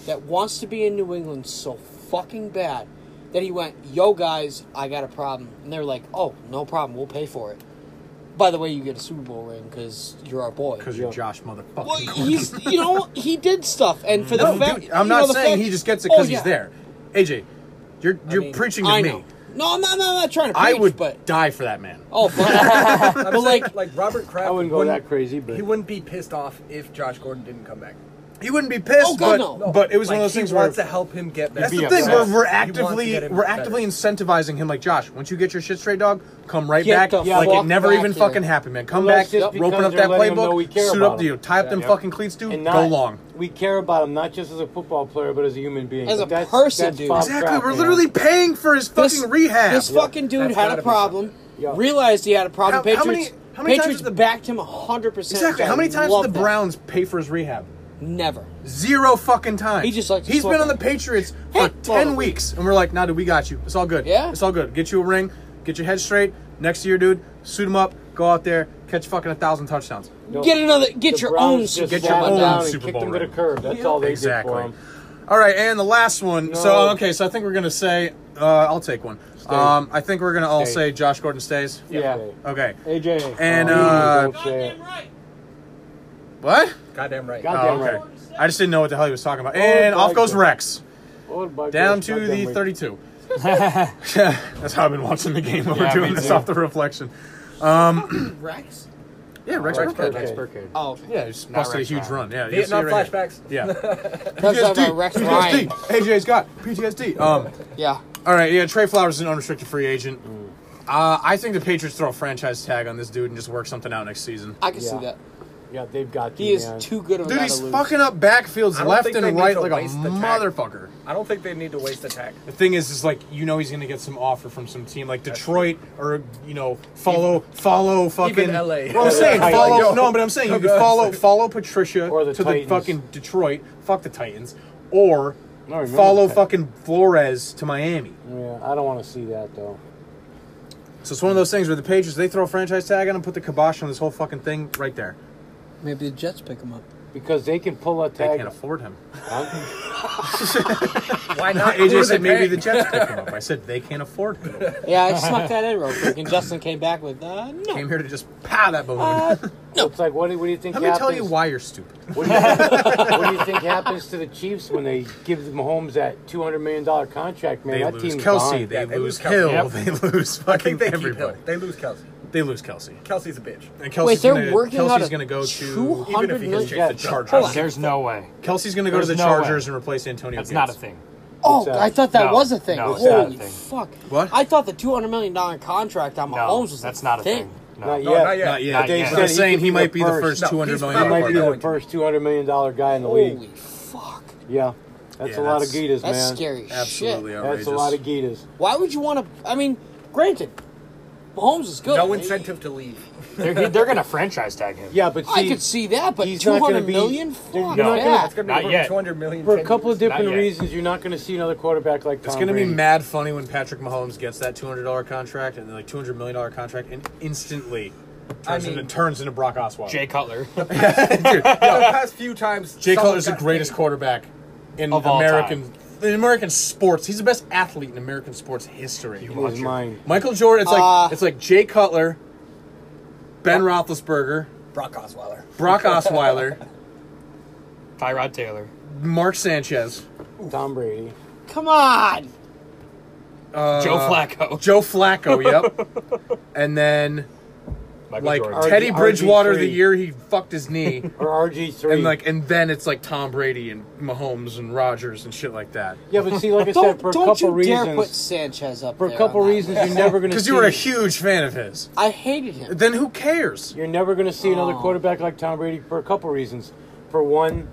Speaker 6: that wants to be in New England so fucking bad that he went, Yo, guys, I got a problem. And they're like, Oh, no problem. We'll pay for it. By the way, you get a Super Bowl ring because you're our boy.
Speaker 4: because you're Josh motherfucking.
Speaker 6: Well,
Speaker 4: Gordon.
Speaker 6: he's, you know, he did stuff. And for
Speaker 4: No,
Speaker 6: the fact.
Speaker 4: dude, I'm
Speaker 6: you know,
Speaker 4: not
Speaker 6: the
Speaker 4: saying
Speaker 6: fact-
Speaker 4: he just gets it
Speaker 6: Oh,
Speaker 4: because
Speaker 6: yeah.
Speaker 4: he's there. AJ, you're you're
Speaker 7: mean,
Speaker 4: preaching to
Speaker 6: I
Speaker 4: me.
Speaker 6: know. No, I'm not, I'm not trying to preach,
Speaker 4: I would
Speaker 6: but
Speaker 4: die for that man.
Speaker 6: Oh, fuck.
Speaker 7: I'm
Speaker 6: But,
Speaker 7: saying,
Speaker 6: like-
Speaker 7: like Robert Kraft,
Speaker 5: I wouldn't go that crazy, but
Speaker 7: He wouldn't be pissed off if Josh Gordon didn't come back.
Speaker 4: He wouldn't be pissed,
Speaker 6: Oh, God,
Speaker 4: but
Speaker 6: no.
Speaker 4: but it was
Speaker 7: Like,
Speaker 4: one of those
Speaker 7: he
Speaker 4: things where
Speaker 7: wants to help him get better.
Speaker 4: That's the
Speaker 5: be
Speaker 4: thing.
Speaker 5: upset.
Speaker 4: We're, we're
Speaker 7: He wants to
Speaker 4: actively
Speaker 7: get him
Speaker 4: we're
Speaker 7: better.
Speaker 4: actively incentivizing him. Like Josh, once you get your shit straight, dog, come right
Speaker 6: Get
Speaker 4: back.
Speaker 6: the
Speaker 4: Like
Speaker 6: fuck
Speaker 4: it never
Speaker 6: back
Speaker 4: even
Speaker 6: here.
Speaker 4: fucking happened, man. Come
Speaker 5: Well,
Speaker 4: back,
Speaker 5: that's just
Speaker 4: rope
Speaker 5: because
Speaker 4: up
Speaker 5: they're
Speaker 4: that
Speaker 5: letting him know we
Speaker 4: playbook,
Speaker 5: care
Speaker 4: suit
Speaker 5: about
Speaker 4: up to
Speaker 5: him.
Speaker 4: you, tie up them
Speaker 8: Yep.
Speaker 4: fucking cleats, dude.
Speaker 5: and
Speaker 4: go
Speaker 5: not-
Speaker 4: long.
Speaker 5: We care about him not just as a football player, but as a human being.
Speaker 6: As
Speaker 5: But
Speaker 6: a
Speaker 5: that's,
Speaker 6: person,
Speaker 5: that's
Speaker 6: dude.
Speaker 5: Bob
Speaker 4: Exactly.
Speaker 5: Kraft,
Speaker 4: we're
Speaker 5: man.
Speaker 4: literally paying for his fucking rehab.
Speaker 6: This fucking dude
Speaker 7: That's
Speaker 6: had
Speaker 7: gotta
Speaker 6: a
Speaker 7: be
Speaker 6: problem.
Speaker 5: Yeah.
Speaker 6: Realized he had a problem.
Speaker 4: How-
Speaker 6: Patriots,
Speaker 4: how many- how many times
Speaker 6: Patriots
Speaker 4: did the-
Speaker 6: backed him hundred percent.
Speaker 4: exactly. How many times did the
Speaker 6: Brown?
Speaker 4: Browns pay for his rehab?
Speaker 6: Never.
Speaker 4: Zero fucking time.
Speaker 6: He just likes to
Speaker 4: He's
Speaker 6: slow
Speaker 4: been on the
Speaker 6: down.
Speaker 4: Patriots for
Speaker 6: Hey,
Speaker 4: ten
Speaker 6: motherfucker.
Speaker 4: weeks, and we're like, nah, dude, we got you. It's all good.
Speaker 6: Yeah.
Speaker 4: It's all good. Get you a ring. Get your head straight. Next year, dude, suit him up. Go out there, catch fucking a thousand touchdowns.
Speaker 5: No,
Speaker 6: Get another. Get
Speaker 5: the
Speaker 6: your
Speaker 5: Browns
Speaker 6: own.
Speaker 5: just
Speaker 6: Super
Speaker 4: Get
Speaker 6: Bowl
Speaker 4: your
Speaker 5: sat
Speaker 6: run
Speaker 4: own
Speaker 5: down
Speaker 6: down.
Speaker 5: and
Speaker 4: Super
Speaker 5: kicked
Speaker 4: Bowl
Speaker 5: him to the
Speaker 4: ring.
Speaker 5: curb. That's all they did for him.
Speaker 4: All right, and the last one. So
Speaker 5: No.
Speaker 4: okay, so I think we're gonna say uh, I'll take one.
Speaker 5: Stay.
Speaker 4: Um, I think we're gonna all
Speaker 5: Stay.
Speaker 4: say Josh Gordon stays.
Speaker 1: Yeah.
Speaker 4: Okay.
Speaker 5: AJ.
Speaker 4: And,
Speaker 5: Oh,
Speaker 4: uh,
Speaker 5: don't say it.
Speaker 4: What?
Speaker 7: Goddamn right.
Speaker 5: God-
Speaker 4: Oh,
Speaker 5: Goddamn
Speaker 4: okay.
Speaker 5: right.
Speaker 4: I just didn't know what the hell he was talking about. And off goes Rex.
Speaker 5: Oh, my
Speaker 4: Down
Speaker 5: gosh,
Speaker 4: to
Speaker 5: goddamn
Speaker 4: the
Speaker 5: right.
Speaker 4: 32. That's how I've been watching the game when we're doing this off the reflection.
Speaker 6: Rex?
Speaker 4: Yeah, Rex.
Speaker 7: Rex
Speaker 4: Burkhead.
Speaker 7: Burkhead.
Speaker 1: Burkhead.
Speaker 6: Oh, okay.
Speaker 4: Yeah, he just busted a
Speaker 8: Rex
Speaker 4: huge
Speaker 8: Ryan.
Speaker 4: run. Yeah, you
Speaker 7: Vietnam
Speaker 4: see it right here.
Speaker 7: flashbacks.
Speaker 4: Yeah.
Speaker 6: Because of uh, Rex Ryan.
Speaker 4: AJ's got PTSD. Um,
Speaker 6: Yeah.
Speaker 4: all right, yeah, Trey Flowers is an unrestricted free agent. Uh, I think the Patriots throw a franchise tag on this dude and just work something out next season.
Speaker 6: I can see
Speaker 5: Yeah.
Speaker 6: that.
Speaker 5: Yeah, they've got
Speaker 6: He
Speaker 5: you,
Speaker 6: is
Speaker 5: man.
Speaker 6: too good of a
Speaker 4: Dude,
Speaker 6: guy
Speaker 4: he's
Speaker 6: to lose.
Speaker 4: fucking up backfields
Speaker 7: I don't
Speaker 4: left
Speaker 7: think
Speaker 4: and
Speaker 7: they need
Speaker 4: right
Speaker 7: to
Speaker 4: like a
Speaker 7: waste the tag.
Speaker 4: motherfucker.
Speaker 7: I don't think they need to waste attack.
Speaker 4: The thing is, is like you know he's gonna get some offer from some team like Detroit or you know follow follow fucking
Speaker 7: even LA.
Speaker 4: Well, I'm saying
Speaker 5: Like,
Speaker 4: follow
Speaker 7: yo,
Speaker 4: no, but I'm saying you
Speaker 7: yo,
Speaker 4: could
Speaker 7: guys.
Speaker 4: follow follow Patricia
Speaker 5: Or the
Speaker 4: to
Speaker 5: Titans.
Speaker 4: the fucking Detroit. Fuck the Titans or
Speaker 5: No, remember
Speaker 4: follow
Speaker 5: the
Speaker 4: fucking Flores to Miami.
Speaker 5: Yeah, I don't want to see that though.
Speaker 4: So it's one of those things where the Patriots they throw a franchise tag on and put the kibosh on this whole fucking thing right there.
Speaker 6: Maybe the Jets pick him up.
Speaker 5: Because they can pull a
Speaker 4: They
Speaker 5: tag.
Speaker 4: can't afford him.
Speaker 5: Huh?
Speaker 7: Why not? Who are
Speaker 4: AJ
Speaker 7: they
Speaker 4: said maybe
Speaker 7: paying?
Speaker 4: the Jets pick him up. I said they can't afford him.
Speaker 6: Yeah, I snuck that in real quick, and Justin came back with, uh, no.
Speaker 4: Came here to just pow that balloon.
Speaker 5: Uh, It's like what do, what do you think?
Speaker 4: Let me
Speaker 5: happens?
Speaker 4: tell you why you're stupid.
Speaker 5: What do you, what do you think happens to the Chiefs when they give Mahomes that two hundred million dollar contract? Man,
Speaker 4: They
Speaker 5: that
Speaker 4: lose
Speaker 5: team's
Speaker 4: Kelsey.
Speaker 5: gone.
Speaker 4: They,
Speaker 7: Yeah, they
Speaker 4: lose
Speaker 7: lose Kelsey.
Speaker 4: Hill.
Speaker 7: Yep.
Speaker 4: They lose
Speaker 7: I
Speaker 4: fucking
Speaker 7: think they keep
Speaker 4: everybody.
Speaker 7: Hill. They lose Kelsey.
Speaker 4: They lose Kelsey.
Speaker 7: Kelsey's a bitch.
Speaker 4: And
Speaker 6: Wait,
Speaker 4: Kelsey's
Speaker 6: they're
Speaker 4: gonna,
Speaker 6: working
Speaker 4: Kelsey's
Speaker 6: out a
Speaker 4: gonna go to
Speaker 6: 200
Speaker 7: Even if he
Speaker 6: million-
Speaker 7: gets
Speaker 5: Yeah,
Speaker 7: chased, the
Speaker 5: hold
Speaker 7: Chargers.
Speaker 8: There's no way.
Speaker 4: Kelsey's gonna go to the
Speaker 8: There's no way.
Speaker 4: Chargers and replace Antonio.
Speaker 8: That's
Speaker 4: Gates.
Speaker 8: not a thing.
Speaker 6: Oh,
Speaker 5: It's, uh,
Speaker 6: I thought that
Speaker 8: no,
Speaker 6: was a thing.
Speaker 8: no, it's not a
Speaker 6: Holy
Speaker 8: thing.
Speaker 6: fuck.
Speaker 4: What?
Speaker 6: I thought the $200 million contract on
Speaker 8: No,
Speaker 6: Mahomes was
Speaker 8: that's not a thing. No.
Speaker 5: Not
Speaker 7: No,
Speaker 5: yet.
Speaker 7: not yet.
Speaker 4: Not yet.
Speaker 8: Not
Speaker 4: They
Speaker 8: yet.
Speaker 4: said
Speaker 8: They're
Speaker 4: he's
Speaker 5: saying
Speaker 4: saying he might be the
Speaker 5: the
Speaker 4: first
Speaker 7: No,
Speaker 4: two hundred
Speaker 7: he's
Speaker 4: million
Speaker 5: He
Speaker 7: probably
Speaker 4: dollar
Speaker 5: might be the
Speaker 7: going
Speaker 4: quarterback.
Speaker 7: to.
Speaker 5: first two hundred million dollar guy in the
Speaker 6: Holy
Speaker 5: league.
Speaker 6: fuck.
Speaker 5: Yeah, that's
Speaker 4: Yeah,
Speaker 5: a lot of
Speaker 4: that's-
Speaker 5: Gitas,
Speaker 6: That's
Speaker 5: man.
Speaker 6: scary
Speaker 4: Absolutely
Speaker 6: shit.
Speaker 5: That's
Speaker 4: outrageous.
Speaker 5: a lot of Gitas.
Speaker 6: Why would you want to? I mean, granted, Mahomes is good. eh?
Speaker 7: No
Speaker 6: I-
Speaker 7: incentive to leave.
Speaker 8: They're, they're going to franchise tag him.
Speaker 5: Yeah, but see,
Speaker 6: I could see that, but
Speaker 5: he's
Speaker 6: two
Speaker 5: not gonna
Speaker 6: hundred
Speaker 5: be-
Speaker 6: million.
Speaker 5: Dude,
Speaker 6: Fuck
Speaker 8: you're not
Speaker 6: that.
Speaker 7: It's gonna
Speaker 8: Not
Speaker 7: be over
Speaker 8: yet.
Speaker 7: two hundred million
Speaker 5: for a
Speaker 7: ten
Speaker 5: couple
Speaker 7: years.
Speaker 5: of different
Speaker 8: yet.
Speaker 5: reasons, you're not going to see another quarterback like.
Speaker 4: It's
Speaker 5: Tom
Speaker 4: gonna be
Speaker 5: Brady.
Speaker 4: mad funny when Patrick Mahomes gets that two hundred dollar contract and then, like two hundred million dollar contract and instantly turns,
Speaker 7: I mean-
Speaker 4: into, turns into Brock Osweiler.
Speaker 8: Jay Cutler.
Speaker 7: the past few times.
Speaker 4: Jay
Speaker 7: someone
Speaker 4: Cutler's the
Speaker 7: got
Speaker 4: greatest
Speaker 7: paid.
Speaker 4: quarterback in
Speaker 8: Of all
Speaker 4: American in American sports. He's the best athlete in American sports history.
Speaker 5: He was mine.
Speaker 4: Michael Jordan. It's like
Speaker 6: Uh,
Speaker 4: it's like Jay Cutler, Ben Roethlisberger,
Speaker 7: Brock Osweiler.
Speaker 4: Brock Osweiler,
Speaker 8: Tyrod Taylor.
Speaker 4: Mark Sanchez,
Speaker 5: Tom Brady.
Speaker 6: Come on.
Speaker 7: Uh,
Speaker 8: Joe Flacco.
Speaker 4: Joe Flacco. Yep, and then
Speaker 8: Michael
Speaker 4: like
Speaker 8: Jordan.
Speaker 5: our-
Speaker 4: Teddy
Speaker 5: RG3.
Speaker 4: Bridgewater the year he fucked his knee,
Speaker 5: Or RG three.
Speaker 4: and like and then it's like Tom Brady and Mahomes and Rogers and shit like that.
Speaker 5: yeah, but see, like I said,
Speaker 6: Don't,
Speaker 5: for a
Speaker 6: don't
Speaker 5: couple
Speaker 6: you dare
Speaker 5: reasons,
Speaker 6: put Sanchez up
Speaker 5: for
Speaker 6: there
Speaker 5: a couple
Speaker 6: on that
Speaker 5: reasons,
Speaker 6: list.
Speaker 5: you're never going to.
Speaker 4: Because you were a huge fan of his.
Speaker 6: I hated him.
Speaker 4: Then who cares?
Speaker 5: You're never going to see another
Speaker 6: Oh.
Speaker 5: quarterback like Tom Brady for a couple reasons. For one,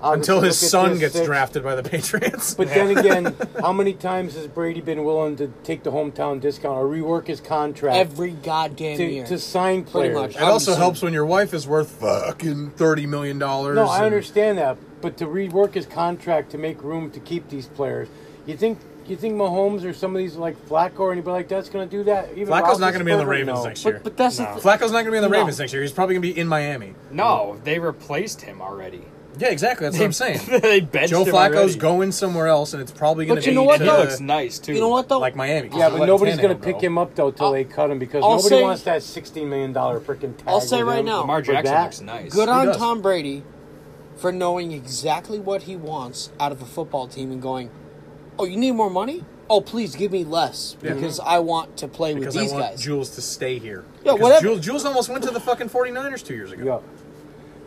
Speaker 5: obviously,
Speaker 4: Until his
Speaker 5: look at
Speaker 4: son
Speaker 5: this
Speaker 4: gets
Speaker 5: six.
Speaker 4: drafted by the Patriots.
Speaker 5: But then again, how many times has Brady been willing to take the hometown discount or rework his contract
Speaker 6: Every goddamn
Speaker 5: to,
Speaker 6: year.
Speaker 5: to sign
Speaker 6: Pretty
Speaker 5: players?
Speaker 6: much.
Speaker 4: It also
Speaker 6: Obviously.
Speaker 4: helps when your wife is worth fucking thirty million dollars.
Speaker 5: No, I understand that, but to rework his contract to make room to keep these players, you think you think Mahomes or some of these like Flacco or anybody like that's going to do that? Even
Speaker 4: Flacco's not going to be in the
Speaker 5: Roethlisberger?
Speaker 4: Ravens
Speaker 5: No.
Speaker 4: next year.
Speaker 6: but, but that's the
Speaker 8: No.
Speaker 6: th-
Speaker 4: Flacco's not going to be in the
Speaker 6: No.
Speaker 4: Ravens next year. He's probably going to be in Miami.
Speaker 8: No, they replaced him already.
Speaker 4: Yeah, exactly. That's what I'm saying.
Speaker 8: they benched
Speaker 4: Joe
Speaker 8: him
Speaker 4: Flacco's
Speaker 8: already.
Speaker 4: going somewhere else, and it's probably going
Speaker 6: But
Speaker 4: to be
Speaker 6: you know what,
Speaker 8: And
Speaker 4: to,
Speaker 8: he
Speaker 6: though?
Speaker 8: looks nice too.
Speaker 6: you know what though?
Speaker 4: like Miami. 'cause
Speaker 5: Yeah,
Speaker 4: they're
Speaker 5: but
Speaker 4: letting
Speaker 5: nobody's
Speaker 4: Tannehill
Speaker 5: going to
Speaker 4: go.
Speaker 5: pick him up though till they cut him because
Speaker 6: I'll
Speaker 5: nobody
Speaker 6: say-
Speaker 5: wants that sixteen million dollar freaking tag.
Speaker 6: I'll say
Speaker 5: with
Speaker 6: right
Speaker 5: him.
Speaker 6: now,
Speaker 8: Lamar
Speaker 5: For
Speaker 8: Jackson
Speaker 5: that,
Speaker 8: looks nice.
Speaker 6: Good on
Speaker 4: does.
Speaker 6: Tom Brady for knowing exactly what he wants out of a football team and going, "Oh, you need more money? Oh, please give me less because I want to play
Speaker 4: because
Speaker 6: with these
Speaker 4: I want
Speaker 6: guys."
Speaker 4: Jules to stay here.
Speaker 6: Yeah,
Speaker 4: Because
Speaker 6: whatever.
Speaker 4: Jules, Jules almost went to the fucking 49ers two years ago.
Speaker 5: Yeah.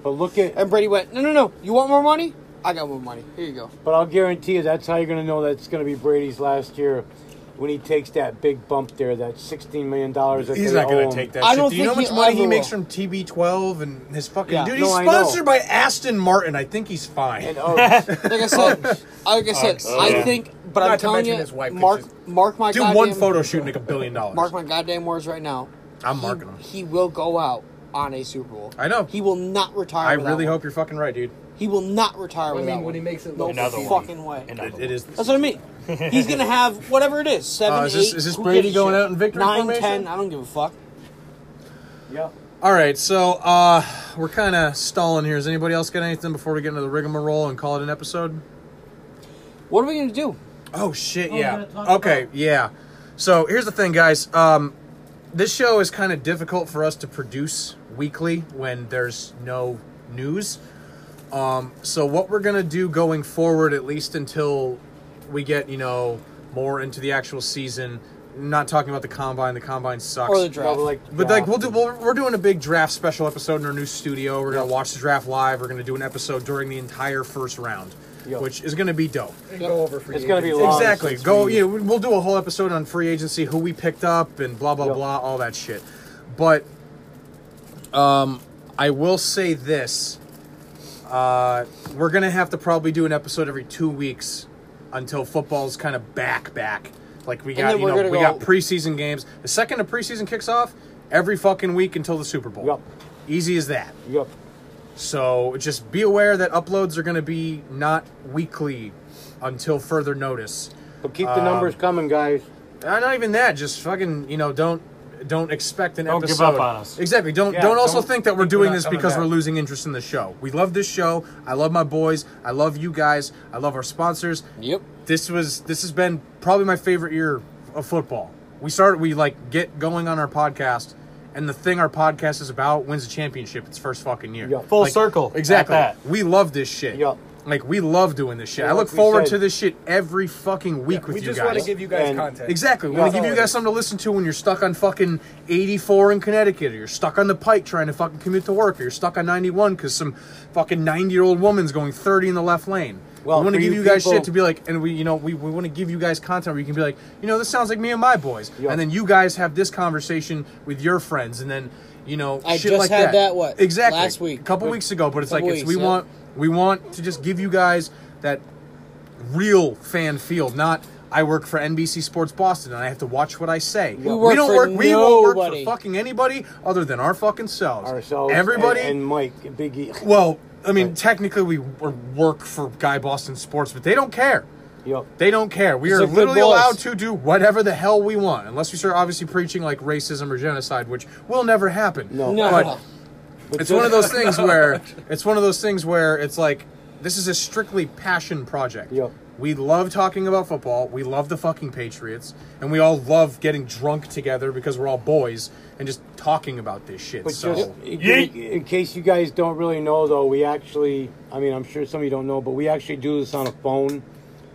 Speaker 5: But look at,
Speaker 6: and Brady went, "No, no, no. You want more money? I got more money. Here you go."
Speaker 5: but I'll guarantee you that's how you're going to know that's going to be Brady's last year when he takes that big bump there, that sixteen million dollars.
Speaker 4: He's not going to take that.
Speaker 6: I
Speaker 4: shit.
Speaker 6: don't
Speaker 4: Do you know how
Speaker 6: think
Speaker 4: much
Speaker 6: he
Speaker 4: money he
Speaker 6: ever
Speaker 4: makes
Speaker 6: will.
Speaker 4: from TB12 and his fucking
Speaker 6: Yeah.
Speaker 4: dude?
Speaker 5: No,
Speaker 4: he's
Speaker 5: I know.
Speaker 4: sponsored by Aston Martin. I think he's fine.
Speaker 5: And oh,
Speaker 6: Like I said, like I said, I think. But
Speaker 7: Oh. Not
Speaker 6: I'm
Speaker 7: to
Speaker 6: telling
Speaker 7: mention
Speaker 6: you,
Speaker 7: his wife
Speaker 6: mark,
Speaker 7: thinks
Speaker 6: mark my
Speaker 4: Do
Speaker 6: goddamn,
Speaker 4: one photo shoot and make a billion dollars.
Speaker 6: Mark my goddamn words right now.
Speaker 4: I'm
Speaker 6: He-
Speaker 4: marking 'em.
Speaker 6: He will go out on a Super Bowl.
Speaker 4: I know.
Speaker 6: He will not retire.
Speaker 4: I
Speaker 6: without
Speaker 4: really
Speaker 6: one.
Speaker 4: hope you're fucking right, dude.
Speaker 6: He will not retire.
Speaker 7: I
Speaker 6: without
Speaker 7: mean,
Speaker 6: one.
Speaker 7: when he makes it
Speaker 6: no
Speaker 7: look
Speaker 8: Another one.
Speaker 6: fucking way.
Speaker 8: Another
Speaker 4: It, it
Speaker 8: one.
Speaker 4: is.
Speaker 6: That's what I mean. He's gonna have whatever it is, seven,
Speaker 4: Uh, is this-
Speaker 6: eight.
Speaker 4: is this
Speaker 6: who
Speaker 4: Brady
Speaker 6: gives a
Speaker 4: going
Speaker 6: shit?
Speaker 4: out in victory
Speaker 6: Nine,
Speaker 4: formation?
Speaker 6: ten. I don't give a fuck.
Speaker 5: yeah.
Speaker 4: All right, so uh, we're kind of stalling here. Has anybody else got anything before we get into the rigmarole and call it an episode?
Speaker 6: What are we gonna do?
Speaker 4: Oh shit! Yeah. Okay. Yeah. So here's the thing, guys. Um, this show is kind of difficult for us to produce weekly when there's no news. Um, so what we're gonna do going forward, at least until we get you know more into the actual season. Not talking about the combine. The combine sucks.
Speaker 6: Or the draft.
Speaker 5: Probably like,
Speaker 4: But like
Speaker 5: draft.
Speaker 4: we'll do, we'll, we're doing a big draft special episode in our new studio. We're gonna watch the draft live. We're gonna do an episode during the entire first round,
Speaker 5: Yeah.
Speaker 4: which is gonna be dope.
Speaker 7: Go over for
Speaker 5: It's
Speaker 7: you.
Speaker 5: gonna be long.
Speaker 4: Exactly.
Speaker 5: since
Speaker 4: Go.
Speaker 5: we-
Speaker 4: You know, we'll do a whole episode on free agency, who we picked up, and blah blah
Speaker 5: Yeah.
Speaker 4: blah, all that shit. But um, I will say this: uh, we're gonna have to probably do an episode every two weeks until football's kind of back back. Like we got,
Speaker 6: then
Speaker 4: you
Speaker 6: we're
Speaker 4: know,
Speaker 6: gonna
Speaker 4: we got
Speaker 6: go-
Speaker 4: preseason games. The second the preseason kicks off, every fucking week until the Super Bowl.
Speaker 5: Yep.
Speaker 4: Easy as that.
Speaker 5: Yep.
Speaker 4: So just be aware that uploads are going to be not weekly until further notice.
Speaker 5: So keep the numbers
Speaker 4: Um,
Speaker 5: coming, guys.
Speaker 4: Uh, not even that. Just fucking, you know, don't don't expect an
Speaker 8: Don't give
Speaker 4: episode.
Speaker 8: up on us.
Speaker 4: Exactly. Don't
Speaker 7: Yeah,
Speaker 4: don't also
Speaker 7: don't
Speaker 4: think that we're
Speaker 7: think we're
Speaker 4: doing
Speaker 7: not
Speaker 4: this
Speaker 7: coming
Speaker 4: because
Speaker 7: back.
Speaker 4: we're losing interest in the show. We love this show. I love my boys. I love you guys. I love our sponsors.
Speaker 6: Yep.
Speaker 4: This was this has been probably my favorite year of football. We started we like get going on our podcast and the thing our podcast is about wins a championship its first fucking year.
Speaker 5: Yeah.
Speaker 8: Full
Speaker 4: Like,
Speaker 8: circle at
Speaker 4: Exactly.
Speaker 8: that.
Speaker 4: We love this shit.
Speaker 5: Yeah.
Speaker 4: Like we love doing this shit.
Speaker 5: Yeah,
Speaker 4: I look
Speaker 5: like we
Speaker 4: forward
Speaker 5: said.
Speaker 4: to this shit every fucking week with
Speaker 7: we
Speaker 4: you
Speaker 7: just
Speaker 4: guys.
Speaker 7: want to give you guys
Speaker 5: And-
Speaker 7: content.
Speaker 4: Exactly. We
Speaker 5: Yeah.
Speaker 4: want to give you guys something to listen to when you're stuck on fucking 84 in Connecticut, or you're stuck on the Pike trying to fucking commute to work, or you're stuck on 91 because some fucking 90 year old woman's going 30 in the left lane.
Speaker 5: Well,
Speaker 4: we want to
Speaker 5: for
Speaker 4: give
Speaker 5: you
Speaker 4: you guys
Speaker 5: people-
Speaker 4: shit to be like, and we, you know, we, we want to give you guys content where you can be like, you know, this sounds like me and my boys,
Speaker 5: Yeah.
Speaker 4: and then you guys have this conversation with your friends, and then. You know,
Speaker 6: I
Speaker 4: shit
Speaker 6: just
Speaker 4: like
Speaker 6: had
Speaker 4: that.
Speaker 6: that, what,
Speaker 4: exactly
Speaker 6: last week?
Speaker 4: a couple weeks ago. But it's like
Speaker 6: Couple
Speaker 4: it's, we
Speaker 6: weeks, yeah.
Speaker 4: want we want to just give you guys that real fan feel, not I work for NBC Sports Boston and I have to watch what I say. We,
Speaker 6: work
Speaker 4: don't
Speaker 6: for
Speaker 4: work. We won't work
Speaker 6: nobody.
Speaker 4: for fucking anybody other than our fucking selves.
Speaker 5: Ourselves.
Speaker 4: Everybody.
Speaker 5: And, and Mike, Biggie.
Speaker 4: well, I mean, technically we w- work for Guy Boston Sports, but they don't care.
Speaker 5: Yep.
Speaker 4: They don't care. We
Speaker 6: These
Speaker 4: are
Speaker 6: are good
Speaker 4: literally
Speaker 6: boys.
Speaker 4: allowed to do whatever the hell we want, unless we start obviously preaching like racism or genocide, which will never happen.
Speaker 5: No.
Speaker 6: No.
Speaker 4: But
Speaker 5: But
Speaker 4: it's
Speaker 5: just-
Speaker 4: one of those things where it's one of those things where it's like this is a strictly passion project.
Speaker 5: Yep.
Speaker 4: We love talking about football. We love the fucking Patriots, and we all love getting drunk together because we're all boys and just talking about this shit.
Speaker 5: But
Speaker 4: so
Speaker 5: just in, in case you guys don't really know, though, we actually, I mean, I'm sure some of you don't know, but we actually do this on a phone,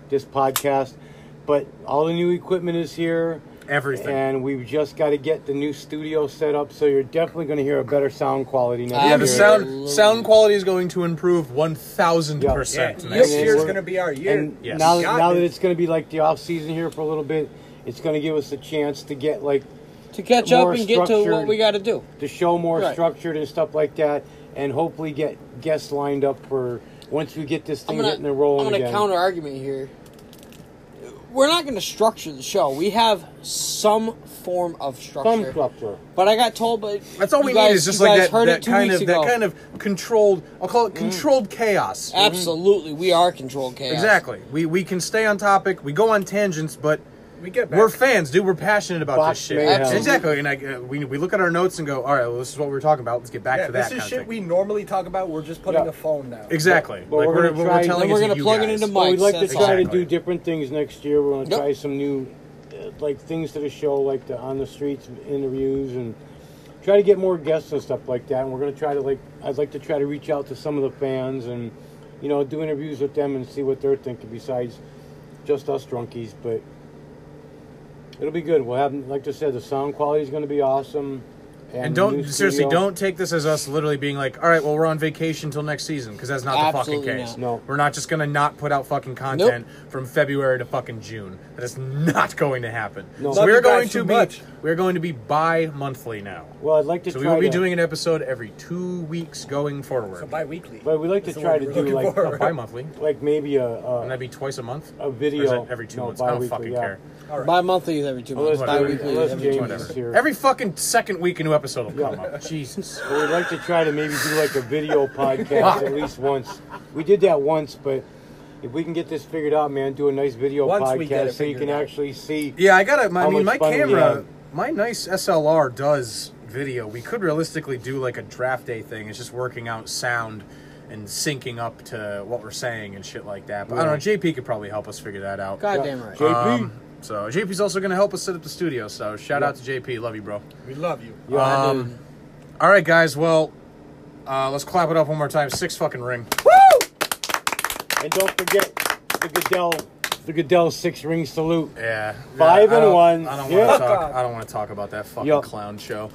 Speaker 5: this podcast. But all the new equipment is here.
Speaker 4: Everything.
Speaker 5: And we've just got to get the new studio set up, so you're definitely going to hear a better sound quality next
Speaker 4: yeah,
Speaker 5: year.
Speaker 4: the sound sound quality is going to improve one thousand percent.
Speaker 7: Yeah. This
Speaker 5: And
Speaker 7: year's
Speaker 5: we're-
Speaker 7: gonna be our year.
Speaker 5: And
Speaker 4: Yes.
Speaker 5: now,
Speaker 7: Got
Speaker 5: now
Speaker 7: it.
Speaker 5: that it's going to be like the off season here for a little bit, it's going to give us a chance to get like
Speaker 6: To catch
Speaker 5: More
Speaker 6: up and get to what
Speaker 5: structured.
Speaker 6: we got to do.
Speaker 5: the show more
Speaker 6: Right.
Speaker 5: structured and stuff like that, and hopefully get guests lined up for once we get this
Speaker 6: I'm
Speaker 5: thing
Speaker 6: gonna,
Speaker 5: hitting and rolling
Speaker 6: I'm gonna
Speaker 5: again.
Speaker 6: counter argument here. We're not gonna structure the show. We have some form of
Speaker 5: Thumb
Speaker 6: structure.
Speaker 5: clubber.
Speaker 6: But I got told, but
Speaker 4: That's all
Speaker 6: you
Speaker 4: we
Speaker 6: guys-
Speaker 4: need is just
Speaker 6: you
Speaker 4: like
Speaker 6: guys
Speaker 4: that,
Speaker 6: heard
Speaker 4: that
Speaker 6: it two
Speaker 4: kind
Speaker 6: weeks
Speaker 4: of
Speaker 6: ago. Mm. Ah,
Speaker 4: that kind of controlled. I'll call it controlled chaos.
Speaker 6: Absolutely, we are controlled chaos.
Speaker 4: Exactly. We we can stay on topic. We go on tangents, but
Speaker 7: We get back.
Speaker 4: we're fans, dude. We're passionate about
Speaker 5: Box
Speaker 4: this shit.
Speaker 5: mayhem.
Speaker 6: Absolutely.
Speaker 4: Exactly. And I, uh, we we look at our notes and go, all right, well, this is what we we're talking about. Let's get back
Speaker 7: yeah,
Speaker 4: to that.
Speaker 7: this is
Speaker 4: kind of
Speaker 7: shit
Speaker 4: thing.
Speaker 7: we normally talk about. We're just putting
Speaker 5: Yeah.
Speaker 7: a phone now.
Speaker 4: exactly.
Speaker 5: But
Speaker 4: like
Speaker 5: we're
Speaker 4: we're,
Speaker 5: gonna
Speaker 4: we're,
Speaker 5: try-
Speaker 4: telling
Speaker 6: and we're
Speaker 4: it to
Speaker 6: gonna
Speaker 4: you
Speaker 6: plug it
Speaker 4: guys.
Speaker 6: into
Speaker 4: Oh,
Speaker 6: Mike.
Speaker 5: But we'd like to
Speaker 6: that's
Speaker 5: try to
Speaker 4: exactly.
Speaker 5: do different things next year. We're going to
Speaker 6: Yep.
Speaker 5: try some new, uh, like things to the show, like the on the streets interviews, and try to get more guests and stuff like that. And we're going to try to like, I'd like to try to reach out to some of the fans and, you know, do interviews with them and see what they're thinking. Besides, just us drunkies, but it'll be good. We'll have, like I said, the sound quality is going to be awesome.
Speaker 4: And
Speaker 5: the new
Speaker 4: don't seriously
Speaker 5: studio.
Speaker 4: don't take this as us literally being like, all right, well, we're on vacation till next season because that's not the
Speaker 6: Absolutely
Speaker 4: fucking case.
Speaker 6: not.
Speaker 5: No.
Speaker 4: we're not just gonna not put out fucking content from February to fucking June. That is not going to happen.
Speaker 5: No.
Speaker 4: So
Speaker 5: Love
Speaker 4: we're
Speaker 7: you guys
Speaker 4: going
Speaker 7: so
Speaker 4: to
Speaker 7: much.
Speaker 4: be we're going to be bi-monthly now.
Speaker 5: Well, I'd like to
Speaker 4: So we
Speaker 5: try
Speaker 4: will be
Speaker 5: to,
Speaker 4: doing an episode every two weeks going forward.
Speaker 7: So bi-weekly.
Speaker 5: but we'd like to
Speaker 7: That's the
Speaker 5: try
Speaker 7: word
Speaker 5: to
Speaker 7: we're
Speaker 5: do
Speaker 7: looking
Speaker 5: like,
Speaker 7: for.
Speaker 4: No, bi-monthly.
Speaker 5: like maybe a, a
Speaker 4: Wouldn't that be twice a month?
Speaker 5: a
Speaker 4: Or is
Speaker 5: video
Speaker 4: it every two
Speaker 5: no,
Speaker 4: months? I don't
Speaker 5: bi-weekly,
Speaker 4: fucking
Speaker 5: yeah.
Speaker 4: care.
Speaker 6: Bi-monthly is every two months.
Speaker 5: Unless,
Speaker 4: Whatever.
Speaker 6: Bi-weekly is
Speaker 5: unless
Speaker 6: every
Speaker 5: James
Speaker 6: two months.
Speaker 5: is here.
Speaker 4: Every fucking second week, a new episode will come up. Jesus.
Speaker 5: But we'd like to try to maybe do like a video podcast at least once. We did that once, but if we can get this figured out, man, do a nice video
Speaker 7: Once we
Speaker 5: podcast
Speaker 7: get it
Speaker 5: so you can
Speaker 7: figured out.
Speaker 5: actually see.
Speaker 4: Yeah, I gotta. my- I
Speaker 5: How
Speaker 4: mean,
Speaker 5: much
Speaker 4: my
Speaker 5: fun we
Speaker 4: camera,
Speaker 5: had.
Speaker 4: my nice SLR does video. We could realistically do like a draft day thing. It's just working out sound and syncing up to what we're saying and shit like that. But I don't know. JP could probably help us figure that out.
Speaker 6: Goddamn right.
Speaker 5: JP,
Speaker 4: Um, So JP's also going to help us set up the studio. So shout out to JP. Love you, bro.
Speaker 7: We love you.
Speaker 4: Um, all right, guys. Well, uh, let's clap it up one more time. Six fucking ring.
Speaker 5: And don't forget the Goodell, the Goodell six ring salute.
Speaker 4: Yeah.
Speaker 5: Five
Speaker 4: I
Speaker 5: and
Speaker 4: don't-
Speaker 5: one.
Speaker 4: I don't
Speaker 5: Yeah.
Speaker 4: want to talk. I don't want to talk about that fucking
Speaker 5: Yup.
Speaker 4: clown show.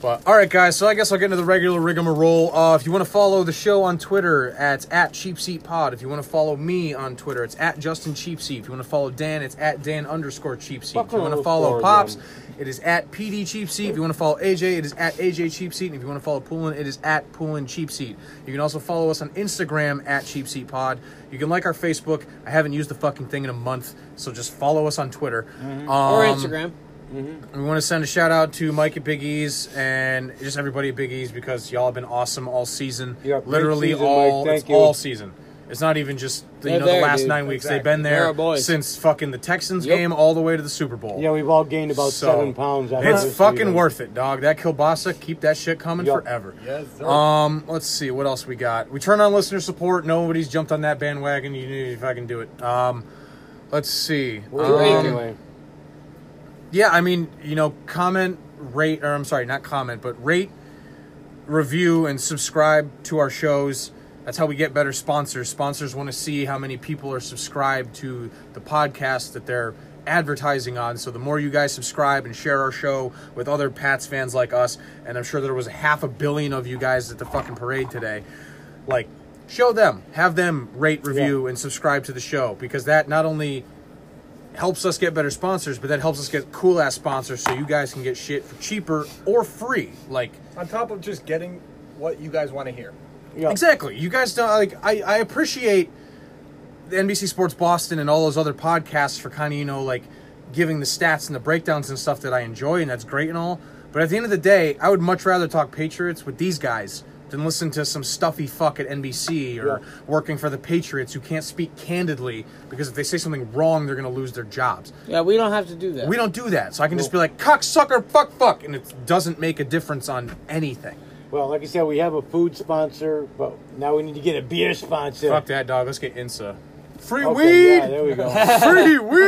Speaker 4: But all right, guys. So I guess I'll get into the regular rigmarole. Uh, if you want to follow the show on Twitter, it's at Cheap Seat Pod. If you want to follow me on Twitter, it's at Justin Cheap Seat. If you want to follow Dan, it's at Dan underscore Cheap Seat. If you want to
Speaker 5: Fucking
Speaker 4: follow
Speaker 5: forward,
Speaker 4: Pops,
Speaker 5: man.
Speaker 4: it is at PD Cheap Seat. If you want to follow AJ, it is at AJ Cheap Seat. And if you want to follow Poolin, it is at Poolin Cheap Seat. You can also follow us on Instagram at Cheap Seat Pod. You can like our Facebook. I haven't used the fucking thing in a month, so just follow us on Twitter. Um,
Speaker 6: Mm-hmm. Or Instagram.
Speaker 4: We want to send a shout out to Mike at Big E's and just everybody at Big E's because y'all have been awesome all season.
Speaker 5: Yeah, big
Speaker 4: Literally
Speaker 5: season,
Speaker 4: all
Speaker 5: Mike. Thank
Speaker 4: it's
Speaker 5: you.
Speaker 4: all season. It's not even just the, you
Speaker 6: They're
Speaker 4: know the
Speaker 6: there,
Speaker 4: last
Speaker 6: dude.
Speaker 4: nine weeks. They've
Speaker 7: Exactly.
Speaker 4: been
Speaker 6: They're
Speaker 4: there
Speaker 6: our boys.
Speaker 4: since fucking the Texans
Speaker 6: Yep.
Speaker 4: game all the way to the Super Bowl.
Speaker 5: Yeah, we've all gained about
Speaker 4: So,
Speaker 5: seven pounds. After
Speaker 4: It's
Speaker 5: this
Speaker 4: fucking
Speaker 5: season.
Speaker 4: worth it, dog. That kielbasa, keep that shit coming
Speaker 5: Yup.
Speaker 4: forever.
Speaker 7: Yes, sir.
Speaker 4: Um, let's see what else we got. We turned on listener support. Nobody's jumped on that bandwagon. You knew if I can do it. Um, let's see.
Speaker 5: We're
Speaker 4: Um,
Speaker 5: great anyway.
Speaker 4: yeah, I mean, you know, comment, rate, or I'm sorry, not comment, but rate, review, and subscribe to our shows. That's how we get better sponsors. Sponsors want to see how many people are subscribed to the podcast that they're advertising on. So the more you guys subscribe and share our show with other Pats fans like us, and I'm sure there was half a billion of you guys at the fucking parade today, like, show them, have them rate, review, and subscribe to the show because that not only helps us get better sponsors, but that helps us get cool ass sponsors so you guys can get shit for cheaper or free. Like
Speaker 7: On top of just getting what you guys want to hear.
Speaker 5: Yeah.
Speaker 4: exactly. You guys don't like I, I appreciate the NBC Sports Boston and all those other podcasts for kind of, you know, like giving the stats and the breakdowns and stuff that I enjoy and that's great and all. But at the end of the day, I would much rather talk Patriots with these guys than listen to some stuffy fuck at NBC or
Speaker 5: Yeah.
Speaker 4: working for the Patriots who can't speak candidly because if they say something wrong, they're going to lose their jobs.
Speaker 6: Yeah, we don't have to do that.
Speaker 4: We don't do that. So I can just be like, cocksucker, fuck, fuck. And it doesn't make a difference on anything.
Speaker 5: Well, like I said, we have a food sponsor, but now we need to get a beer sponsor.
Speaker 4: Fuck that, dog. Let's get INSA. Free
Speaker 5: Okay, yeah,
Speaker 4: weed!
Speaker 5: there we go.
Speaker 4: Free weed!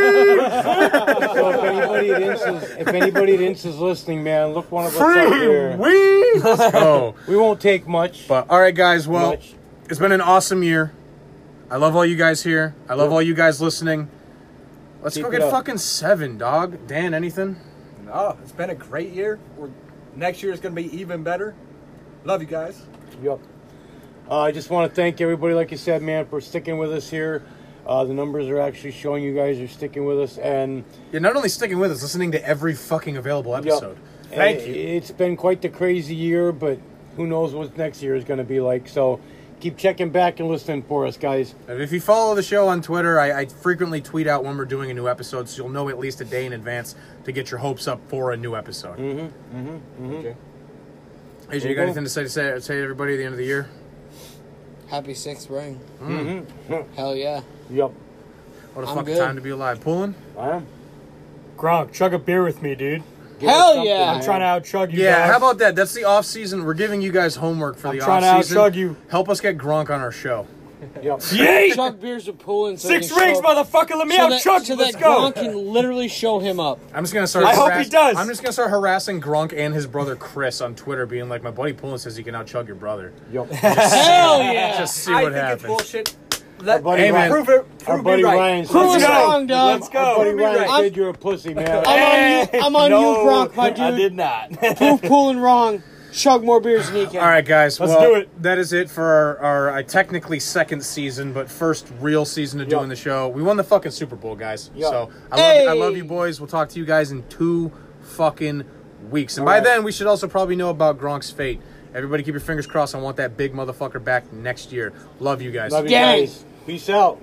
Speaker 5: So if anybody at Ince is, if anybody at Ince is listening, man, look one of us up
Speaker 4: Free
Speaker 5: here.
Speaker 4: weed! Let's go.
Speaker 5: We won't take much.
Speaker 4: But all right, guys. Well,
Speaker 5: Much.
Speaker 4: it's been an awesome year. I love all you guys here. I love all you guys listening. Let's
Speaker 5: Keep
Speaker 4: go
Speaker 5: it
Speaker 4: get
Speaker 5: up.
Speaker 4: fucking seven, dog. Dan, anything?
Speaker 7: Oh, it's been a great year. We're, next year is going to be even better. Love you guys.
Speaker 5: Yep. Uh, I just want to thank everybody, like you said, man, for sticking with us here. Uh, the numbers are actually showing you guys are sticking with us, and
Speaker 4: You're not only sticking with us, listening to every fucking available
Speaker 5: yep.
Speaker 4: episode.
Speaker 5: And It's been quite the crazy year, but who knows what next year is going to be like? So keep checking back and listening for us, guys.
Speaker 4: And If you follow the show on Twitter, I, I frequently tweet out when we're doing a new episode, so you'll know at least a day in advance to get your hopes up for a new episode. Mm-hmm. Mm-hmm. Mm-hmm. AJ, you got
Speaker 5: Okay.
Speaker 4: anything to say to say, say to everybody at the end of the year?
Speaker 6: Happy sixth ring.
Speaker 9: Mm-hmm.
Speaker 6: Hell yeah.
Speaker 5: Yep.
Speaker 4: What a
Speaker 6: I'm
Speaker 4: fucking
Speaker 6: good.
Speaker 4: time to be alive. Pulling?
Speaker 5: I am.
Speaker 9: Gronk, chug a beer with me, dude.
Speaker 6: Hell yeah.
Speaker 9: I'm trying to out chug you.
Speaker 4: Yeah,
Speaker 9: guys.
Speaker 4: how about that? That's the off season. We're giving you guys homework for the
Speaker 9: trying to
Speaker 4: off season.
Speaker 9: outchug you.
Speaker 4: Help us get Gronk on our show.
Speaker 5: Yep.
Speaker 9: Yeet!
Speaker 6: Chuck beers are pulling so
Speaker 9: Six
Speaker 6: they can
Speaker 9: rings,
Speaker 6: show-
Speaker 9: motherfucker. Let me
Speaker 6: so
Speaker 9: out
Speaker 6: that,
Speaker 9: chug
Speaker 6: so
Speaker 9: you. Let's
Speaker 6: that
Speaker 9: go.
Speaker 6: Gronk can literally show him up.
Speaker 4: I'm just gonna start.
Speaker 9: I hope he does.
Speaker 4: I'm just gonna start harassing Gronk and his brother Chris on Twitter, being like, "My buddy Pullen says he can outchug your brother."
Speaker 5: Yep.
Speaker 6: Hell yeah.
Speaker 4: Just see
Speaker 7: I
Speaker 4: what
Speaker 7: think
Speaker 4: happens.
Speaker 7: it's bullshit. Let,
Speaker 5: buddy
Speaker 7: hey,
Speaker 4: Ryan-
Speaker 7: prove it. Prove
Speaker 5: Our
Speaker 7: me
Speaker 5: buddy
Speaker 7: right.
Speaker 5: Ryan
Speaker 9: Prove
Speaker 5: said-
Speaker 9: me
Speaker 6: Prove us
Speaker 9: right.
Speaker 6: wrong, dog.
Speaker 9: Let's
Speaker 5: Our buddy
Speaker 9: go.
Speaker 7: Prove me
Speaker 5: Ryan
Speaker 7: right.
Speaker 5: said you're a pussy, man.
Speaker 6: I'm on you, I'm on
Speaker 9: no,
Speaker 6: you Gronk, my
Speaker 9: I
Speaker 6: dude.
Speaker 9: did not.
Speaker 6: Prove pulling wrong. Chug more beers than he can.
Speaker 4: All right, guys.
Speaker 9: Let's do
Speaker 4: well,
Speaker 9: it.
Speaker 4: That is it for our, our uh, technically second season, but first real season of doing the show. We won the fucking Super Bowl, guys.
Speaker 5: Yeah.
Speaker 4: So I love, I love you, boys. We'll talk to you guys in two fucking weeks, and by
Speaker 5: right.
Speaker 4: then we should also probably know about Gronk's fate. Everybody, keep your fingers crossed. I want that big motherfucker back next year. Love you guys.
Speaker 5: Love you
Speaker 6: Gang.
Speaker 5: guys. Peace out.